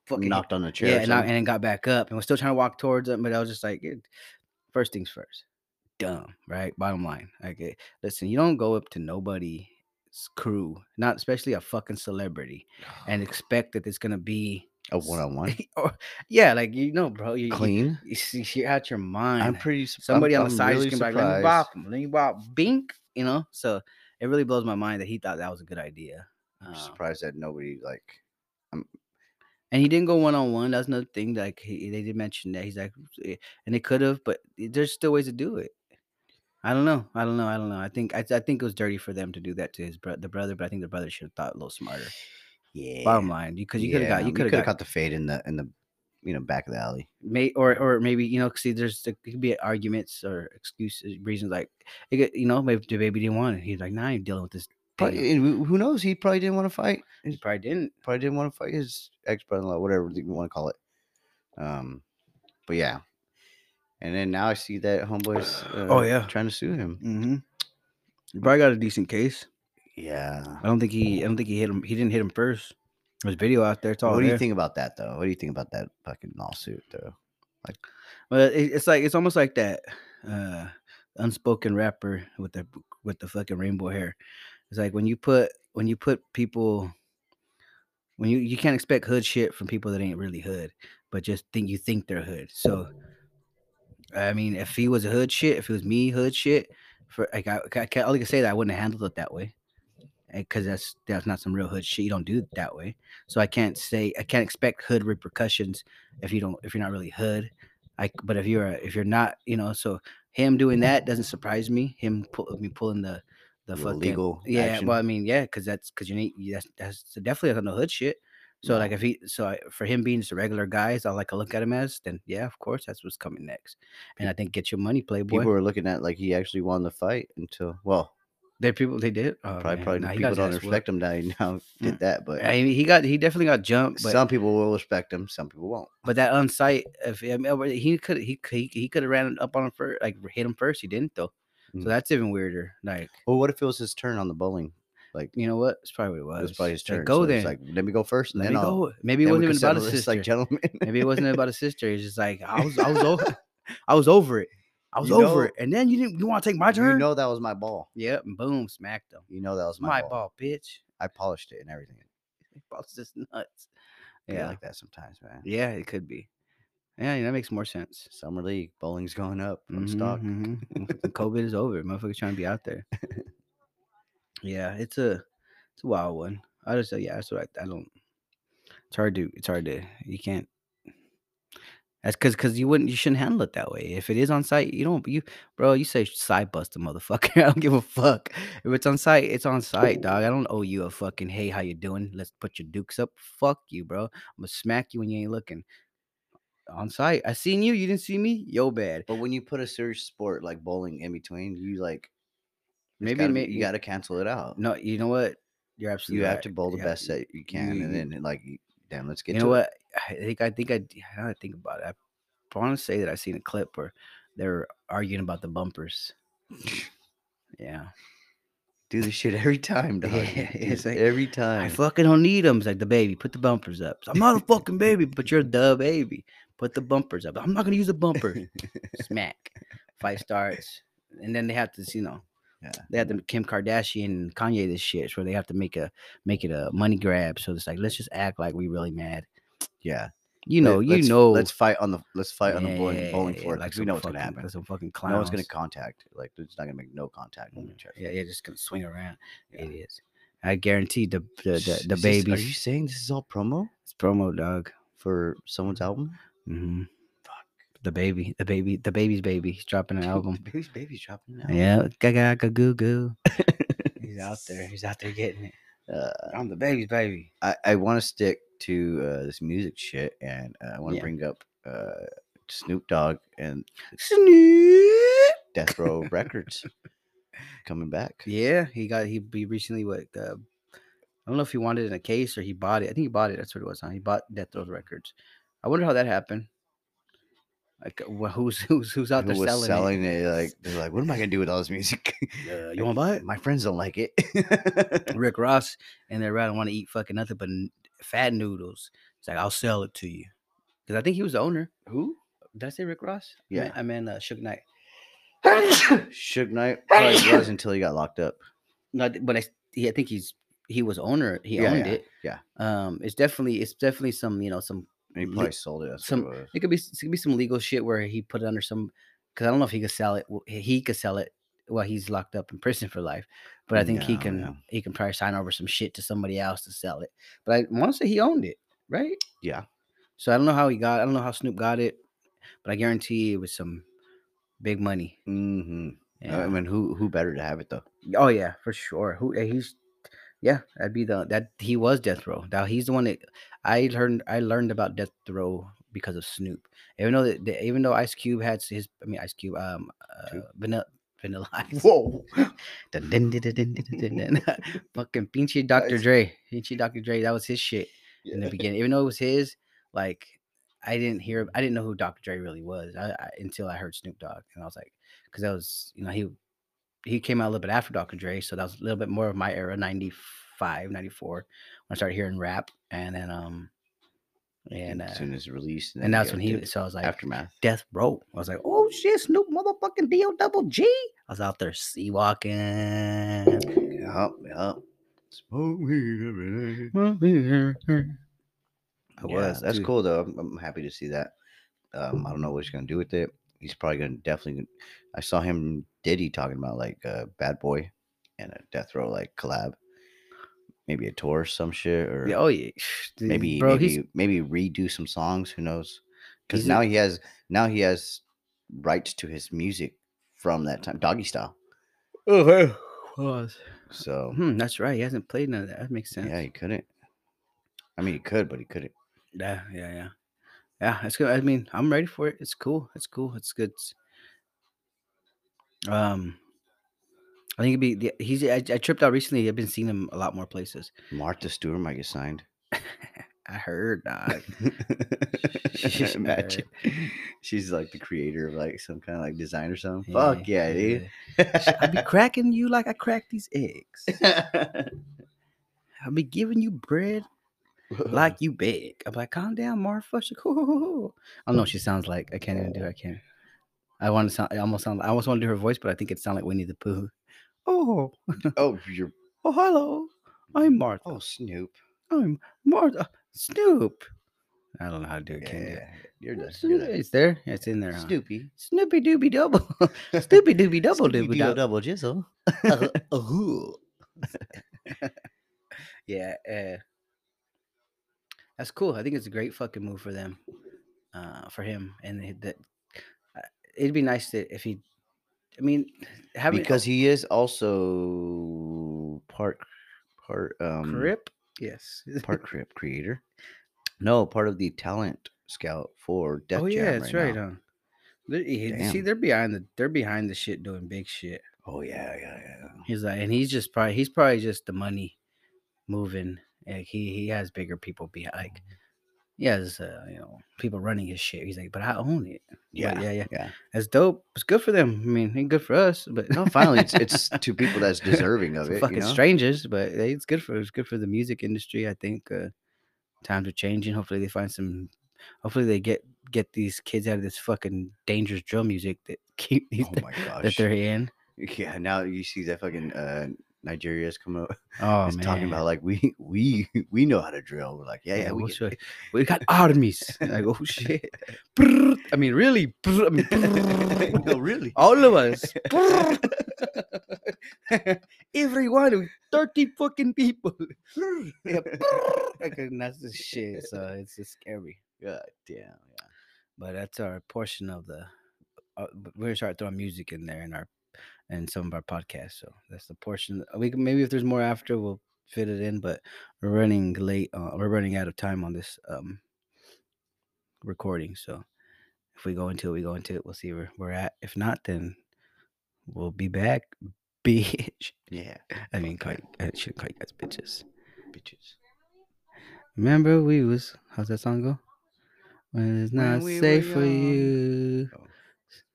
[SPEAKER 1] Fucking
[SPEAKER 3] knocked on the chair.
[SPEAKER 1] yeah,
[SPEAKER 3] or
[SPEAKER 1] and, I, and
[SPEAKER 3] something.
[SPEAKER 1] then got back up and was still trying to walk towards him, but I was just like, "Eh, first things first, dumb, right? Bottom line, like, eh, listen, you don't go up to nobody's crew, not especially a fucking celebrity, and expect that it's gonna be,
[SPEAKER 3] a one-on-one
[SPEAKER 1] or yeah, like you know, bro, you, you,
[SPEAKER 3] clean.
[SPEAKER 1] you- you're out your mind.
[SPEAKER 3] I'm pretty. su- I'm-
[SPEAKER 1] Somebody on
[SPEAKER 3] I'm
[SPEAKER 1] the side
[SPEAKER 3] really
[SPEAKER 1] just can be like, let me
[SPEAKER 3] surprised.
[SPEAKER 1] bop him, let me bop, bink, you know. So it really blows my mind that he thought that was a good idea.
[SPEAKER 3] I'm
[SPEAKER 1] Um,
[SPEAKER 3] surprised that nobody like.
[SPEAKER 1] And he didn't go one on one. That's another thing. Like he, they did mention that he's like, "Eh," and they could have, but there's still ways to do it. I don't know. I don't know. I don't know. I think I, I think it was dirty for them to do that to his bro- the brother, but I think the brother should have thought a little smarter.
[SPEAKER 3] Yeah.
[SPEAKER 1] Bottom line, because you, could have
[SPEAKER 3] Yeah,
[SPEAKER 1] got you could have got
[SPEAKER 3] caught the fade in the in the you know back of the alley.
[SPEAKER 1] may or or maybe you know see there's there could be arguments or excuses reasons like it could, you know maybe the baby didn't want it. He's like, nah, I ain't dealing with this.
[SPEAKER 3] But
[SPEAKER 1] Thing.
[SPEAKER 3] who knows? He probably didn't want to fight.
[SPEAKER 1] He probably didn't.
[SPEAKER 3] Probably didn't want to fight his ex brother in law, whatever you want to call it. Um, but yeah. And then now I see that homeboy's uh,
[SPEAKER 1] Oh, yeah.
[SPEAKER 3] trying to sue him.
[SPEAKER 1] Mm-hmm. Probably got a decent case.
[SPEAKER 3] Yeah.
[SPEAKER 1] I don't think he. I don't think he hit him. He didn't hit him first. There's video out there. It's all
[SPEAKER 3] what do
[SPEAKER 1] there.
[SPEAKER 3] you think about that though? What do you think about that fucking lawsuit though?
[SPEAKER 1] But it, it's like it's almost like that uh, unspoken rapper with the with the fucking rainbow hair. It's like when you put when you put people when you you can't expect hood shit from people that ain't really hood, but just think you think they're hood. So I mean, if he was a hood shit, if it was me hood shit, for like I, I can't only can say that I wouldn't have handled it that way. Because that's that's not some real hood shit. You don't do it that way, so I can't say I can't expect hood repercussions if you don't if you're not really hood. I c- but if you're a, if you're not, you know, so him doing that doesn't surprise me. Him pull, me pulling the the
[SPEAKER 3] Little
[SPEAKER 1] fucking
[SPEAKER 3] legal
[SPEAKER 1] yeah.
[SPEAKER 3] action.
[SPEAKER 1] Well, I mean, yeah, because that's because you need you- that's that's definitely on the hood shit. So like if he so I, for him being just a regular guy, is all like I look at him as, then yeah, of course that's what's coming next. And I think get your money, playboy.
[SPEAKER 3] People were looking at like he actually won the fight until well,
[SPEAKER 1] they people they did. Oh,
[SPEAKER 3] probably
[SPEAKER 1] man,
[SPEAKER 3] probably
[SPEAKER 1] nah, he got
[SPEAKER 3] people
[SPEAKER 1] his
[SPEAKER 3] don't
[SPEAKER 1] ass whooped.
[SPEAKER 3] respect him now. He now did that, but
[SPEAKER 1] I mean, he got he definitely got jumped, but
[SPEAKER 3] some people will respect him, some people won't.
[SPEAKER 1] but that on site, if I mean, but he could he could- he, he could have ran up on him first, like hit him first. He didn't though,
[SPEAKER 3] Mm.
[SPEAKER 1] so that's even weirder. Like
[SPEAKER 3] Well, what if it was his turn on the bowling?
[SPEAKER 1] you know what? It's probably what it
[SPEAKER 3] It
[SPEAKER 1] was.
[SPEAKER 3] was probably his
[SPEAKER 1] Like,
[SPEAKER 3] turn.
[SPEAKER 1] go
[SPEAKER 3] so
[SPEAKER 1] there.
[SPEAKER 3] It's like, let me go first, and
[SPEAKER 1] Let
[SPEAKER 3] then
[SPEAKER 1] me
[SPEAKER 3] I'll.
[SPEAKER 1] go. Maybe it wasn't
[SPEAKER 3] then we can
[SPEAKER 1] even about
[SPEAKER 3] settle
[SPEAKER 1] his
[SPEAKER 3] this,
[SPEAKER 1] sister.
[SPEAKER 3] like gentlemen.
[SPEAKER 1] Maybe it wasn't about his sister. It's just like I was I was over I was over it. I was
[SPEAKER 3] You
[SPEAKER 1] over
[SPEAKER 3] know-
[SPEAKER 1] it. And then you didn't you want to take my
[SPEAKER 3] You
[SPEAKER 1] turn?
[SPEAKER 3] know that was my ball.
[SPEAKER 1] Yep, and boom, smacked him.
[SPEAKER 3] You know that was
[SPEAKER 1] It's
[SPEAKER 3] my,
[SPEAKER 1] my
[SPEAKER 3] ball.
[SPEAKER 1] ball, bitch.
[SPEAKER 3] I polished it and everything.
[SPEAKER 1] Ball's just nuts.
[SPEAKER 3] Yeah,
[SPEAKER 1] Yeah.
[SPEAKER 3] like that sometimes, man.
[SPEAKER 1] Yeah, it could be. Yeah, that makes more sense.
[SPEAKER 3] Summer league bowling's going up. I'm
[SPEAKER 1] Mhm,
[SPEAKER 3] stuck.
[SPEAKER 1] mhm. Motherfucking COVID is over. Motherfuckers trying to be out there. yeah, it's a it's a wild one. I just uh, yeah, that's what I, I don't. It's hard to it's hard to you can't. That's because because you wouldn't you shouldn't handle it that way. If it is on site, you don't you bro. You say side bust a motherfucker. I don't give a fuck. If it's on site, it's on site, dog. I don't owe you a fucking hey, how you doing? Let's put your dukes up. Fuck you, bro. I'm gonna smack you when you ain't looking. On site, I seen you. You didn't see me. Yo, bad.
[SPEAKER 3] But when you put a serious sport like bowling in between, you like it's
[SPEAKER 1] Maybe
[SPEAKER 3] gotta be-
[SPEAKER 1] may-
[SPEAKER 3] you got to cancel it out.
[SPEAKER 1] No, you know what? You're absolutely.
[SPEAKER 3] you have
[SPEAKER 1] right.
[SPEAKER 3] to bowl the
[SPEAKER 1] Yeah,
[SPEAKER 3] best that you can, and
[SPEAKER 1] you-
[SPEAKER 3] then like, you- damn, let's get
[SPEAKER 1] You
[SPEAKER 3] to
[SPEAKER 1] know
[SPEAKER 3] it.
[SPEAKER 1] what? I think I think I d- now that I think about it. I want to say that I seen a clip where they're arguing about the bumpers. Yeah,
[SPEAKER 3] Do this shit every time, dog.
[SPEAKER 1] Yeah,
[SPEAKER 3] Do
[SPEAKER 1] it's
[SPEAKER 3] it
[SPEAKER 1] like,
[SPEAKER 3] every time.
[SPEAKER 1] I fucking don't need them. It's like the baby, put the bumpers up. I'm not a fucking baby, but you're the baby. Put the bumpers up. I'm not gonna use a bumper. Smack. Fight starts, and then they have to, you know,
[SPEAKER 3] Yeah.
[SPEAKER 1] they have to Kim Kardashian and Kanye this shit, so they have to make a make it a money grab. So it's like let's just act like we really mad.
[SPEAKER 3] yeah,
[SPEAKER 1] you know,
[SPEAKER 3] Let-
[SPEAKER 1] you
[SPEAKER 3] let's-
[SPEAKER 1] know,
[SPEAKER 3] Let's fight on the let's fight on the
[SPEAKER 1] Yeah,
[SPEAKER 3] bowling,
[SPEAKER 1] yeah,
[SPEAKER 3] bowling
[SPEAKER 1] yeah,
[SPEAKER 3] floor.
[SPEAKER 1] yeah,
[SPEAKER 3] because we
[SPEAKER 1] some
[SPEAKER 3] know what's gonna
[SPEAKER 1] fucking-
[SPEAKER 3] happen.
[SPEAKER 1] like some fucking clowns.
[SPEAKER 3] No one's gonna contact. Like, it's not gonna make no contact with
[SPEAKER 1] Mm,
[SPEAKER 3] each other.
[SPEAKER 1] Yeah, yeah, just gonna swing around.
[SPEAKER 3] Yeah.
[SPEAKER 1] Idiots. I guarantee the the
[SPEAKER 3] Is
[SPEAKER 1] the, the
[SPEAKER 3] this-
[SPEAKER 1] baby.
[SPEAKER 3] are you saying this is all promo
[SPEAKER 1] It's promo dog.
[SPEAKER 3] for someone's album?
[SPEAKER 1] Mm-hmm. The baby, the baby, the baby's baby. He's dropping an album.
[SPEAKER 3] Baby's baby's dropping now.
[SPEAKER 1] yeah, gaga ga goo goo. He's out there. He's out there getting it.
[SPEAKER 3] Uh,
[SPEAKER 1] I'm the baby's baby.
[SPEAKER 3] I, I want to stick to uh, this music shit, and uh, I want to
[SPEAKER 1] Yeah.
[SPEAKER 3] bring up uh, Snoop Dogg and
[SPEAKER 1] Snoop.
[SPEAKER 3] Death Row Records coming back.
[SPEAKER 1] Yeah, he got he, he recently what uh, I don't know if he wanted it in a case or he bought it. I think he bought it. That's what it was. Huh? He bought Death Row's records. I wonder how that happened. Like, uh, wh- who's who's who's out there
[SPEAKER 3] Who was
[SPEAKER 1] selling, it?
[SPEAKER 3] selling it. Like they're like, what am I gonna do with all this music?
[SPEAKER 1] Uh, you want to buy it?
[SPEAKER 3] My friends don't like it.
[SPEAKER 1] Rick Ross and they're around want to eat fucking nothing but n- fat noodles. It's like I'll sell it to you because I think he was the owner.
[SPEAKER 3] Who?
[SPEAKER 1] Did I say Rick Ross? I
[SPEAKER 3] Yeah.
[SPEAKER 1] meant- I mean uh, Suge Knight.
[SPEAKER 3] Suge Knight probably was until he got locked up.
[SPEAKER 1] No, I th- but I, s- he, I think he's he was owner. He
[SPEAKER 3] Yeah,
[SPEAKER 1] owned
[SPEAKER 3] yeah,
[SPEAKER 1] it.
[SPEAKER 3] yeah.
[SPEAKER 1] Um, it's definitely it's definitely some you know some
[SPEAKER 3] And he
[SPEAKER 1] Le-
[SPEAKER 3] probably sold it. that's what
[SPEAKER 1] some-
[SPEAKER 3] it was.
[SPEAKER 1] it could be s- it could be some legal shit where he put it under some because I don't know if he could sell it. w- He could sell it while he's locked up in prison for life. But I think he
[SPEAKER 3] No,
[SPEAKER 1] can
[SPEAKER 3] no.
[SPEAKER 1] he can probably sign over some shit to somebody else to sell it. But I want to say he owned it, right?
[SPEAKER 3] Yeah.
[SPEAKER 1] So I don't know how he got. I don't know how Snoop got it, but I guarantee it was some big money.
[SPEAKER 3] Mm-hmm. I
[SPEAKER 1] Yeah.
[SPEAKER 3] mean, who who better to have it though?
[SPEAKER 1] Oh yeah, for sure. Who eh, he's yeah, that'd be the that he was death row. Now he's the one that I learned I learned about death row because of Snoop. Even though that that- even though Ice Cube had his I mean Ice Cube um uh,
[SPEAKER 3] Cube?
[SPEAKER 1] vanilla vanilla ice.
[SPEAKER 3] Whoa!
[SPEAKER 1] Dun, dun, dun, dun, dun, dun, dun, dun, dun. Fucking pinchy Dr.
[SPEAKER 3] Ice-
[SPEAKER 1] Dre. Pinchy Dr. Dre, that was his shit in the beginning. Even though it was his, like I didn't hear, I didn't know who Dr. Dre really was I, I, until I heard Snoop Dogg, and I was like, because that was, you know, he he came out a little bit after Dr. Dre, so that was a little bit more of my era, 95, 94, when I started hearing rap, and then um, and uh,
[SPEAKER 3] as soon as released,
[SPEAKER 1] and that's
[SPEAKER 3] got
[SPEAKER 1] when he,
[SPEAKER 3] the
[SPEAKER 1] so I was like,
[SPEAKER 3] aftermath.
[SPEAKER 1] Death Row. I was like, oh shit, Snoop motherfucking D O double G. I was out there sea walking.
[SPEAKER 3] Yep, yep. Smoke weed every day. I
[SPEAKER 1] Yeah,
[SPEAKER 3] was. That's
[SPEAKER 1] dude.
[SPEAKER 3] cool though. I'm, I'm happy to see that. Um, I don't know what he's gonna do with it. He's probably gonna definitely. gonna- I saw him Diddy talking about like uh, Bad Boy and a Death Row like collab, maybe a tour or some shit, or
[SPEAKER 1] Yeah, oh yeah, dude,
[SPEAKER 3] maybe
[SPEAKER 1] bro, he's
[SPEAKER 3] maybe maybe redo some songs. Who knows? Because
[SPEAKER 1] He's a-
[SPEAKER 3] now he has now he has rights to his music from that time, Doggy Style. Oh, So
[SPEAKER 1] Hmm, that's right. He hasn't played none of that. That makes sense.
[SPEAKER 3] yeah,
[SPEAKER 1] Yeah,
[SPEAKER 3] he couldn't. I mean, he could, but he couldn't.
[SPEAKER 1] yeah, yeah. Yeah, it's good. I mean, I'm ready for it. It's cool. It's cool. It's good. Um, I think it'd be the, he's. I, I tripped out recently. I've been seeing him a lot more places.
[SPEAKER 3] Martha Stewart might get signed.
[SPEAKER 1] I heard. dog.
[SPEAKER 3] Imagine. She's like the creator of like some kind of like design or something. Fuck yeah, dude.
[SPEAKER 1] yeah. I'll be cracking you like I crack these eggs. I'll be giving you bread like you big. I'm like, calm down, Marfa. She's like, "Ooh." I don't know what she sounds like. I can't even
[SPEAKER 3] Oh.
[SPEAKER 1] do. It. I can't. I want to sound. I almost sound. I almost want to do her voice, but I think it sounds like Winnie the Pooh. Oh,
[SPEAKER 3] oh, you're
[SPEAKER 1] oh, hello. I'm Martha.
[SPEAKER 3] oh Snoop.
[SPEAKER 1] I'm Martha Snoop. I don't know how to do it. Can't do
[SPEAKER 3] Yeah,
[SPEAKER 1] it.
[SPEAKER 3] you're done.
[SPEAKER 1] Snoop-
[SPEAKER 3] You're done.
[SPEAKER 1] It's there. It's in there. Huh?
[SPEAKER 3] Snoopy.
[SPEAKER 1] Snoopy dooby double. Snoopy dooby double dooby
[SPEAKER 3] Snoopy-doo
[SPEAKER 1] double.
[SPEAKER 3] double jizzle.
[SPEAKER 1] Oh, yeah, uh, that's cool. I think it's a great fucking move for them, uh, for him, and it- that uh, it'd be nice that if he, I mean, oh. having
[SPEAKER 3] because he is also part part um
[SPEAKER 1] Crip, yes,
[SPEAKER 3] part crip creator. No, part of the talent scout for Death
[SPEAKER 1] oh yeah,
[SPEAKER 3] Jam
[SPEAKER 1] that's right.
[SPEAKER 3] now.
[SPEAKER 1] Huh? They're- he- See,
[SPEAKER 3] Damn.
[SPEAKER 1] they're behind the they're behind the shit doing big shit.
[SPEAKER 3] Oh yeah, yeah, yeah.
[SPEAKER 1] He's like, and he's just probably he's probably just the money moving. Like he he has bigger people behind. Like,
[SPEAKER 3] Mm-hmm.
[SPEAKER 1] he has uh, you know people running his shit. He's like, but I own it. But
[SPEAKER 3] Yeah,
[SPEAKER 1] yeah, yeah,
[SPEAKER 3] yeah.
[SPEAKER 1] That's dope. It's good for them. I mean, ain't good for us, but
[SPEAKER 3] No, finally, it's, it's two people that's deserving of
[SPEAKER 1] Some
[SPEAKER 3] it.
[SPEAKER 1] Fucking
[SPEAKER 3] you know?
[SPEAKER 1] strangers, but hey, it's good for it's good for the music industry. I think uh, times are changing. Hopefully, they find some. Hopefully, they get get these kids out of this fucking dangerous drill music that keep these,
[SPEAKER 3] Oh my
[SPEAKER 1] that
[SPEAKER 3] gosh.
[SPEAKER 1] they're in.
[SPEAKER 3] Yeah, now you see that fucking uh Nigeria's coming up
[SPEAKER 1] Oh
[SPEAKER 3] is
[SPEAKER 1] man,
[SPEAKER 3] talking about like we we we know how to drill. We're like, yeah, yeah, we
[SPEAKER 1] we'll
[SPEAKER 3] get
[SPEAKER 1] show-
[SPEAKER 3] it."
[SPEAKER 1] we got armies. like, oh shit. Brrr. I mean, really? Brrr. I mean, brrr.
[SPEAKER 3] no, really.
[SPEAKER 1] all of us. Brrr. Everyone, 30 fucking people. Brrr. Yeah, brrr. Like, and that's the shit. So it's just scary.
[SPEAKER 3] God damn. Yeah.
[SPEAKER 1] But that's our portion of the. Uh, b- we're gonna start throwing music in there in our and some of our podcasts. So that's the portion. uh, We can, maybe if there's more after, we'll fit it in. But we're running late. Uh, we're running out of time on this um recording. So if we go into it, we go into it. We'll see where we're at. If not, then we'll be back, bitch.
[SPEAKER 3] Yeah.
[SPEAKER 1] I mean, call you, I should call you guys bitches.
[SPEAKER 3] Bitches.
[SPEAKER 1] Remember we was how's that song go? When it's
[SPEAKER 3] When
[SPEAKER 1] not
[SPEAKER 3] we were
[SPEAKER 1] safe for
[SPEAKER 3] young.
[SPEAKER 1] you,
[SPEAKER 3] Oh.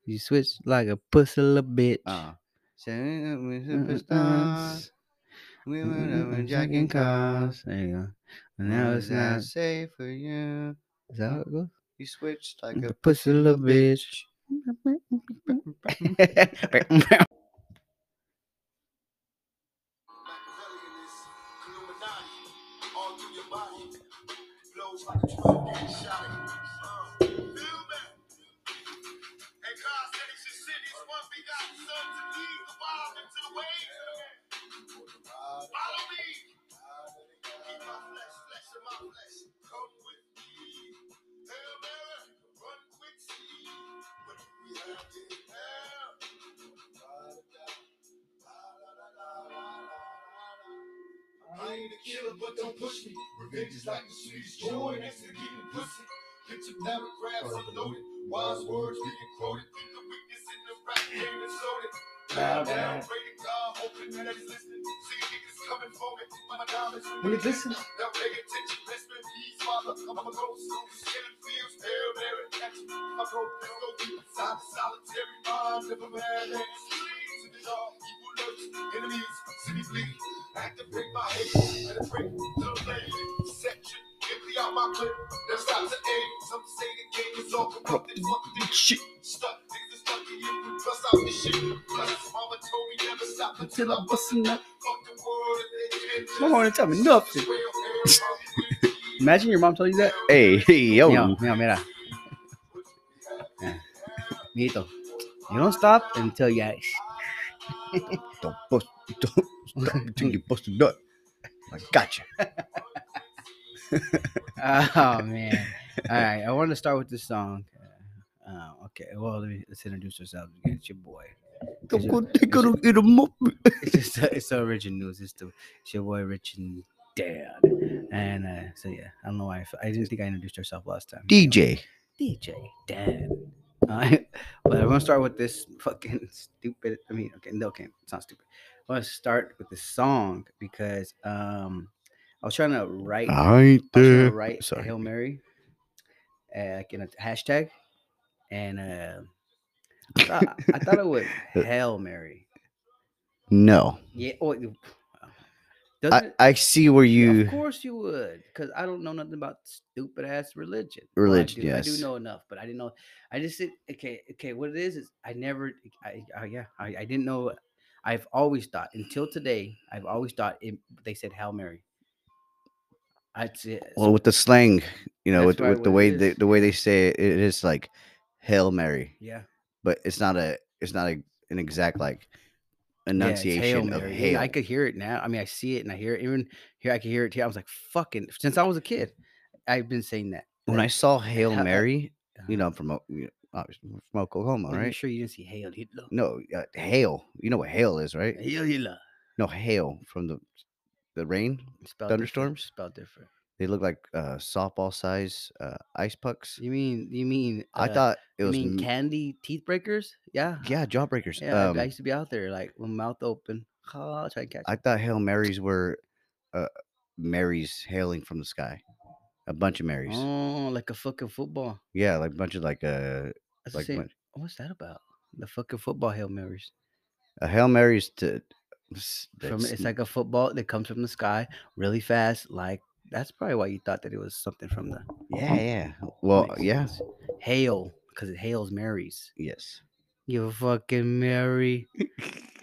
[SPEAKER 1] you switch like a pussy little bitch.
[SPEAKER 3] Uh, saying we
[SPEAKER 1] Uh, uh,
[SPEAKER 3] superstars.
[SPEAKER 1] s-
[SPEAKER 3] We
[SPEAKER 1] uh,
[SPEAKER 3] went
[SPEAKER 1] uh,
[SPEAKER 3] over
[SPEAKER 1] uh,
[SPEAKER 3] jacking cars.
[SPEAKER 1] There you go. And
[SPEAKER 3] Now
[SPEAKER 1] now
[SPEAKER 3] it's
[SPEAKER 1] it's not.
[SPEAKER 3] not
[SPEAKER 1] Is
[SPEAKER 3] safe for you.
[SPEAKER 1] that how it goes?
[SPEAKER 3] You switched like
[SPEAKER 1] The
[SPEAKER 3] a
[SPEAKER 1] pussy little bitch.
[SPEAKER 5] I ain't a killer, but don't push me. Revenge is like the sweetest joy next to getting pussy. Picture paragraphs unloaded, wise words being quoted. Think the weakness in the rap game is loaded. Bow down, pray to God, hoping that he's listening. See niggas coming for me, my diamonds when they glisten. Now pay attention, rest in peace, father. I'm a ghost, so skin feels hail Mary catch me. My rope is go deep inside the solitary mind of a man that is free to the dark. Evil lurks, enemies, city bleed. Activate my hate, let it break the lane. Section, empty out my clip. There's lots of aim. Some say the game is all corrupted. Fuck this shit. Stuck, niggas is stuck in you. Bust out this shit. Plus, mama told me never stop until I bust a nut. Fuck the world and they
[SPEAKER 1] My horn tell me nothing. Imagine your mom told you that.
[SPEAKER 3] Hey, hey, yo.
[SPEAKER 1] Mira, mira, mira. Mijito, you don't stop until you act-
[SPEAKER 3] Don't bust, don't stop until you bust a nut. I gotcha.
[SPEAKER 1] Oh man! All right, I want to start with this song. Uh, okay, well let me, let's introduce ourselves again. It's your boy. It's your- it's your-
[SPEAKER 3] eat a muffin.
[SPEAKER 1] it's just uh, it's so rich in news. It's the it's your boy Rich and Dad. And uh, so yeah, I don't know why I, f- I didn't think I introduced herself last time.
[SPEAKER 3] DJ.
[SPEAKER 1] DJ Dan. Uh, but I'm gonna start with this fucking stupid. I mean, okay, no, okay, it's not stupid. I want to start with this song because um, I was trying to write.
[SPEAKER 3] I ain't
[SPEAKER 1] I was trying
[SPEAKER 3] there.
[SPEAKER 1] to write a
[SPEAKER 3] Sorry.
[SPEAKER 1] Hail Mary, uh, like in a hashtag, and uh, I, thought, I thought it was
[SPEAKER 3] Uh,
[SPEAKER 1] Hail Mary.
[SPEAKER 3] No.
[SPEAKER 1] Yeah. Oh, it-
[SPEAKER 3] I,
[SPEAKER 1] doesn't.
[SPEAKER 3] I see where
[SPEAKER 1] of
[SPEAKER 3] you.
[SPEAKER 1] course you would, because I don't know nothing about stupid ass religion. Well,
[SPEAKER 3] Religion,
[SPEAKER 1] I do, I
[SPEAKER 3] yes.
[SPEAKER 1] do know enough, but I didn't know. I just did, okay, okay. What it is is I never. I, I yeah, I, I didn't know. I've always thought until today. I've always thought it, they said Hail Mary. I'd say
[SPEAKER 3] Well, with the slang, you know,
[SPEAKER 1] That's
[SPEAKER 3] with,
[SPEAKER 1] right,
[SPEAKER 3] with the
[SPEAKER 1] what
[SPEAKER 3] way
[SPEAKER 1] it
[SPEAKER 3] the,
[SPEAKER 1] is.
[SPEAKER 3] the way they say it, it is like Hail Mary,
[SPEAKER 1] yeah,
[SPEAKER 3] but it's not a it's not a, an exact like
[SPEAKER 1] yeah, it's
[SPEAKER 3] enunciation of
[SPEAKER 1] Yeah,
[SPEAKER 3] hail.
[SPEAKER 1] I could hear it now. I mean, I see it and I hear it. Even here, I could hear it here. I was like, fucking. Since I was a kid, I've been saying that.
[SPEAKER 3] when
[SPEAKER 1] that-
[SPEAKER 3] I saw Hail
[SPEAKER 1] ha- uh,
[SPEAKER 3] Mary, you
[SPEAKER 1] uh,
[SPEAKER 3] know, I'm from O- you know, obviously I'm from Oklahoma,
[SPEAKER 1] Are you
[SPEAKER 3] right?
[SPEAKER 1] sure you didn't see Hail Hitler?
[SPEAKER 3] No, uh, hail. You know what hail is, right?
[SPEAKER 1] Hail Hitler.
[SPEAKER 3] No, hail from the the rain.
[SPEAKER 1] Spelled
[SPEAKER 3] Thunderstorms?
[SPEAKER 1] Different. Spelled different.
[SPEAKER 3] They look like uh, softball size uh, ice pucks.
[SPEAKER 1] You mean you mean
[SPEAKER 3] I
[SPEAKER 1] uh,
[SPEAKER 3] thought it
[SPEAKER 1] you
[SPEAKER 3] was
[SPEAKER 1] mean
[SPEAKER 3] m-
[SPEAKER 1] candy teeth breakers? Yeah.
[SPEAKER 3] yeah, jawbreakers.
[SPEAKER 1] Yeah. I-
[SPEAKER 3] um,
[SPEAKER 1] I
[SPEAKER 3] I,
[SPEAKER 1] used to be out there like with mouth open. Ah, try to catch. it.
[SPEAKER 3] thought Hail Marys were uh, Marys hailing from the sky. A bunch of Marys.
[SPEAKER 1] Oh, like a fucking football.
[SPEAKER 3] Yeah, like a bunch of like a
[SPEAKER 1] That's
[SPEAKER 3] like
[SPEAKER 1] the same.
[SPEAKER 3] bunch-
[SPEAKER 1] What's that about? The fucking football hail marys.
[SPEAKER 3] a Hail Marys to s-
[SPEAKER 1] From
[SPEAKER 3] that's-
[SPEAKER 1] it's like a football that comes from the sky really fast. Like that's probably why you thought that it was something from the
[SPEAKER 3] yeah, yeah. Well,
[SPEAKER 1] makes
[SPEAKER 3] yeah,
[SPEAKER 1] hail because it hails marys.
[SPEAKER 3] yes.
[SPEAKER 1] You fucking Mary.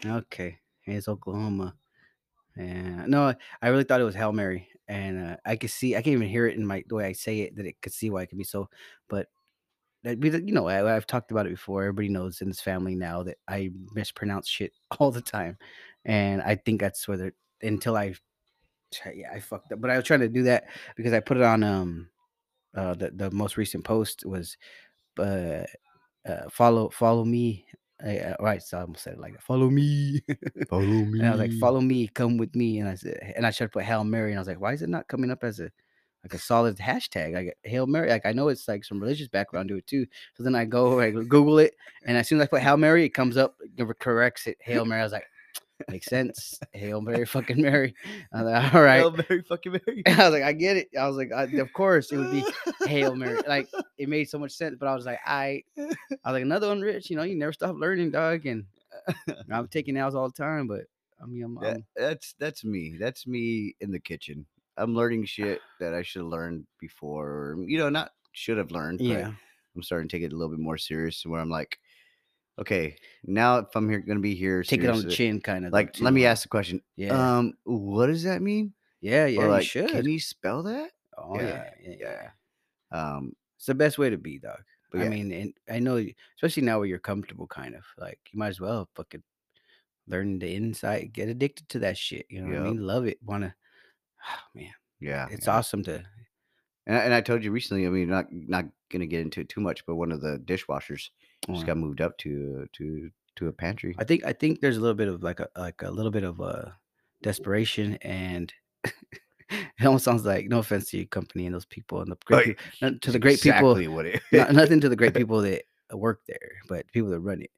[SPEAKER 1] okay, it's Oklahoma. Yeah, no, I really thought it was Hail Mary, and uh, I could see, I can't even hear it in my the way I say it that it could see why it could be so. But that we, you know, I, I've talked about it before. Everybody knows in this family now that I mispronounce shit all the time, and I think that's where they're until I, try- yeah, I fucked up. But I was trying to do that because I put it on um, uh, the the most recent post was, uh, uh follow follow me. I, uh, right, so I almost said it like that. Follow me.
[SPEAKER 3] Follow me.
[SPEAKER 1] And I was like, "Follow me, come with me." And I said, and I should put Hail Mary. And I was like, "Why is it not coming up as a like a solid hashtag? Like Hail Mary. Like I know it's like some religious background to it too." So then I go I Google it, and as soon as I put Hail Mary, it comes up, it corrects it. Hail Mary. I was like, Makes sense. Hail Mary, fucking Mary. I was like, all right.
[SPEAKER 3] Hail Mary, fucking Mary.
[SPEAKER 1] I was like, I get it. I was like, I, of course it would be Hail Mary. Like it made so much sense, but I was like, I, I was like another one, Rich. You know, you never stop learning, dog. And I'm taking L's all the time, but I mean, I'm,
[SPEAKER 3] That-
[SPEAKER 1] I'm-
[SPEAKER 3] that's that's me. That's me in the kitchen. I'm learning shit that I should have learned before. or, You know, not should have learned. but
[SPEAKER 1] yeah,
[SPEAKER 3] I'm starting to take it a little bit more serious, to where I'm like, okay, now if I'm here, going to be here,
[SPEAKER 1] take it on the
[SPEAKER 3] seriously,
[SPEAKER 1] chin, kind of.
[SPEAKER 3] Like, let me ask the question.
[SPEAKER 1] Yeah,
[SPEAKER 3] Um, what does that mean?
[SPEAKER 1] yeah,
[SPEAKER 3] Or
[SPEAKER 1] yeah.
[SPEAKER 3] like,
[SPEAKER 1] you should.
[SPEAKER 3] Can you spell that?
[SPEAKER 1] oh
[SPEAKER 3] yeah,
[SPEAKER 1] yeah, yeah, yeah.
[SPEAKER 3] Um,
[SPEAKER 1] It's the best way to be, dog.
[SPEAKER 3] but
[SPEAKER 1] I
[SPEAKER 3] yeah,
[SPEAKER 1] mean, and I know, y- especially now where you're comfortable, kind of like you might as well fucking learn the inside, get addicted to that shit. You know what I
[SPEAKER 3] Yep.
[SPEAKER 1] mean? Love it, wanna. Oh, man,
[SPEAKER 3] yeah,
[SPEAKER 1] it's
[SPEAKER 3] Ah, yeah.
[SPEAKER 1] awesome to.
[SPEAKER 3] And, I- and I told you recently. I mean, not not going to get into it too much, but one of the dishwashers
[SPEAKER 1] Oh,
[SPEAKER 3] just got moved up to to to a pantry.
[SPEAKER 1] I think I think there's a little bit of like a like a little bit of uh desperation and it almost sounds like no offense to your company and those people and the great
[SPEAKER 3] Like, e
[SPEAKER 1] peop- no- to the great people
[SPEAKER 3] exactly what it
[SPEAKER 1] no- nothing to the great people that work there but people that run it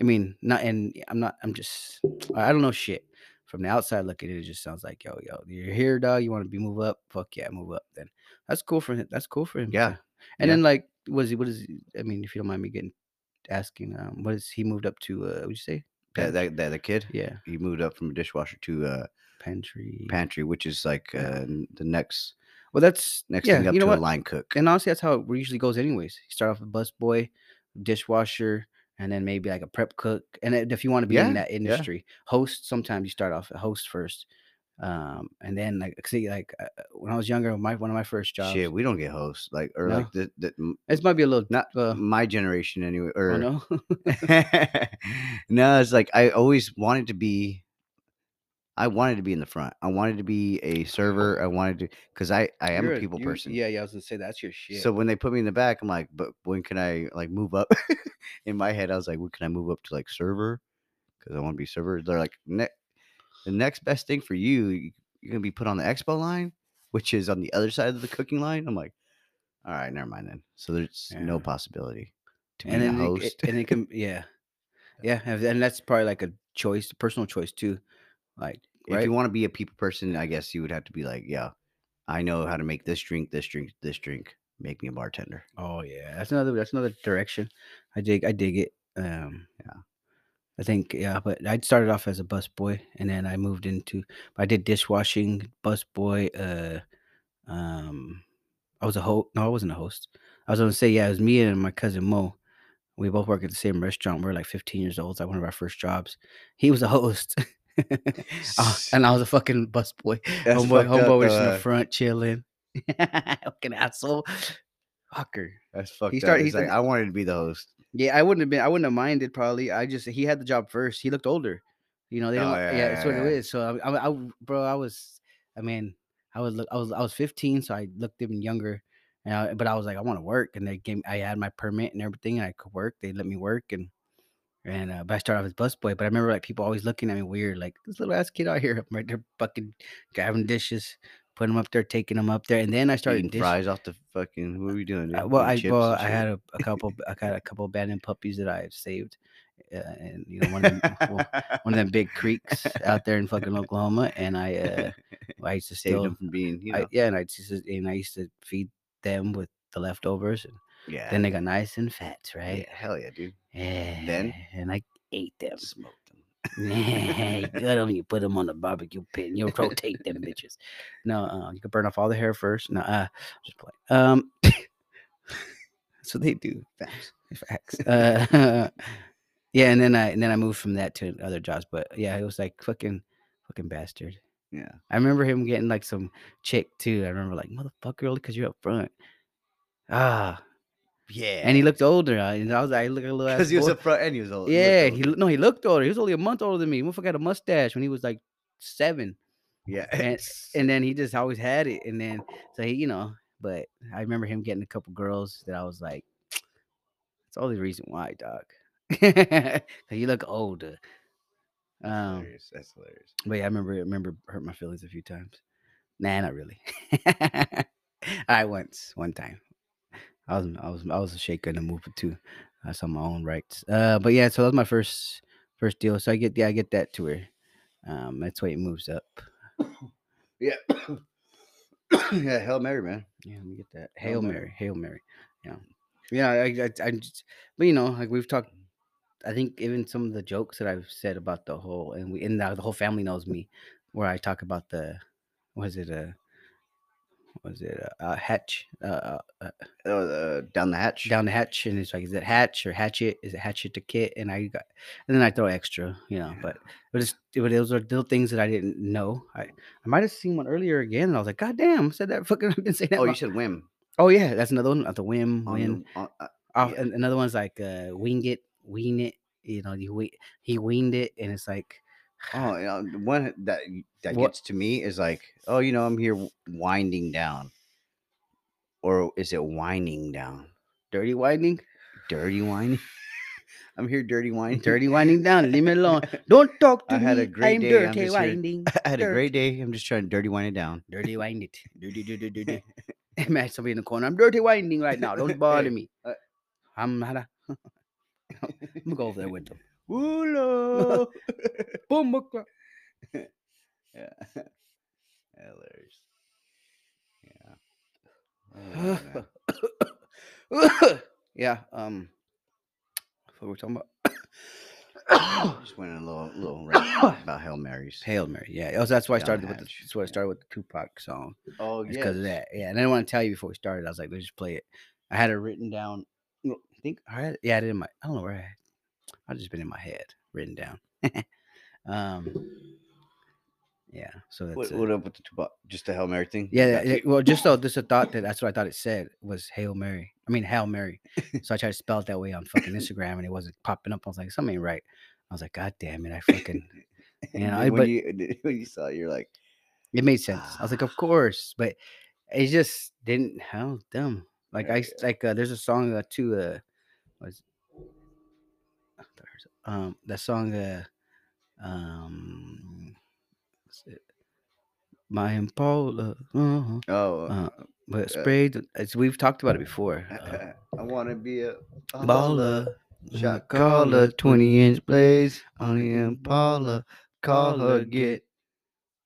[SPEAKER 1] I mean not and I'm not I'm just I I don't know shit from the outside looking in, it just sounds like yo yo you're here dog you want to be move up fuck yeah move up then that's cool for him that's cool for him
[SPEAKER 3] Yeah,
[SPEAKER 1] and
[SPEAKER 3] yeah.
[SPEAKER 1] then like was he what is he- I mean if you don't mind me getting asking um what is he moved up to uh would you say
[SPEAKER 3] that, that that the kid
[SPEAKER 1] yeah
[SPEAKER 3] he moved up from a dishwasher to a
[SPEAKER 1] pantry.
[SPEAKER 3] pantry, which is like
[SPEAKER 1] Yeah.
[SPEAKER 3] uh, n- the next
[SPEAKER 1] Well, that's
[SPEAKER 3] next
[SPEAKER 1] yeah,
[SPEAKER 3] thing up
[SPEAKER 1] you know
[SPEAKER 3] to
[SPEAKER 1] what?
[SPEAKER 3] a line cook.
[SPEAKER 1] And honestly, that's how it usually goes, anyways. You start off with busboy, dishwasher, and then maybe like a prep cook. And then if you want to be
[SPEAKER 3] Yeah,
[SPEAKER 1] in that
[SPEAKER 3] yeah.
[SPEAKER 1] industry, host. Sometimes you start off a host first, um, and then like see, like uh, when I was younger, my one of my first jobs.
[SPEAKER 3] Shit, we don't get hosts like or
[SPEAKER 1] No.
[SPEAKER 3] like the, the m-
[SPEAKER 1] This might be a little
[SPEAKER 3] not er,
[SPEAKER 1] Uh,
[SPEAKER 3] my generation anyway. Or
[SPEAKER 1] oh no,
[SPEAKER 3] no, it's like I always wanted to be. I wanted to be in the front. I wanted to be a server. I wanted to because I I am
[SPEAKER 1] You're
[SPEAKER 3] a people
[SPEAKER 1] you-
[SPEAKER 3] person.
[SPEAKER 1] Yeah, yeah. I was gonna say that's your shit.
[SPEAKER 3] So when they put me in the back, I'm like, but when can I like move up? in my head, I was like, when can I move up to like server? Because I want to be server. They're like, ne- the next best thing for you, y- you're gonna be put on the expo line, which is on the other side of the cooking line. I'm like, all right, never mind then. So there's no
[SPEAKER 1] Yeah.
[SPEAKER 3] possibility to be
[SPEAKER 1] and
[SPEAKER 3] a
[SPEAKER 1] then it,
[SPEAKER 3] host.
[SPEAKER 1] it- and it can yeah, yeah. And and that's probably like a choice, personal choice too. Like
[SPEAKER 3] If
[SPEAKER 1] right?
[SPEAKER 3] you want to be a people person, I guess you would have to be like, yeah, I know how to make this drink, this drink, this drink. Make me a bartender.
[SPEAKER 1] Oh yeah, that's another that's another direction. I dig I dig it. Um,
[SPEAKER 3] Yeah.
[SPEAKER 1] I think yeah, but I started off as a bus boy, and then I moved into I did dishwashing, bus boy. Uh, um, I was a host. No, I wasn't a host. I was gonna say yeah, it was me and my cousin Mo. We both work at the same restaurant. We were like 15 years old. It's like one of our first jobs. He was a host. Uh, and I was a fucking bus boy.
[SPEAKER 3] That's
[SPEAKER 1] homeboy,
[SPEAKER 3] fucked up,
[SPEAKER 1] Oh
[SPEAKER 3] uh,
[SPEAKER 1] homeboy was in
[SPEAKER 3] though.
[SPEAKER 1] the front chilling. fucking asshole. Fucker.
[SPEAKER 3] That's fucked
[SPEAKER 1] He
[SPEAKER 3] up.
[SPEAKER 1] started-
[SPEAKER 3] He's
[SPEAKER 1] he's
[SPEAKER 3] like,
[SPEAKER 1] like-
[SPEAKER 3] I wanted to be the host.
[SPEAKER 1] Yeah, I wouldn't have been. I wouldn't have minded probably. I just he had the job first. He looked older. You know, they don't.
[SPEAKER 3] Oh,
[SPEAKER 1] yeah,
[SPEAKER 3] yeah,
[SPEAKER 1] yeah, that's
[SPEAKER 3] yeah,
[SPEAKER 1] what it
[SPEAKER 3] yeah.
[SPEAKER 1] is. So I, I, I, bro, I was. I mean, I was. look- I was. I was 15, so I looked even younger. And I, but I was like, I want to work, and they gave. me- I had my permit and everything, and I could work. They let me work, and and uh, but I started off as busboy. But I remember like people always looking at me weird, like this little ass kid out here, I'm right there, fucking grabbing dishes, putting them up there, taking them up there, and then I started
[SPEAKER 3] eating
[SPEAKER 1] dish-
[SPEAKER 3] fries off the fucking. What were you doing?
[SPEAKER 1] uh,
[SPEAKER 3] dude?
[SPEAKER 1] well, I
[SPEAKER 3] Eating chips
[SPEAKER 1] well,
[SPEAKER 3] and
[SPEAKER 1] I
[SPEAKER 3] shit?
[SPEAKER 1] had a, a couple. I got a couple abandoned puppies that I had saved, uh, and you know one of them, well, one of them big creeks out there in fucking Oklahoma, and I uh, I used to
[SPEAKER 3] saved
[SPEAKER 1] steal.
[SPEAKER 3] them from being. You know,
[SPEAKER 1] I, yeah, and I used to, and I used to feed them with the leftovers, and
[SPEAKER 3] yeah.
[SPEAKER 1] then they got nice and fat, right?
[SPEAKER 3] yeah, hell yeah, dude.
[SPEAKER 1] Yeah.
[SPEAKER 3] Then?
[SPEAKER 1] and I ate them.
[SPEAKER 3] Smoked them.
[SPEAKER 1] Good them. You put them on the barbecue pit. and You rotate them bitches. No, uh, you can burn off all the hair first. No, uh, just play. Um, that's what they do.
[SPEAKER 3] Facts.
[SPEAKER 1] Facts. Uh, yeah, and then I and then I moved from that to other jobs, but yeah, it was like fucking fucking bastard.
[SPEAKER 3] Yeah.
[SPEAKER 1] I remember him getting like some chick too. I remember like motherfucker, because you're up front. Ah,
[SPEAKER 3] Yeah.
[SPEAKER 1] and he looked older, uh, and I was like, look a little ass
[SPEAKER 3] because he was
[SPEAKER 1] boy.
[SPEAKER 3] up front and he was old. looked
[SPEAKER 1] Yeah,
[SPEAKER 3] old,
[SPEAKER 1] he
[SPEAKER 3] dude.
[SPEAKER 1] loo- no, he looked older. He was only a month older than me. Motherfucker had a mustache when he was like seven,
[SPEAKER 3] Yeah.
[SPEAKER 1] and and then he just always had it. And then so he, you know, but I remember him getting a couple girls that I was like, that's all the reason why, dog. 'Cause you look older.
[SPEAKER 3] That's
[SPEAKER 1] Um,
[SPEAKER 3] hilarious. That's hilarious.
[SPEAKER 1] but yeah, I remember I remember it hurt my feelings a few times. Nah, not really. I once, one time. I was I was I was a shaker and a mover too. I saw my own rights. Uh but yeah, so that was my first first deal. So I get yeah, I get that to her. Um, that's why it moves up.
[SPEAKER 3] Yeah. yeah, Hail Mary, man.
[SPEAKER 1] Yeah, let me get that.
[SPEAKER 3] Hail
[SPEAKER 1] Hail
[SPEAKER 3] Mary.
[SPEAKER 1] Mary, Hail Mary. Yeah, yeah. I, I, I just, but you know, like we've talked. I think even some of the jokes that I've said about the whole, and we, and now the whole family knows me, where I talk about the, was it a, was it a, a hatch, uh, uh, uh,
[SPEAKER 3] Oh, uh, down the hatch.
[SPEAKER 1] down the hatch, and it's like, is it hatch or hatchet? Is it hatchet to kit? And I got, and then I throw extra, you know. But but it's but those are little things that I didn't know. I I might have seen one earlier again, and I was like, God damn, I said that fucking. I've been saying that.
[SPEAKER 3] Oh,
[SPEAKER 1] my-
[SPEAKER 3] you said whim.
[SPEAKER 1] Oh yeah, that's another one. uh, The whim,
[SPEAKER 3] On
[SPEAKER 1] when
[SPEAKER 3] the- on- uh,
[SPEAKER 1] off,
[SPEAKER 3] yeah.
[SPEAKER 1] and another one's like uh, wing it, wean it. You know, he we- he weaned it, and it's like
[SPEAKER 3] oh, yeah, the one that y- that
[SPEAKER 1] What-
[SPEAKER 3] gets to me is like, oh, you know, I'm here w- winding down, or is it winding down?
[SPEAKER 1] dirty winding,
[SPEAKER 3] Dirty winding. I'm here, dirty winding.
[SPEAKER 1] dirty winding down. Leave me alone. Don't talk to
[SPEAKER 3] I
[SPEAKER 1] me.
[SPEAKER 3] had a great
[SPEAKER 1] I'm
[SPEAKER 3] day, I'm
[SPEAKER 1] dirty
[SPEAKER 3] just here-
[SPEAKER 1] winding.
[SPEAKER 3] I had a
[SPEAKER 1] dirt.
[SPEAKER 3] great day. I'm just trying to dirty wind it down.
[SPEAKER 1] dirty wind it. Do do do do do do. Imagine somebody in the corner. I'm dirty winding right now. Don't bother
[SPEAKER 3] Hey,
[SPEAKER 1] me.
[SPEAKER 3] uh,
[SPEAKER 1] I'm not a. I'm gonna go over there with them.
[SPEAKER 3] Woola.
[SPEAKER 1] Boom, boom, boom.
[SPEAKER 3] yeah. Hilarious. Yeah. Oh, man.
[SPEAKER 1] yeah. Um. What were we talking
[SPEAKER 3] I
[SPEAKER 1] about?
[SPEAKER 3] just went on a little little rant about Hail Marys.
[SPEAKER 1] Hail Mary. Yeah. Also, that's why I
[SPEAKER 3] Down
[SPEAKER 1] started with the,
[SPEAKER 3] hatch,
[SPEAKER 1] that's why I
[SPEAKER 3] yeah.
[SPEAKER 1] started with the Tupac song.
[SPEAKER 3] Oh
[SPEAKER 1] It's because of that. Yeah. And I didn't want to tell you before we started. I was like, let's just play it. I had it written down. no, I think I had yeah, I did in my I don't know where I had I've just been in my head written down. um Yeah. So that's
[SPEAKER 3] What,
[SPEAKER 1] it.
[SPEAKER 3] what up with the Tupac? Just the Hail Mary thing?
[SPEAKER 1] yeah,
[SPEAKER 3] Got
[SPEAKER 1] yeah,
[SPEAKER 3] you.
[SPEAKER 1] yeah, well, just so just a thought that that's what I thought it said was Hail Mary. I mean Hail Mary. So I tried to spell it that way on fucking Instagram and it wasn't popping up. I was like, something ain't right. I was like, God damn it, I fucking
[SPEAKER 3] And
[SPEAKER 1] yeah,
[SPEAKER 3] then
[SPEAKER 1] I-
[SPEAKER 3] when
[SPEAKER 1] but-
[SPEAKER 3] you when you saw it, you're like,
[SPEAKER 1] It made sense. I was like, of course, but it just didn't. How dumb! Like
[SPEAKER 3] Yeah,
[SPEAKER 1] I s- like. Uh, there's a song uh, too. Uh, was I thought I heard some- um that song. Uh, um, what's it? My Impala, uh-huh,
[SPEAKER 3] oh,
[SPEAKER 1] Uh, but
[SPEAKER 3] uh,
[SPEAKER 1] sprayed. As we've talked about it before. Uh,
[SPEAKER 3] I want to be a a
[SPEAKER 1] baller,
[SPEAKER 3] Shot
[SPEAKER 1] shot
[SPEAKER 3] caller,
[SPEAKER 1] caller, twenty inch
[SPEAKER 3] Blaze
[SPEAKER 1] on the Impala.
[SPEAKER 3] Impala. Call her, get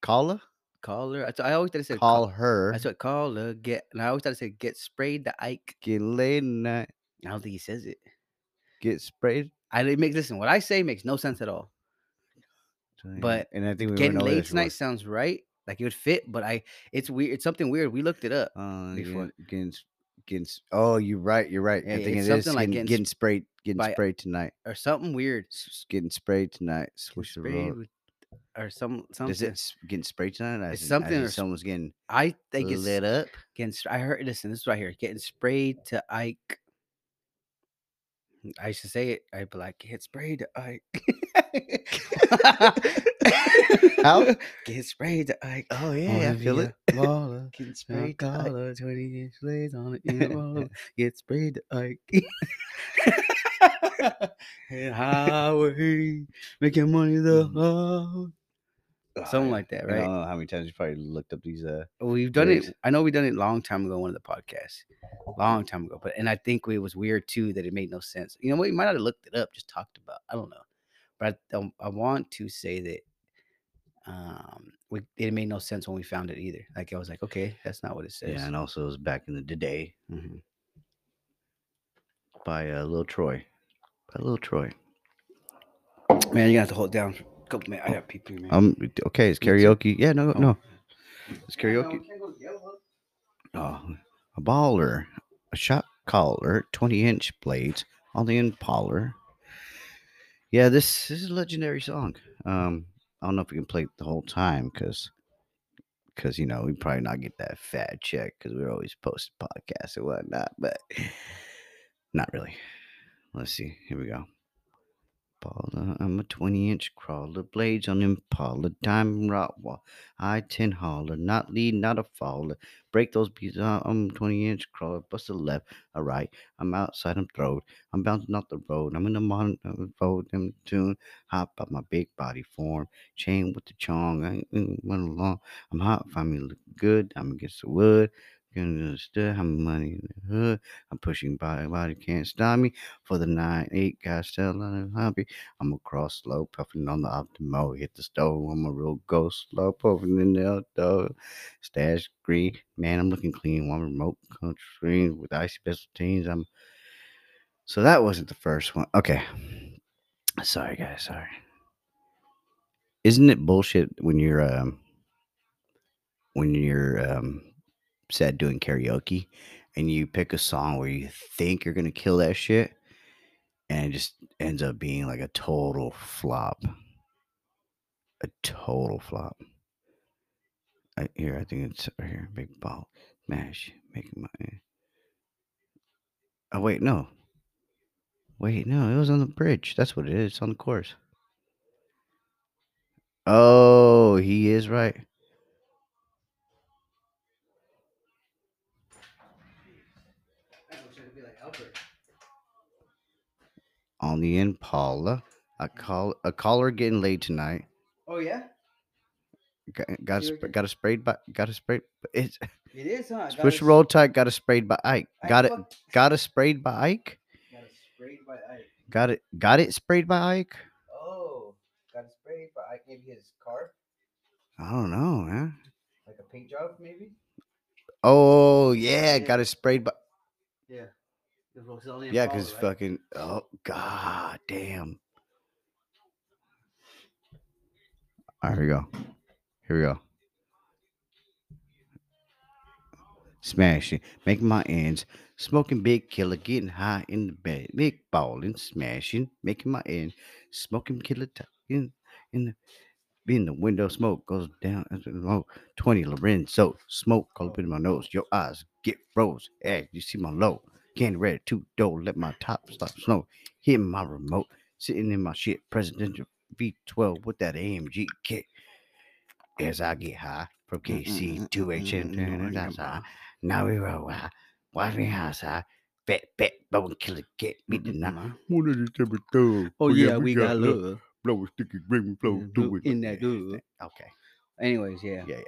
[SPEAKER 3] call her,
[SPEAKER 1] caller. I, th- I always thought it said
[SPEAKER 3] call
[SPEAKER 1] call.
[SPEAKER 3] her.
[SPEAKER 1] I said caller get, and I always thought it said get sprayed the Ike.
[SPEAKER 3] Get laid tonight.
[SPEAKER 1] I don't think he says it.
[SPEAKER 3] Get sprayed.
[SPEAKER 1] I didn't make listen. What I say makes no sense at all.
[SPEAKER 3] tonight.
[SPEAKER 1] But
[SPEAKER 3] and I think we
[SPEAKER 1] Getting
[SPEAKER 3] went over
[SPEAKER 1] laid
[SPEAKER 3] this
[SPEAKER 1] tonight
[SPEAKER 3] once.
[SPEAKER 1] sounds right. Like it would fit, but I it's weird. It's something weird. We looked it up.
[SPEAKER 3] Uh,
[SPEAKER 1] before.
[SPEAKER 3] Getting, getting, s- getting s- oh, you're right. You're right.
[SPEAKER 1] Yeah,
[SPEAKER 3] I think
[SPEAKER 1] it's
[SPEAKER 3] it is
[SPEAKER 1] something like
[SPEAKER 3] getting,
[SPEAKER 1] getting
[SPEAKER 3] getting sprayed. Getting
[SPEAKER 1] by-
[SPEAKER 3] sprayed tonight.
[SPEAKER 1] Or something weird.
[SPEAKER 3] S- s- Getting sprayed tonight. Swish the
[SPEAKER 1] Sprayed
[SPEAKER 3] road.
[SPEAKER 1] with- or some something.
[SPEAKER 3] Is it s- getting sprayed tonight? I
[SPEAKER 1] It's
[SPEAKER 3] didn't- I
[SPEAKER 1] something
[SPEAKER 3] didn't-
[SPEAKER 1] or s-
[SPEAKER 3] someone's getting
[SPEAKER 1] I think it's
[SPEAKER 3] lit up.
[SPEAKER 1] getting sp- I heard listen, this is right here. Getting sprayed to Ike. I used to say it, I'd be like, get sprayed to Ike.
[SPEAKER 3] How?
[SPEAKER 1] Get sprayed to Ike.
[SPEAKER 3] Oh
[SPEAKER 1] Wanna be a baller.
[SPEAKER 3] Getting
[SPEAKER 1] Spray
[SPEAKER 3] sprayed. tonight.
[SPEAKER 1] dollar, twenty inch blades on it. in a roll. Get sprayed like and highway, making money the hard.
[SPEAKER 3] Ah,
[SPEAKER 1] Something
[SPEAKER 3] yeah.
[SPEAKER 1] like that,
[SPEAKER 3] And I
[SPEAKER 1] right?
[SPEAKER 3] don't know how many times you probably looked up these. Uh,
[SPEAKER 1] We've done
[SPEAKER 3] Great.
[SPEAKER 1] it. I know we done it long time ago. in One of the podcasts, long time ago. But and I think it was weird too that it made no sense. You know what? You might not have looked it up, just talked about. I don't know, but I, um, I want to say that um we, it made no sense when we found it either. Like I was like, okay, that's not what it says.
[SPEAKER 3] yeah, and also it was back in the day
[SPEAKER 1] Mhm.
[SPEAKER 3] by uh, Little Troy. By Little Troy.
[SPEAKER 1] Man, you're gonna have to hold down. Go, man. I got pee pee, man.
[SPEAKER 3] Um. Okay, it's
[SPEAKER 1] Me too.
[SPEAKER 3] karaoke. Yeah. No.
[SPEAKER 1] Oh.
[SPEAKER 3] No. It's karaoke. Oh, a baller, a shot caller, 20 inch blades on the impaler. Yeah, this, this is a legendary song. Um, I don't know if we can play it the whole time because, because you know, we probably not get that fat check because we're always posting podcasts and whatnot, but not really. Let's see. Here we go. Baller, uh, I'm a 20 inch crawler, blades on Impala, diamond rock wall, I 10 hauler, not lead, not a faller. Break those beats. uh, I'm 20 inch crawler, bust a left, a right. I'm outside, I'm throwed. I'm bouncing off the road. I'm in the modern uh, road, I'm tuned. Hop out my big body form. Chain with the chong. I ain't went along. I'm hot, find me look good. I'm against the wood. Gonna still have money in the hood. I'm pushing body, body can't stop me. For the nine eight guys still on the hobby. I'm across slow, puffing on the optimo. Hit the stove, I'm a real ghost, slow puffing in the outdoor. Stash green, man, I'm looking clean. One remote control screen with icy pistol teens. I'm so that wasn't the first one. Okay, sorry guys, sorry. Isn't it bullshit when you're um when you're um set doing karaoke and you pick a song where you think you're gonna kill that shit and it just ends up being like a total flop. A total flop. I, here, I think it's right here. Big ball, mash, making money. Oh wait, no. Wait, no, it was on the bridge. That's what it is. It's on the chorus. Oh, he is right. on the Impala. A call a caller getting laid tonight.
[SPEAKER 1] Oh yeah,
[SPEAKER 3] Got got, a
[SPEAKER 1] You were
[SPEAKER 3] sp-
[SPEAKER 1] good.
[SPEAKER 3] got a sprayed by got a sprayed. It's
[SPEAKER 1] it is, huh? Got
[SPEAKER 3] push
[SPEAKER 1] a-
[SPEAKER 3] roll tight. Got a sprayed by Ike.
[SPEAKER 1] I
[SPEAKER 3] Got it.
[SPEAKER 1] fuck-
[SPEAKER 3] Got a sprayed by Ike.
[SPEAKER 1] Got it sprayed by Ike.
[SPEAKER 3] Got it. Got it sprayed by Ike.
[SPEAKER 1] Oh, got it sprayed by Ike. Maybe his car,
[SPEAKER 3] I don't know, man.
[SPEAKER 1] like a paint job, maybe.
[SPEAKER 3] Oh yeah,
[SPEAKER 1] Yeah.
[SPEAKER 3] got it sprayed by
[SPEAKER 1] Yeah.
[SPEAKER 3] yeah, cause fucking oh god damn. All right, here we go. Here we go. Smashing, making my ends, smoking big killer, getting high in the bed, big balling, smashing, making my ends, smoking killer t- in in the in the window, smoke goes down. as the smoke. Twenty Lorenzo, smoke all up in my nose. Your eyes get froze. Hey, you see my low. Getting ready to door, let my top stop snow. Hitting my remote, sitting in my shit presidential V12 with that AMG kick. As I get high
[SPEAKER 1] Mm,
[SPEAKER 3] from KC to HN, that's high. Now we roll high. Why we house high? Bet, bet, bone killer, get me
[SPEAKER 1] Mm,
[SPEAKER 3] tonight.
[SPEAKER 5] What is it, number two?
[SPEAKER 1] Oh yeah, we got love.
[SPEAKER 5] Blow a sticky ring, blow
[SPEAKER 1] do it in that good.
[SPEAKER 3] Okay.
[SPEAKER 1] Anyways, yeah.
[SPEAKER 3] Yeah,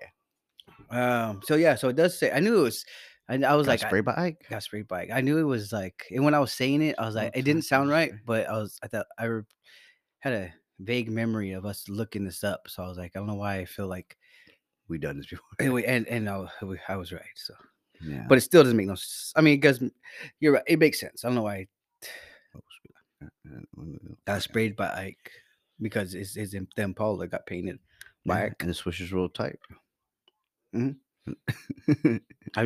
[SPEAKER 3] yeah.
[SPEAKER 1] Um. So yeah. So it does say. I knew it was. And I was
[SPEAKER 3] Got
[SPEAKER 1] like, I,
[SPEAKER 3] sprayed by Ike.
[SPEAKER 1] got sprayed bike. I knew it was like, and when I was saying it, I was like,
[SPEAKER 3] Don't
[SPEAKER 1] it didn't
[SPEAKER 3] talk
[SPEAKER 1] sound
[SPEAKER 3] about
[SPEAKER 1] right,
[SPEAKER 3] spray.
[SPEAKER 1] but I was, I thought I re- had a vague memory of us looking this up. So I was like, I don't know why I feel like
[SPEAKER 3] We done this before.
[SPEAKER 1] anyway, and and I, wa- I was right. So,
[SPEAKER 3] Yeah.
[SPEAKER 1] but it still doesn't make no. s- I mean, it doesn't. You're right. It makes sense. I don't know why
[SPEAKER 3] uh,
[SPEAKER 1] I got sprayed by Ike because it's it's in, then Paula got painted.
[SPEAKER 3] Yeah,
[SPEAKER 1] Mike.
[SPEAKER 3] and the swish is real tight.
[SPEAKER 1] Mhm. Have you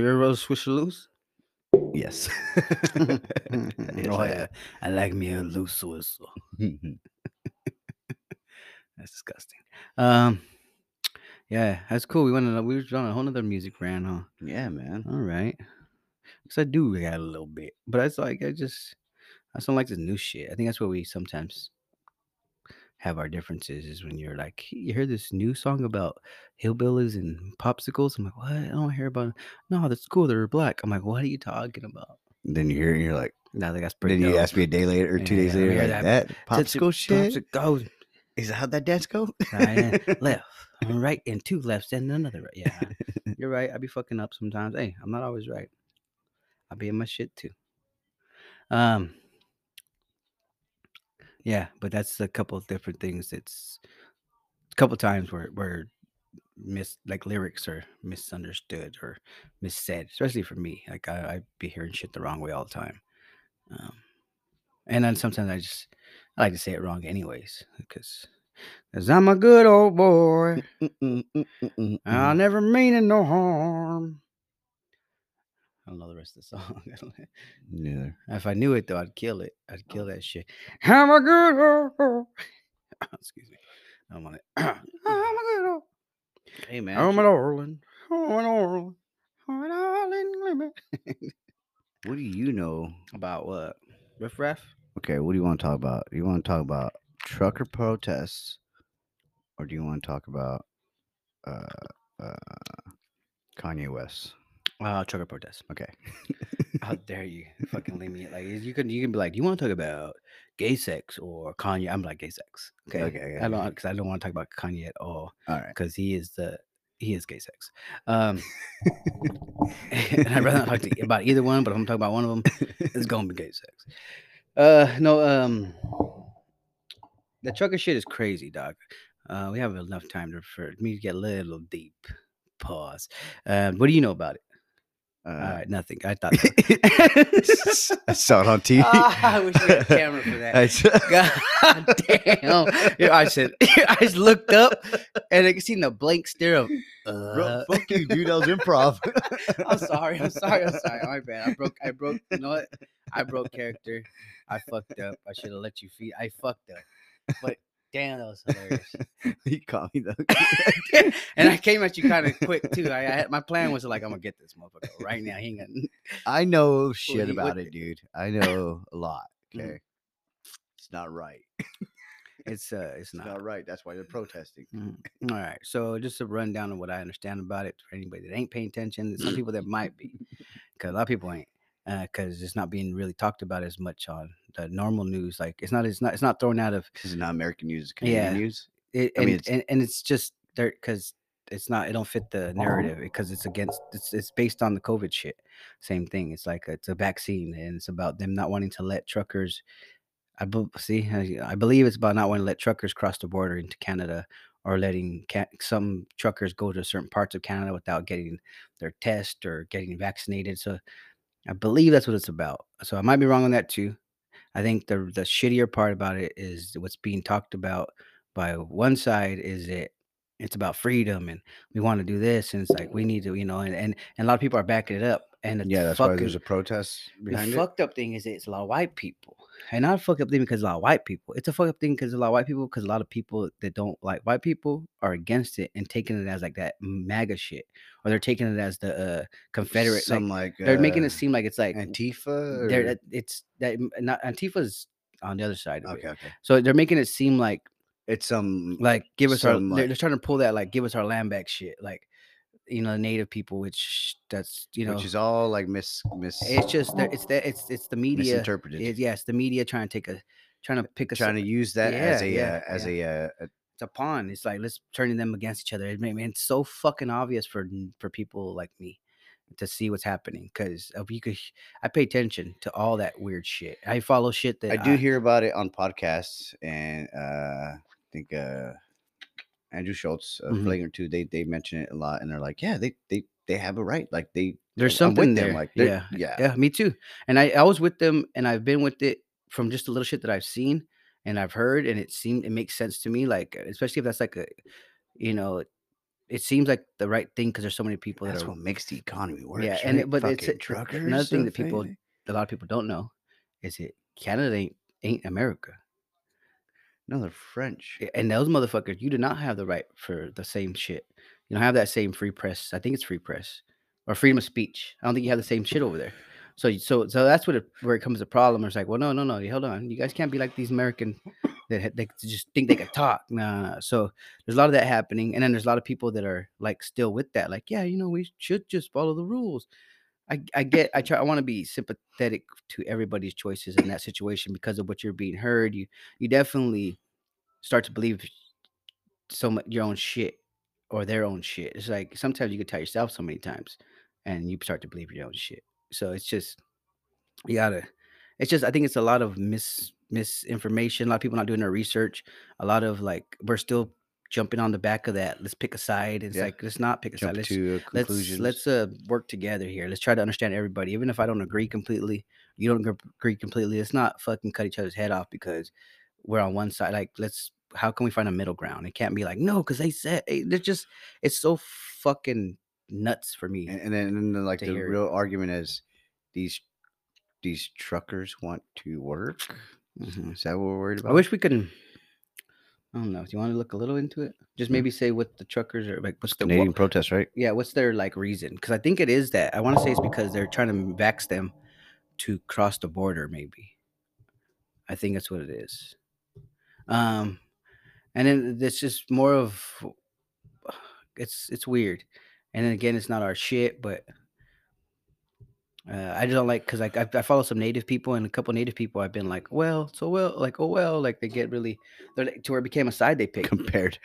[SPEAKER 1] ever rode Swisher loose?
[SPEAKER 3] yes. Yes,
[SPEAKER 1] oh
[SPEAKER 3] I
[SPEAKER 1] yeah, I like me a loose whistle.
[SPEAKER 3] am.
[SPEAKER 1] That's disgusting. Um, yeah, that's cool. We went on a, we were on a whole other music rant, huh?
[SPEAKER 3] yeah, man.
[SPEAKER 1] All right, because I do got a little bit, but it's like I just I just don't like this new shit. I think that's where we sometimes have our differences is when you're like "Hey, you hear this new song about hillbillies and popsicles. I'm like, what? I don't hear about. No, that's cool. They're black. I'm like, what are you talking about?
[SPEAKER 3] Then you hear it and you're like,
[SPEAKER 1] Now that that's pretty.
[SPEAKER 3] then you
[SPEAKER 1] dope.
[SPEAKER 3] ask me a day later or two
[SPEAKER 1] Yeah,
[SPEAKER 3] days
[SPEAKER 1] yeah,
[SPEAKER 3] later,
[SPEAKER 1] yeah,
[SPEAKER 3] like, that,
[SPEAKER 1] That's it,
[SPEAKER 3] popsicle shit?
[SPEAKER 1] Popsicles,
[SPEAKER 3] Is that how that dance go?
[SPEAKER 1] right and left, and right, and two lefts, and another right. Yeah, you're right. I be fucking up sometimes. Hey, I'm not always right. I be in my shit too. Um. Yeah, but that's a couple of different things. It's a couple times where where mis like lyrics are misunderstood or missaid, especially for me. Like I, I be hearing shit the wrong way all the time. Um, and then sometimes I just I like to say it wrong anyways because cause I'm a good old boy.
[SPEAKER 3] Mm, mm, mm, mm,
[SPEAKER 1] And I
[SPEAKER 3] mm.
[SPEAKER 1] never mean it no harm. I don't know the rest of the song. I don't know.
[SPEAKER 3] Neither.
[SPEAKER 1] if I knew it though, I'd kill it. I'd kill that shit. I'm Oh. a good old boy. Excuse me. I don't want it. I'm a good old.
[SPEAKER 3] Hey, man.
[SPEAKER 1] I'm an Orland. I'm an Orland. I'm an Orland. Glimmer.
[SPEAKER 3] what do you know?
[SPEAKER 1] About what? Riff raff?
[SPEAKER 3] Okay, what do you want to talk about? You want to talk about trucker protests or do you want to talk about uh, uh, Kanye West?
[SPEAKER 1] Uh, trucker protest.
[SPEAKER 3] Okay.
[SPEAKER 1] How dare you fucking leave me like you can you can be like, do you want to talk about gay sex or Kanye? I'm like gay sex. Okay.
[SPEAKER 3] Okay, okay,
[SPEAKER 1] I
[SPEAKER 3] okay.
[SPEAKER 1] don't because I don't want to talk about Kanye at all
[SPEAKER 3] All right.
[SPEAKER 1] because he is the he is gay sex. Um, and I'd rather not talk to, about either one, but if I'm talking about one of them, it's gonna be gay sex. Uh, no, um, the trucker shit is crazy, dog. Uh, we have enough time to, for me to get a little deep. Pause. Um, what do you know about it? All
[SPEAKER 3] Uh,
[SPEAKER 1] right, nothing. I thought. so.
[SPEAKER 3] I saw it on TV.
[SPEAKER 1] Ah, I wish we had a camera for that.
[SPEAKER 3] I saw-
[SPEAKER 1] God damn! Yeah, I said, I just looked up and I could see the blank stare of.
[SPEAKER 3] Bro,
[SPEAKER 1] Uh,
[SPEAKER 3] fuck you, dude. That was improv.
[SPEAKER 1] I'm sorry. I'm sorry. I'm sorry. My bad. I broke. I broke. You know what? I broke character. I fucked up. I should have let you feed. I fucked up. But damn, that was hilarious.
[SPEAKER 3] he caught me though.
[SPEAKER 1] and I came at you kind of quick too. I, I had, my plan was like, I'm gonna get this motherfucker right now. He ain't gonna.
[SPEAKER 3] I know shit
[SPEAKER 1] he-
[SPEAKER 3] about
[SPEAKER 1] what-
[SPEAKER 3] it, dude. I know a lot.
[SPEAKER 1] Mhm.
[SPEAKER 3] Okay, it's not right.
[SPEAKER 1] It's uh, it's
[SPEAKER 3] It's
[SPEAKER 1] not.
[SPEAKER 3] not. right. That's why they're protesting.
[SPEAKER 1] Mm. All right. So just a rundown of what I understand about it for anybody that ain't paying attention. There's some people that might be, because a lot of people ain't, because it's not being really talked about as much on the normal news. Like it's not, it's not, it's not thrown out of
[SPEAKER 3] This is not American news. It's Canadian
[SPEAKER 1] mm. Yeah.
[SPEAKER 3] news.
[SPEAKER 1] it,
[SPEAKER 3] I
[SPEAKER 1] and,
[SPEAKER 3] mean,
[SPEAKER 1] it's, and and it's just there because it's not, it don't fit
[SPEAKER 3] Uh-huh.
[SPEAKER 1] the narrative because it's against, it's it's based on the COVID shit. Same thing. It's like it's a vaccine and it's about them not wanting to let truckers. I bel see. I, I believe it's about not wanting to let truckers cross the border into Canada or letting ca- some truckers go to certain parts of Canada without getting their test or getting vaccinated. So I believe that's what it's about. So I might be wrong on that too. I think the the shittier part about it is what's being talked about by one side is it it's about freedom and we want to do this and it's like we need to you know and and, and a lot of people are backing it up and it's
[SPEAKER 3] Yeah, that's why
[SPEAKER 1] fucking,
[SPEAKER 3] there's a protest behind
[SPEAKER 1] the
[SPEAKER 3] it.
[SPEAKER 1] fucked up thing is it's a lot of white people, and not a fucked up thing because a lot of white people. It's a fucked up thing because a lot of white people, because a lot of people that don't like white people are against it and taking it as like that MAGA shit, or they're taking it as the uh, Confederate. like,
[SPEAKER 3] Some like,
[SPEAKER 1] they're making
[SPEAKER 3] uh,
[SPEAKER 1] it seem like it's like
[SPEAKER 3] Antifa. Or...
[SPEAKER 1] they're that- it's that m- not Antifa's on the other side. Of
[SPEAKER 3] okay,
[SPEAKER 1] It.
[SPEAKER 3] okay.
[SPEAKER 1] So they're making it seem like
[SPEAKER 3] It's some
[SPEAKER 1] like give us our
[SPEAKER 3] Some,
[SPEAKER 1] they're,
[SPEAKER 3] like-
[SPEAKER 1] they're trying to pull that like give us our land back shit like you know native people which that's you know
[SPEAKER 3] which is all like mis mis
[SPEAKER 1] it's just they're- it's that it's it's the media
[SPEAKER 3] misinterpreted.
[SPEAKER 1] it, yes, the media trying to take a trying to pick a
[SPEAKER 3] Trying to
[SPEAKER 1] side.
[SPEAKER 3] use that as
[SPEAKER 1] Yeah,
[SPEAKER 3] a
[SPEAKER 1] yeah,
[SPEAKER 3] uh, as a, uh, a
[SPEAKER 1] it's a pawn. It's like let's turn them against each other. It ma- man, it's so fucking obvious for n- for people like me to see what's happening because you could h- I pay attention to all that weird shit. I follow shit that
[SPEAKER 3] I do hear about it on podcasts, and uh, I think uh, Andrew Schultz, uh,
[SPEAKER 1] Mhm.
[SPEAKER 3] Flagrant Two, they they mention it a lot, and they're like, yeah, they they they have a right, like they
[SPEAKER 1] There's
[SPEAKER 3] I'm with
[SPEAKER 1] something
[SPEAKER 3] them,
[SPEAKER 1] there.
[SPEAKER 3] like, they're-
[SPEAKER 1] yeah,
[SPEAKER 3] yeah.
[SPEAKER 1] yeah, me too. And I I was with them, and I've been with it from just the little shit that I've seen and I've heard, and it seemed it makes sense to me. Like especially if that's like a you know. It seems like the right thing because there's so many people
[SPEAKER 3] that's
[SPEAKER 1] that are
[SPEAKER 3] what makes the economy work.
[SPEAKER 1] Yeah, and it- but it's- it- but another thing that people- a lot of people don't know is that Canada ain't, ain't America.
[SPEAKER 3] no, they're French.
[SPEAKER 1] A- And those motherfuckers, you do not have the right for the same shit. You don't have that same free press. I think it's free press or freedom of speech. I don't think you have the same shit over there. So, you- so, so that's what it, where it comes a problem. It's like, well, no, no, no, hold on. You guys can't be like these American that ha- they just think they can talk. Nah, nah, nah. So there's a lot of that happening, and then there's a lot of people that are like still with that. Like, yeah, you know, we should just follow the rules. I, I get I try I want to be sympathetic to everybody's choices in that situation because of what you're being heard. You you definitely start to believe so much your own shit or their own shit. It's like sometimes you can tell yourself so many times and you start to believe your own shit. So it's just you gotta it's just I think it's a lot of mis misinformation, a lot of people not doing their research, a lot of like we're still jumping on the back of that. Let's pick a side. It's
[SPEAKER 3] Yeah.
[SPEAKER 1] like let's not pick a
[SPEAKER 3] Jump
[SPEAKER 1] side. Let's
[SPEAKER 3] to
[SPEAKER 1] let's
[SPEAKER 3] conclusions.
[SPEAKER 1] let's uh work together here. Let's try to understand everybody, even if I don't agree completely. You don't gr- agree completely. Let's not fucking cut each other's head off because we're on one side. Like, let's. How can we find a middle ground? It can't be like no, because they said eh, they're just. It's so fucking nuts for me.
[SPEAKER 3] and, and then, and then like
[SPEAKER 1] to
[SPEAKER 3] the
[SPEAKER 1] hear it.
[SPEAKER 3] real argument is these these truckers want to work.
[SPEAKER 1] Mhm.
[SPEAKER 3] Is that what we're worried about?
[SPEAKER 1] I wish we could. I don't know. Do you want to look a little into it? Just
[SPEAKER 3] Mm.
[SPEAKER 1] maybe say what the truckers are like. What's the
[SPEAKER 3] Canadian
[SPEAKER 1] what,
[SPEAKER 3] protests, right?
[SPEAKER 1] yeah? What's their like reason? Because I think it is that I want to say it's because they're trying to vax them to cross the border. Maybe I think that's what it is. Um, and then it's just more of it's it's weird. And then again, it's not our shit, but Uh, I just don't like because like I, I follow some native people and a couple native people I've been like well so well like oh well like they get really they're like, to where it became a side they pick
[SPEAKER 3] compared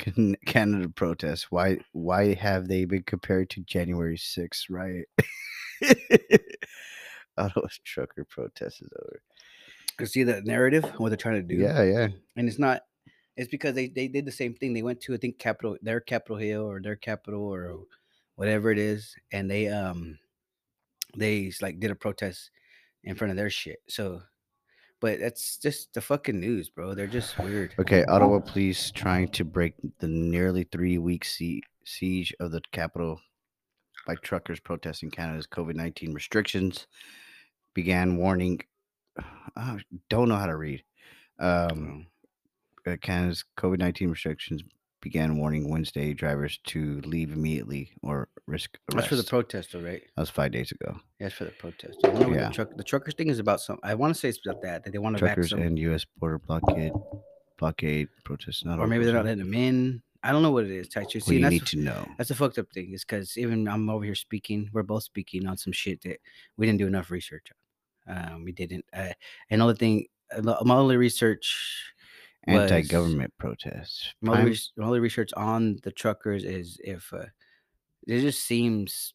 [SPEAKER 3] Can- Canada protests. Why why have they been compared to January 6th riot? Ottawa's trucker protest is over.
[SPEAKER 1] you see the narrative what they're trying to do
[SPEAKER 3] Yeah, yeah.
[SPEAKER 1] and it's not it's because they, they did the same thing they went to i think capitol their capitol hill or their capitol or whatever it is and they um they s- like did a protest in front of their shit so but that's just the fucking news bro they're just weird
[SPEAKER 3] Okay, Ottawa police trying to break the nearly three week sie- siege of the capital by truckers protesting Canada's COVID 19 restrictions began warning. I don't know how to read. Um, uh, Canada's COVID 19 restrictions began warning Wednesday drivers to leave immediately or risk arrest.
[SPEAKER 1] that's for the protester right
[SPEAKER 3] that was five days ago.
[SPEAKER 1] that's for the protest I wonder what
[SPEAKER 3] Yeah.
[SPEAKER 1] the, truck, the truckers thing is about some i want to say it's about that that they want to
[SPEAKER 3] Truckers
[SPEAKER 1] vaccine
[SPEAKER 3] and U.S. border blockade blockade protests. Not
[SPEAKER 1] or
[SPEAKER 3] all
[SPEAKER 1] maybe they're not
[SPEAKER 3] protesters.
[SPEAKER 1] letting them in i don't know what it is Tachi.
[SPEAKER 3] What
[SPEAKER 1] see and
[SPEAKER 3] you
[SPEAKER 1] that's
[SPEAKER 3] need to know.
[SPEAKER 1] That's a fucked up thing. Is because even I'm over here speaking, we're both speaking on some shit that we didn't do enough research on. Um, we didn't. Uh, another thing, uh, lo- my only research, was-
[SPEAKER 3] Anti-government protests.
[SPEAKER 1] my only,
[SPEAKER 3] Prime-
[SPEAKER 1] res- my only research on the truckers is if uh, it just seems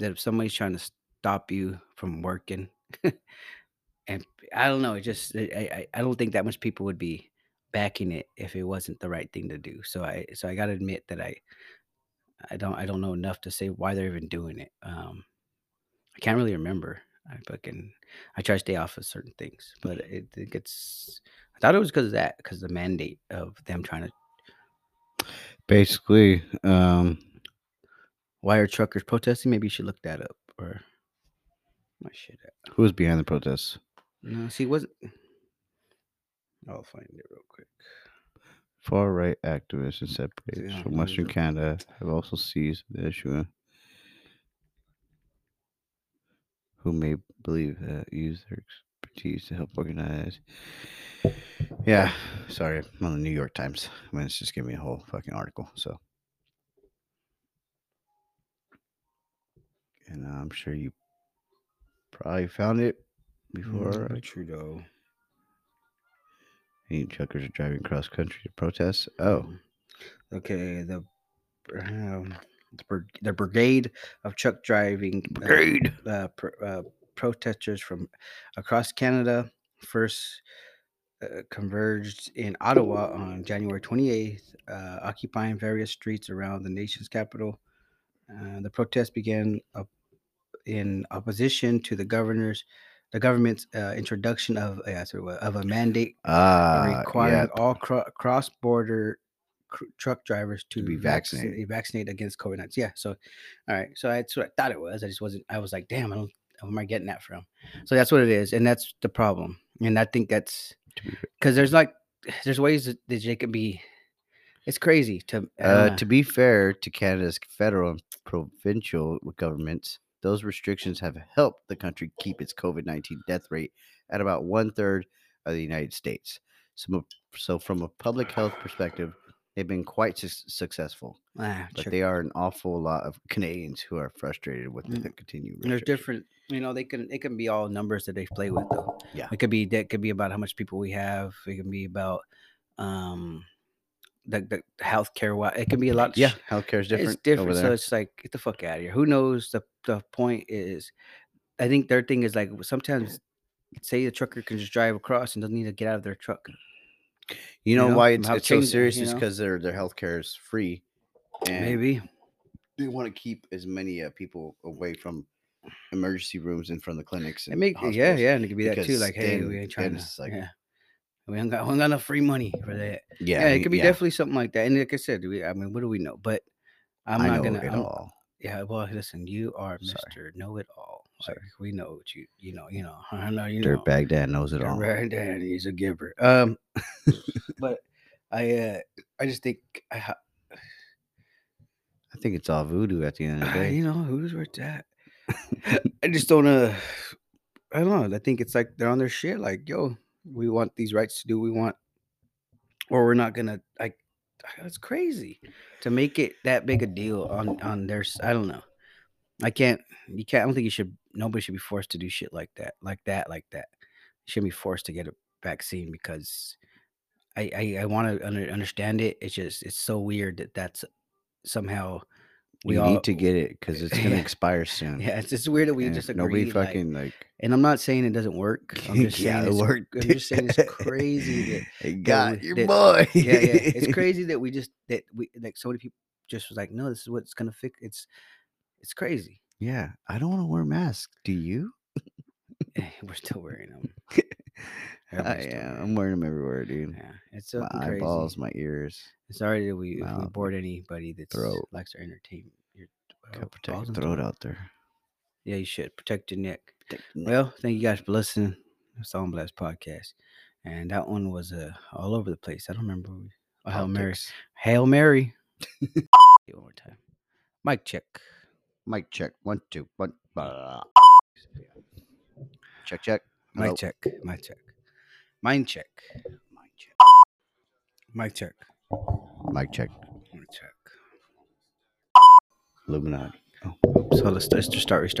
[SPEAKER 1] that if somebody's trying to stop you from working, and I don't know, it just I, I I don't think that much people would be backing it if it wasn't the right thing to do. So I so I gotta admit that I I don't I don't know enough to say why they're even doing it. Um, I can't really remember. I fucking I try to stay off of certain things, but I think it's I thought it was because of that because the mandate of them trying to
[SPEAKER 3] basically um
[SPEAKER 1] why are truckers protesting? Maybe you should look that up or my shit. Up.
[SPEAKER 3] who was behind the protests
[SPEAKER 1] No, see, wasn't. I'll find it real quick.
[SPEAKER 3] far right activists and separatists
[SPEAKER 1] Yeah,
[SPEAKER 3] from
[SPEAKER 1] those
[SPEAKER 3] western
[SPEAKER 1] are-
[SPEAKER 3] canada have also seized the issue who may believe uh, use their expertise to help organize yeah sorry i'm on the new york times i mean it's just giving me a whole fucking article so and i'm sure you probably found it
[SPEAKER 1] Mm,
[SPEAKER 3] before I
[SPEAKER 1] Trudeau.
[SPEAKER 3] Any truckers are driving cross country to protest. Oh,
[SPEAKER 1] Okay, the br- um, the, br- the brigade of truck driving uh,
[SPEAKER 3] Brigade.
[SPEAKER 1] uh, pr- uh, protesters from across Canada first uh, converged in Ottawa on January 28th, uh, occupying various streets around the nation's capital. Uh, the protest began up in opposition to the governor's the government's uh, introduction of yeah, sorry, what- of a mandate
[SPEAKER 3] ah,
[SPEAKER 1] requiring
[SPEAKER 3] yep.
[SPEAKER 1] all cro- cross-border cr- truck drivers to,
[SPEAKER 3] be
[SPEAKER 1] vaccin-
[SPEAKER 3] vaccinated.
[SPEAKER 1] vaccinate against COVID nineteen. Yeah. So, all right. So that's what I thought it was. I just wasn't. I was like, damn, I don't. Where am I getting that from? So that's what it is, and that's the problem. And I think that's because there's like there's ways that that they can be. It's crazy to I don't
[SPEAKER 3] Uh,
[SPEAKER 1] know.
[SPEAKER 3] to be fair to Canada's federal and provincial governments, those restrictions have helped the country keep its COVID 19 death rate at about one third of the United States. So, so, from a public health perspective, they've been quite su- successful,
[SPEAKER 1] Ah,
[SPEAKER 3] but
[SPEAKER 1] sure.
[SPEAKER 3] they are an awful lot of Canadians who are frustrated with
[SPEAKER 1] Mm.
[SPEAKER 3] the continued.
[SPEAKER 1] there's
[SPEAKER 3] restrictions.
[SPEAKER 1] different you know they can it can be all numbers that they play with though
[SPEAKER 3] Yeah.
[SPEAKER 1] it could be that could be about how much people we have it can be about um the, the healthcare wise it can be a lot
[SPEAKER 3] Yeah, healthcare is different.
[SPEAKER 1] it's different
[SPEAKER 3] Over
[SPEAKER 1] so
[SPEAKER 3] there.
[SPEAKER 1] it's like get the fuck out of here who knows the the point is i think their thing is like sometimes say the trucker can just drive across and doesn't need to get out of their truck
[SPEAKER 3] You know,
[SPEAKER 1] know,
[SPEAKER 3] why
[SPEAKER 1] and
[SPEAKER 3] it's,
[SPEAKER 1] how
[SPEAKER 3] it's so
[SPEAKER 1] change-
[SPEAKER 3] serious
[SPEAKER 1] you
[SPEAKER 3] is
[SPEAKER 1] know?
[SPEAKER 3] because their their healthcare is free, and
[SPEAKER 1] maybe
[SPEAKER 3] they want to keep as many uh, people away from emergency rooms and from the clinics.
[SPEAKER 1] It
[SPEAKER 3] And
[SPEAKER 1] make yeah,
[SPEAKER 3] hospitals.
[SPEAKER 1] yeah, and it could be that too.
[SPEAKER 3] because
[SPEAKER 1] Like, hey,
[SPEAKER 3] then-
[SPEAKER 1] we ain't
[SPEAKER 3] then
[SPEAKER 1] trying to.
[SPEAKER 3] it's like-
[SPEAKER 1] yeah. We ain't got, we ain't got enough free money for that.
[SPEAKER 3] yeah,
[SPEAKER 1] Yeah, it could be
[SPEAKER 3] yeah,
[SPEAKER 1] definitely something like that. And like I said, we, I mean, what do we know? But I'm
[SPEAKER 3] I
[SPEAKER 1] not
[SPEAKER 3] know
[SPEAKER 1] gonna.
[SPEAKER 3] it
[SPEAKER 1] I'm-
[SPEAKER 3] all.
[SPEAKER 1] Yeah, well, listen, you are
[SPEAKER 3] Sorry.
[SPEAKER 1] Mister Know It All.
[SPEAKER 3] Sorry.
[SPEAKER 1] Like, we know what you, you know, you know, I know, you know.
[SPEAKER 3] Dirtbag dad knows it all.
[SPEAKER 1] Right, Dan, he's a giver. Um, but I, uh, I just think, I, ha-
[SPEAKER 3] I think it's all voodoo at the end of the day.
[SPEAKER 1] you know, who's where it's at. I just don't. Uh, I don't know. I think it's like they're on their shit. Like, yo, we want these rights to do what we want, or we're not gonna. Like, it's crazy to make it that big a deal on on their. s- I don't know. I can't. You can't. I don't think you should. Nobody should be forced to do shit like that. Like that. Like that. Shouldn't be forced to get a vaccine because I I, I want to under, understand it. It's just it's so weird that that's somehow
[SPEAKER 3] We
[SPEAKER 1] we all
[SPEAKER 3] need to get it because it's gonna
[SPEAKER 1] Yeah.
[SPEAKER 3] expire soon.
[SPEAKER 1] Yeah, it's just weird that we
[SPEAKER 3] and
[SPEAKER 1] just
[SPEAKER 3] if nobody
[SPEAKER 1] agreed, like-
[SPEAKER 3] fucking like.
[SPEAKER 1] and I'm not saying it doesn't work. I'm just
[SPEAKER 3] Yeah,
[SPEAKER 1] saying
[SPEAKER 3] it
[SPEAKER 1] it's,
[SPEAKER 3] worked.
[SPEAKER 1] I'm just saying it's crazy that
[SPEAKER 3] it got
[SPEAKER 1] we
[SPEAKER 3] your
[SPEAKER 1] did-
[SPEAKER 3] boy.
[SPEAKER 1] yeah, yeah. It's crazy that we just that we like so many people just was like, no, this is what's gonna fix. It's it's crazy.
[SPEAKER 3] Yeah, I don't want to wear masks. Do you?
[SPEAKER 1] Eh, We're still wearing them.
[SPEAKER 3] I
[SPEAKER 1] Everybody's still
[SPEAKER 3] am.
[SPEAKER 1] wearing
[SPEAKER 3] I'm wearing them everywhere, dude.
[SPEAKER 1] Yeah, it's
[SPEAKER 3] my
[SPEAKER 1] so crazy.
[SPEAKER 3] eyeballs, my ears.
[SPEAKER 1] Sorry that we, if we
[SPEAKER 3] mouth,
[SPEAKER 1] bored anybody that
[SPEAKER 3] throat.
[SPEAKER 1] likes to entertain your uh,
[SPEAKER 3] Gotta protect
[SPEAKER 1] balls
[SPEAKER 3] your
[SPEAKER 1] and
[SPEAKER 3] throat out there.
[SPEAKER 1] Yeah, you should protect your neck.
[SPEAKER 3] neck.
[SPEAKER 1] Well, thank you guys for listening. It's on Blast Podcast, and that one was uh, all over the place. I don't remember. who- Oh, Hail Mary.
[SPEAKER 3] Politics.
[SPEAKER 1] Hail Mary. One more time. Mic check.
[SPEAKER 3] Mic check. One, two, one. Blah. Check, check.
[SPEAKER 1] Mic
[SPEAKER 3] Hello.
[SPEAKER 1] check. Mic check. Mind check.
[SPEAKER 3] Mic check.
[SPEAKER 1] Mic check.
[SPEAKER 3] Mic check.
[SPEAKER 1] Mic check. Oh,
[SPEAKER 3] Illuminati.
[SPEAKER 1] So let's, let's just start restart.